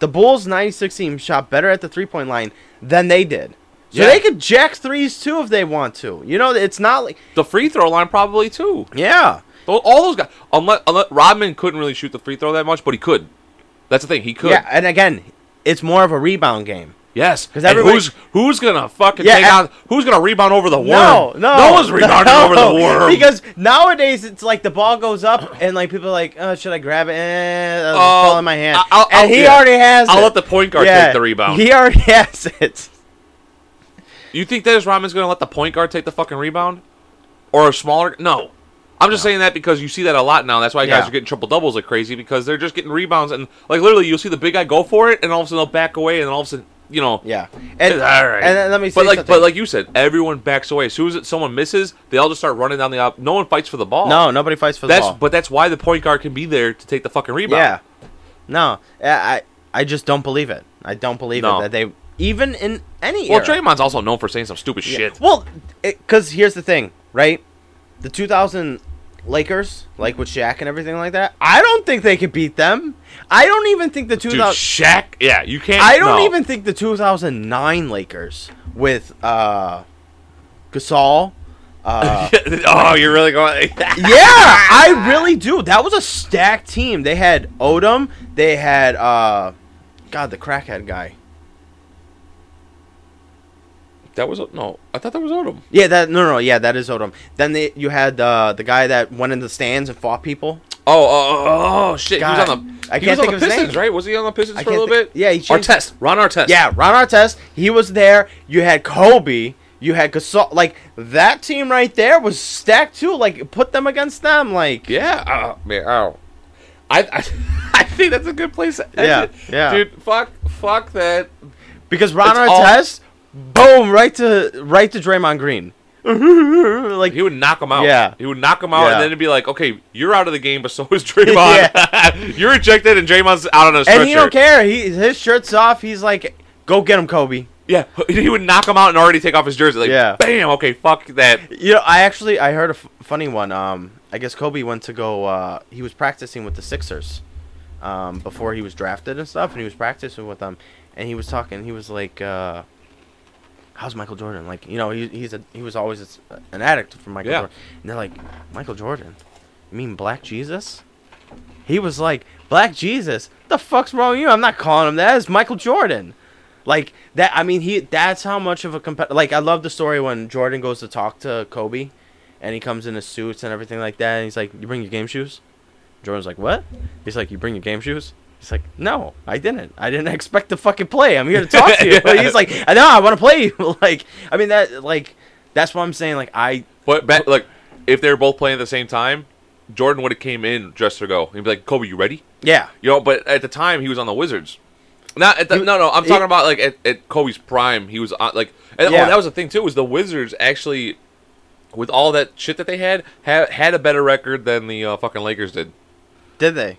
The Bulls '96 team shot better at the three point line than they did. So
Yeah.
they could jack threes too if they want to. You know, it's not like
the free throw line probably too.
yeah,
Tho- All those guys, unless, unless Rodman couldn't really shoot the free throw that much, but he could. That's the thing, he could.
yeah. And again, it's more of a rebound game.
Yes,
'Cause
and
everybody-
who's who's gonna fucking
Yeah,
take
and-
out? Who's gonna rebound over the worm?
No, no,
no one's rebounding
no,
over the worm
Because nowadays it's like the ball goes up and like people are like, oh, should I grab it? Eh, it'll just
Oh,
fall in my hand,
I- I'll-
and
I'll-
he
yeah.
already has.
I'll
it.
let the point guard
Yeah,
take the rebound.
He already has it.
You think Dennis Rodman's going to let the point guard take the fucking rebound? Or a smaller? No. I'm just saying that because you see that a lot now. That's why guys
Yeah.
are getting triple doubles like crazy because they're just getting rebounds and like literally you'll see the big guy go for it and all of a sudden they'll back away and all of a sudden you know
Yeah, and
it's all right.
and then let me say
but like
something.
but like you said, everyone backs away as soon as someone misses, they all just start running down the op. No one fights for the ball.
no, nobody fights for the
that's
ball.
but that's why the point guard can be there to take the fucking rebound.
yeah, no, I I I just don't believe it. I don't believe
No.
it that they even in any
Well,
era.
Draymond's also known for saying some stupid
Yeah.
shit.
Well, because here's the thing, right? The 2000 Lakers, like with Shaq and everything like that, I don't think they could beat them. I don't even think the
Dude,
2000.
Shaq. Yeah, you can't.
I don't
no.
even think the 2009 Lakers with uh, Gasol. Uh,
oh, you're really going.
yeah, I really do. That was a stacked team. They had Odom. They had uh, God, the crackhead guy.
That was no. I thought that was Odom.
Yeah, that no, no, yeah, that is Odom. Then they, you had uh, the guy that went in the stands and fought people.
Oh, oh, oh, oh, shit! He
God.
was on the.
I
he
can't
was
think
on
of
the
his
Pistons,
name.
right? Was he on the Pistons
I
for a
can't
little
think-
bit?
yeah, he changed-
Artest, Ron Artest.
Yeah, Ron Artest, he was there. You had Kobe. You had Gasol. Like that team right there was stacked too. Like put them against them. Like
yeah. Oh, man, oh. I, I, I think that's a good place. To end
Yeah,
it.
yeah.
Dude, fuck, fuck that.
because Ron
It's all-
Artest, boom, right to right to Draymond Green. like
He would knock him out.
Yeah.
he would knock him out,
Yeah.
and then it'd be like, okay, you're out of the game, but so is Draymond. you're ejected, and Draymond's out on a stretcher.
and he don't care. He his shirt's off. He's like, go get him, Kobe.
Yeah, he would knock him out and already take off his jersey. Like,
Yeah.
bam. Okay, fuck that.
You know, I actually I heard a f- funny one. Um, I guess Kobe went to go. Uh, he was practicing with the Sixers, um, before he was drafted and stuff, and he was practicing with them, and he was talking. He was like, uh, "How's Michael Jordan? Like, you know, he, he's a he was always a s- an addict for Michael
Yeah.
Jordan." And they're like, "Michael Jordan? You mean Black Jesus?" He was like, "Black Jesus? The fuck's wrong with you? I'm not calling him that. It's Michael Jordan." Like that. I mean, he. That's how much of a competitor. Like I love the story when Jordan goes to talk to Kobe, and he comes in his suits and everything like that. And he's like, "You bring your game shoes." Jordan's like, "What?" He's like, "You bring your game shoes." He's like, "No, I didn't. I didn't expect to fucking play. I'm here to talk to you."
Yeah.
He's like, "I know. I want to play you." like, I mean that. Like, that's what I'm saying. Like, I.
But back, look, if they were both playing at the same time, Jordan would have came in dressed to go. He'd be like, "Kobe, you ready?"
Yeah.
You know. But at the time, he was on the Wizards. Not at the,
He-
no, no. I'm
he-
talking about like at, at Kobe's prime. He was on like, and,
Yeah.
oh, that was the thing too. Was the Wizards actually, with all that shit that they had, had, had a better record than the uh, fucking Lakers did.
Did they?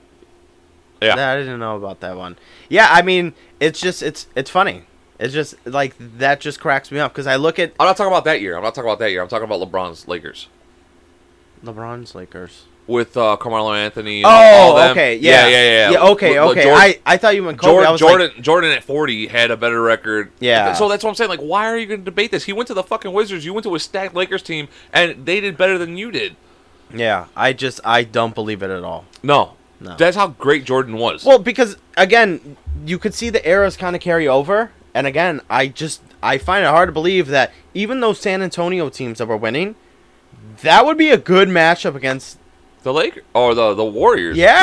Yeah.
Nah, I didn't know about that one. Yeah, I mean, it's just it's it's funny. It's just like that just cracks me up because I look at
I'm not talking about that year. I'm not talking about that year. I'm talking about LeBron's Lakers
LeBron's Lakers.
with uh, Carmelo Anthony. And all
Oh,
them.
okay, yeah,
yeah, yeah.
okay,
Le- Le-
okay.
Jordan-
I I thought you meant Kobe. I
Jordan,
was
Jordan,
like,
Jordan at 40 had a better record.
Yeah.
So that's what I'm saying. Like, why are you going to debate this? He went to the fucking Wizards. You went to a stacked Lakers team, and they did better than you did.
yeah, I just I don't believe it at all.
No.
No.
That's how great Jordan was.
Well, because again, you could see the eras kind of carry over, and again, I just I find it hard to believe that even those San Antonio teams that were winning, that would be a good matchup against.
the Lakers or the the Warriors.
Yeah,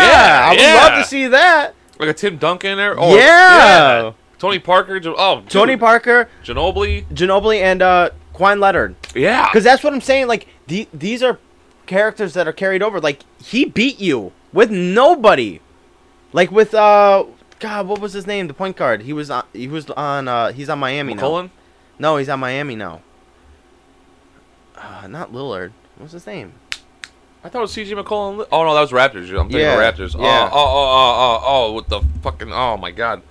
I would
yeah.
love to see that.
like a Tim Duncan there. Oh,
Yeah.
Tony Parker. Jo- Oh, dude.
Tony Parker,
Ginobili.
Ginobili, and uh, Quine Leonard.
Yeah.
Because that's what I'm saying. Like the, these are characters that are carried over. Like he beat you with nobody. Like with uh God, what was his name? The point guard. He was on. He was on. Uh, he's on Miami now.
McCollum?
No, he's on Miami now. Uh, not Lillard. What's his name?
I thought it was CJ McCollum. Oh no, that was Raptors. I'm thinking
Yeah,
of Raptors. Oh,
yeah.
Oh, oh, oh, oh, oh, with the fucking oh my god.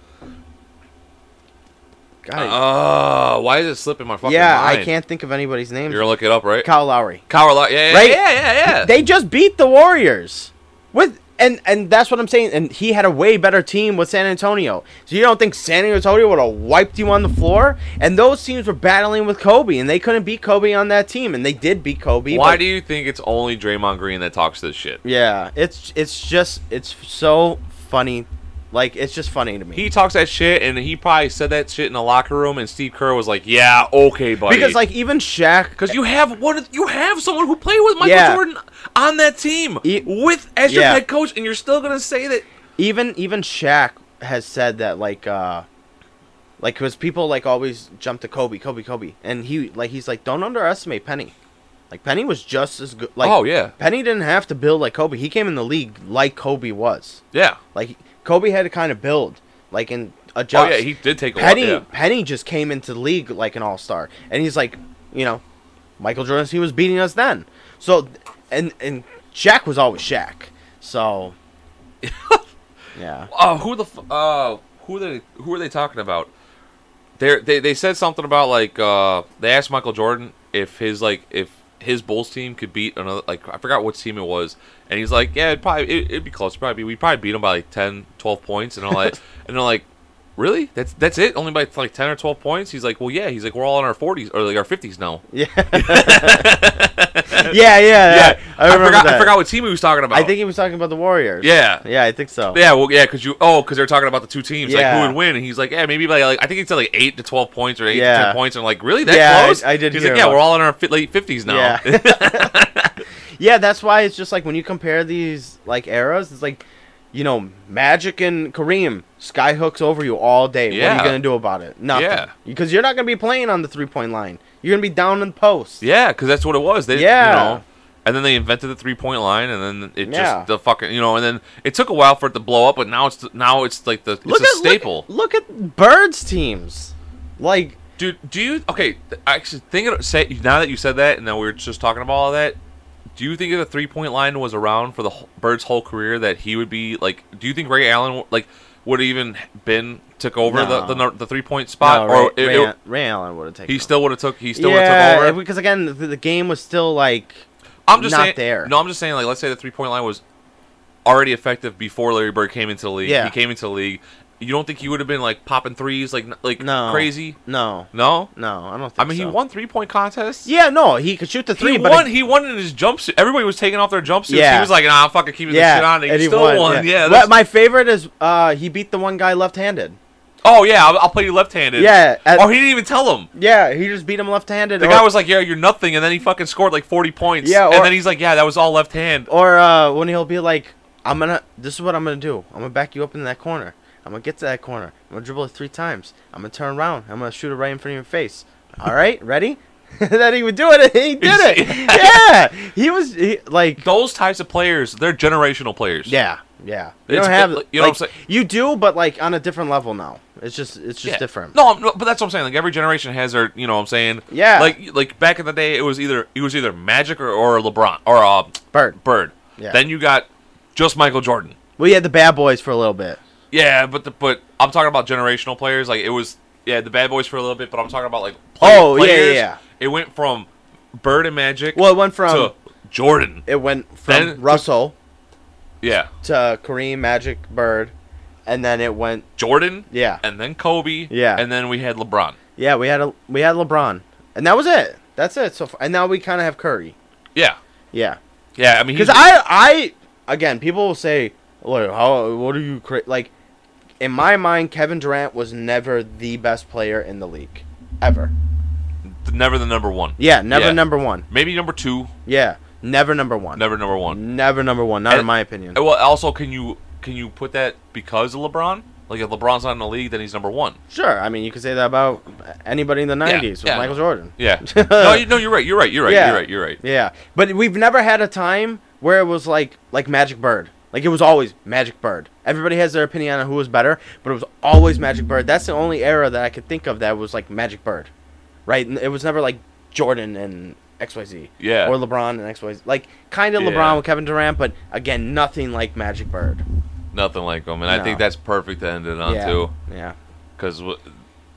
God.
Uh, why is it slipping my fucking
yeah,
mind?
I can't think of anybody's name.
You're gonna look it up, right?
Kyle Lowry.
Kyle Lowry. Yeah, yeah,
Right?
yeah, yeah, yeah.
They just beat the Warriors with and and that's what I'm saying. And he had a way better team with San Antonio. So you don't think San Antonio would have wiped you on the floor? And those teams were battling with Kobe, and they couldn't beat Kobe on that team, and they did beat Kobe.
why
but-
do you think it's only Draymond Green that talks this shit?
Yeah, it's it's just it's so funny. Like it's just funny to me.
He talks that shit, and he probably said that shit in the locker room. And Steve Kerr was like, "Yeah, okay, buddy."
because like even Shaq
Because you have one, of- you have someone who played with Michael
Yeah.
Jordan on that team
E-
with as your
Yeah.
head coach, and you're still gonna say that
even even Shaq has said that like uh like because people like always jump to Kobe, Kobe, Kobe, and he like he's like don't underestimate Penny. Like Penny was just as good. Like
Oh, yeah.
Penny didn't have to build like Kobe. He came in the league like Kobe was.
yeah,
Like Kobe had to kind of build like and
oh
adjust.
yeah, he did take a lot.
Penny
Yeah.
Penny just came into the league like an all star, and he's like, you know, Michael Jordan's he was beating us then. So, and and Shaq was always Shaq. So, yeah,
Uh, who the f- uh, who they who are they talking about? They they they said something about like uh, they asked Michael Jordan if his like if his Bulls team could beat another like I forgot what team it was, and he's like, yeah, it'd probably it, it'd be close, probably we probably beat them by like 10, 12 points, and all that, and they're like. Really? That's that's it? Only by like ten or twelve points? He's like, well, yeah. He's like, we're all in our forties or like our fifties now.
yeah, yeah, yeah, yeah. I remember
forgot.
that.
I forgot what team he was talking about.
I think he was talking about the Warriors.
Yeah.
yeah, I think so.
Yeah, well, yeah, because you oh, because they're talking about the two teams, like
Yeah.
who would win, and he's like, yeah, maybe by like I think it's like eight to twelve points or eight to
Yeah.
ten points, and I'm like, really, that
Yeah, I-
close?
I did
He's
hear
like, yeah,
about
we're all in our fi- late fifties now.
Yeah. yeah, that's why it's just like when you compare these like eras, it's like, you know, Magic and Kareem skyhooks over you all day. What
Yeah.
are you gonna do about it? Nothing.
Yeah.
Because you're not gonna be playing on the three point line. You're gonna be down in the post.
yeah, because that's what it was. They,
Yeah.
you know, and then they invented the three point line, and then it
Yeah.
just the fucking you know, and then it took a while for it to blow up, but now it's now it's like the it's a staple.
Look, at Birds teams. Like
Dude, do you okay? th- Actually, think of say now that you said that, and then we were just talking about all that. Do you think if the three point line was around for the wh- Bird's whole career, that he would be like? Do you think Ray Allen like would have even been took over
No.
the the, nu- the three point spot,
no,
or
Ray,
oh, it-
Ray,
it-
Al- Ray Allen would have taken.
he
over.
still would have took he still would
yeah,
have took over?
because again, the, the game was still like
I'm just
not
saying,
there.
No, I'm just saying like let's say the three point line was already effective before Larry Bird came into the league.
Yeah.
He came into the league. You don't think he would have been like popping threes like n- like
no
crazy?
No,
No.
no, I don't. think
I mean, he
so.
won three point contests.
Yeah, no, he could shoot the three,
he
but
won. he won in his jumpsuit. Everybody was taking off their jumpsuits. He
Yeah.
was like, "Nah, I'm fucking keeping this shit on." And he, still won. Yeah. that's-
but my favorite is uh, he beat the one guy left-handed.
oh yeah, I'll, I'll play you left-handed.
Yeah, at-
oh, he didn't even tell him.
Yeah, he just beat him left-handed.
The
or,
guy was like, "Yeah, you're nothing," and then he fucking scored like 40 points.
Yeah,
and
or-
then he's like, "Yeah, that was all left hand."
or uh, when he'll be like, "I'm gonna. This is what I'm gonna do. I'm gonna back you up in that corner. I'm gonna get to that corner. I'm gonna dribble it three times. I'm gonna turn around. I'm gonna shoot it right in front of your face. All right, ready?" that he would do it, and he did it. yeah, he was he, like,
Those types of players, they're generational players.
yeah, yeah. You
It's
don't have,
bit- you
you
know
know,
what I'm saying?
you do, but like on a different level now. It's just, it's just
Yeah.
different.
No, I'm- no, but that's what I'm saying. Like every generation has their, you know, what I'm saying.
Yeah.
Like like back in the day, it was either it was either Magic or, or LeBron or uh,
Bird.
Bird.
Yeah.
Then you got just Michael Jordan.
We had the bad boys for a little bit.
Yeah, but the, but I'm talking about generational players. Like it was yeah the bad boys for a little bit, but I'm talking about like play-
Oh, yeah, yeah, yeah.
It went from Bird and Magic.
Well, it went from
to Jordan.
it went from
Then-
Russell
yeah,
to Kareem, Magic, Bird, and then it went.
Jordan.
Yeah.
and then Kobe.
Yeah.
and then we had LeBron.
Yeah, we had a we had LeBron, and that was it. That's it. So far. and now we kind of have Curry.
Yeah,
Yeah,
yeah. I mean,
because
he's-
I I again people will say like how what are you cra-? like in my mind Kevin Durant was never the best player in the league ever.
never the number one.
Yeah, never
Yeah.
number one.
Maybe number two.
Yeah, never number one.
Never number one.
Never number one. Not
And-
in my opinion.
Well, also, can you can you put that because of LeBron? Like if LeBron's not in the league, then he's number one.
Sure, I mean you could say that about anybody in the '90s with
yeah.
Michael Jordan.
Yeah. no, you, no, you're right. You're right. You're right.
Yeah.
You're right. You're right.
Yeah, but we've never had a time where it was like like Magic Bird. Like it was always Magic Bird. Everybody has their opinion on who was better, but it was always Magic Bird. That's the only era that I could think of that was like Magic Bird, right? And It was never like Jordan and X Y Z.
Yeah.
Or LeBron and X Y Z. Like kind of
Yeah.
LeBron with Kevin Durant, but again, nothing like Magic Bird.
Nothing like them, and I
No.
think that's perfect to end it on
yeah.
too,
Yeah.
because w-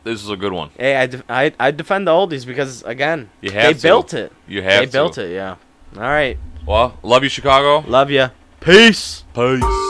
this is a good one.
Hey, I, def- I, I defend the oldies because again,
You have
they
to.
built it.
You have
they
to.
built it. Yeah. All right.
Well, love you, Chicago.
Love ya.
Peace. Peace.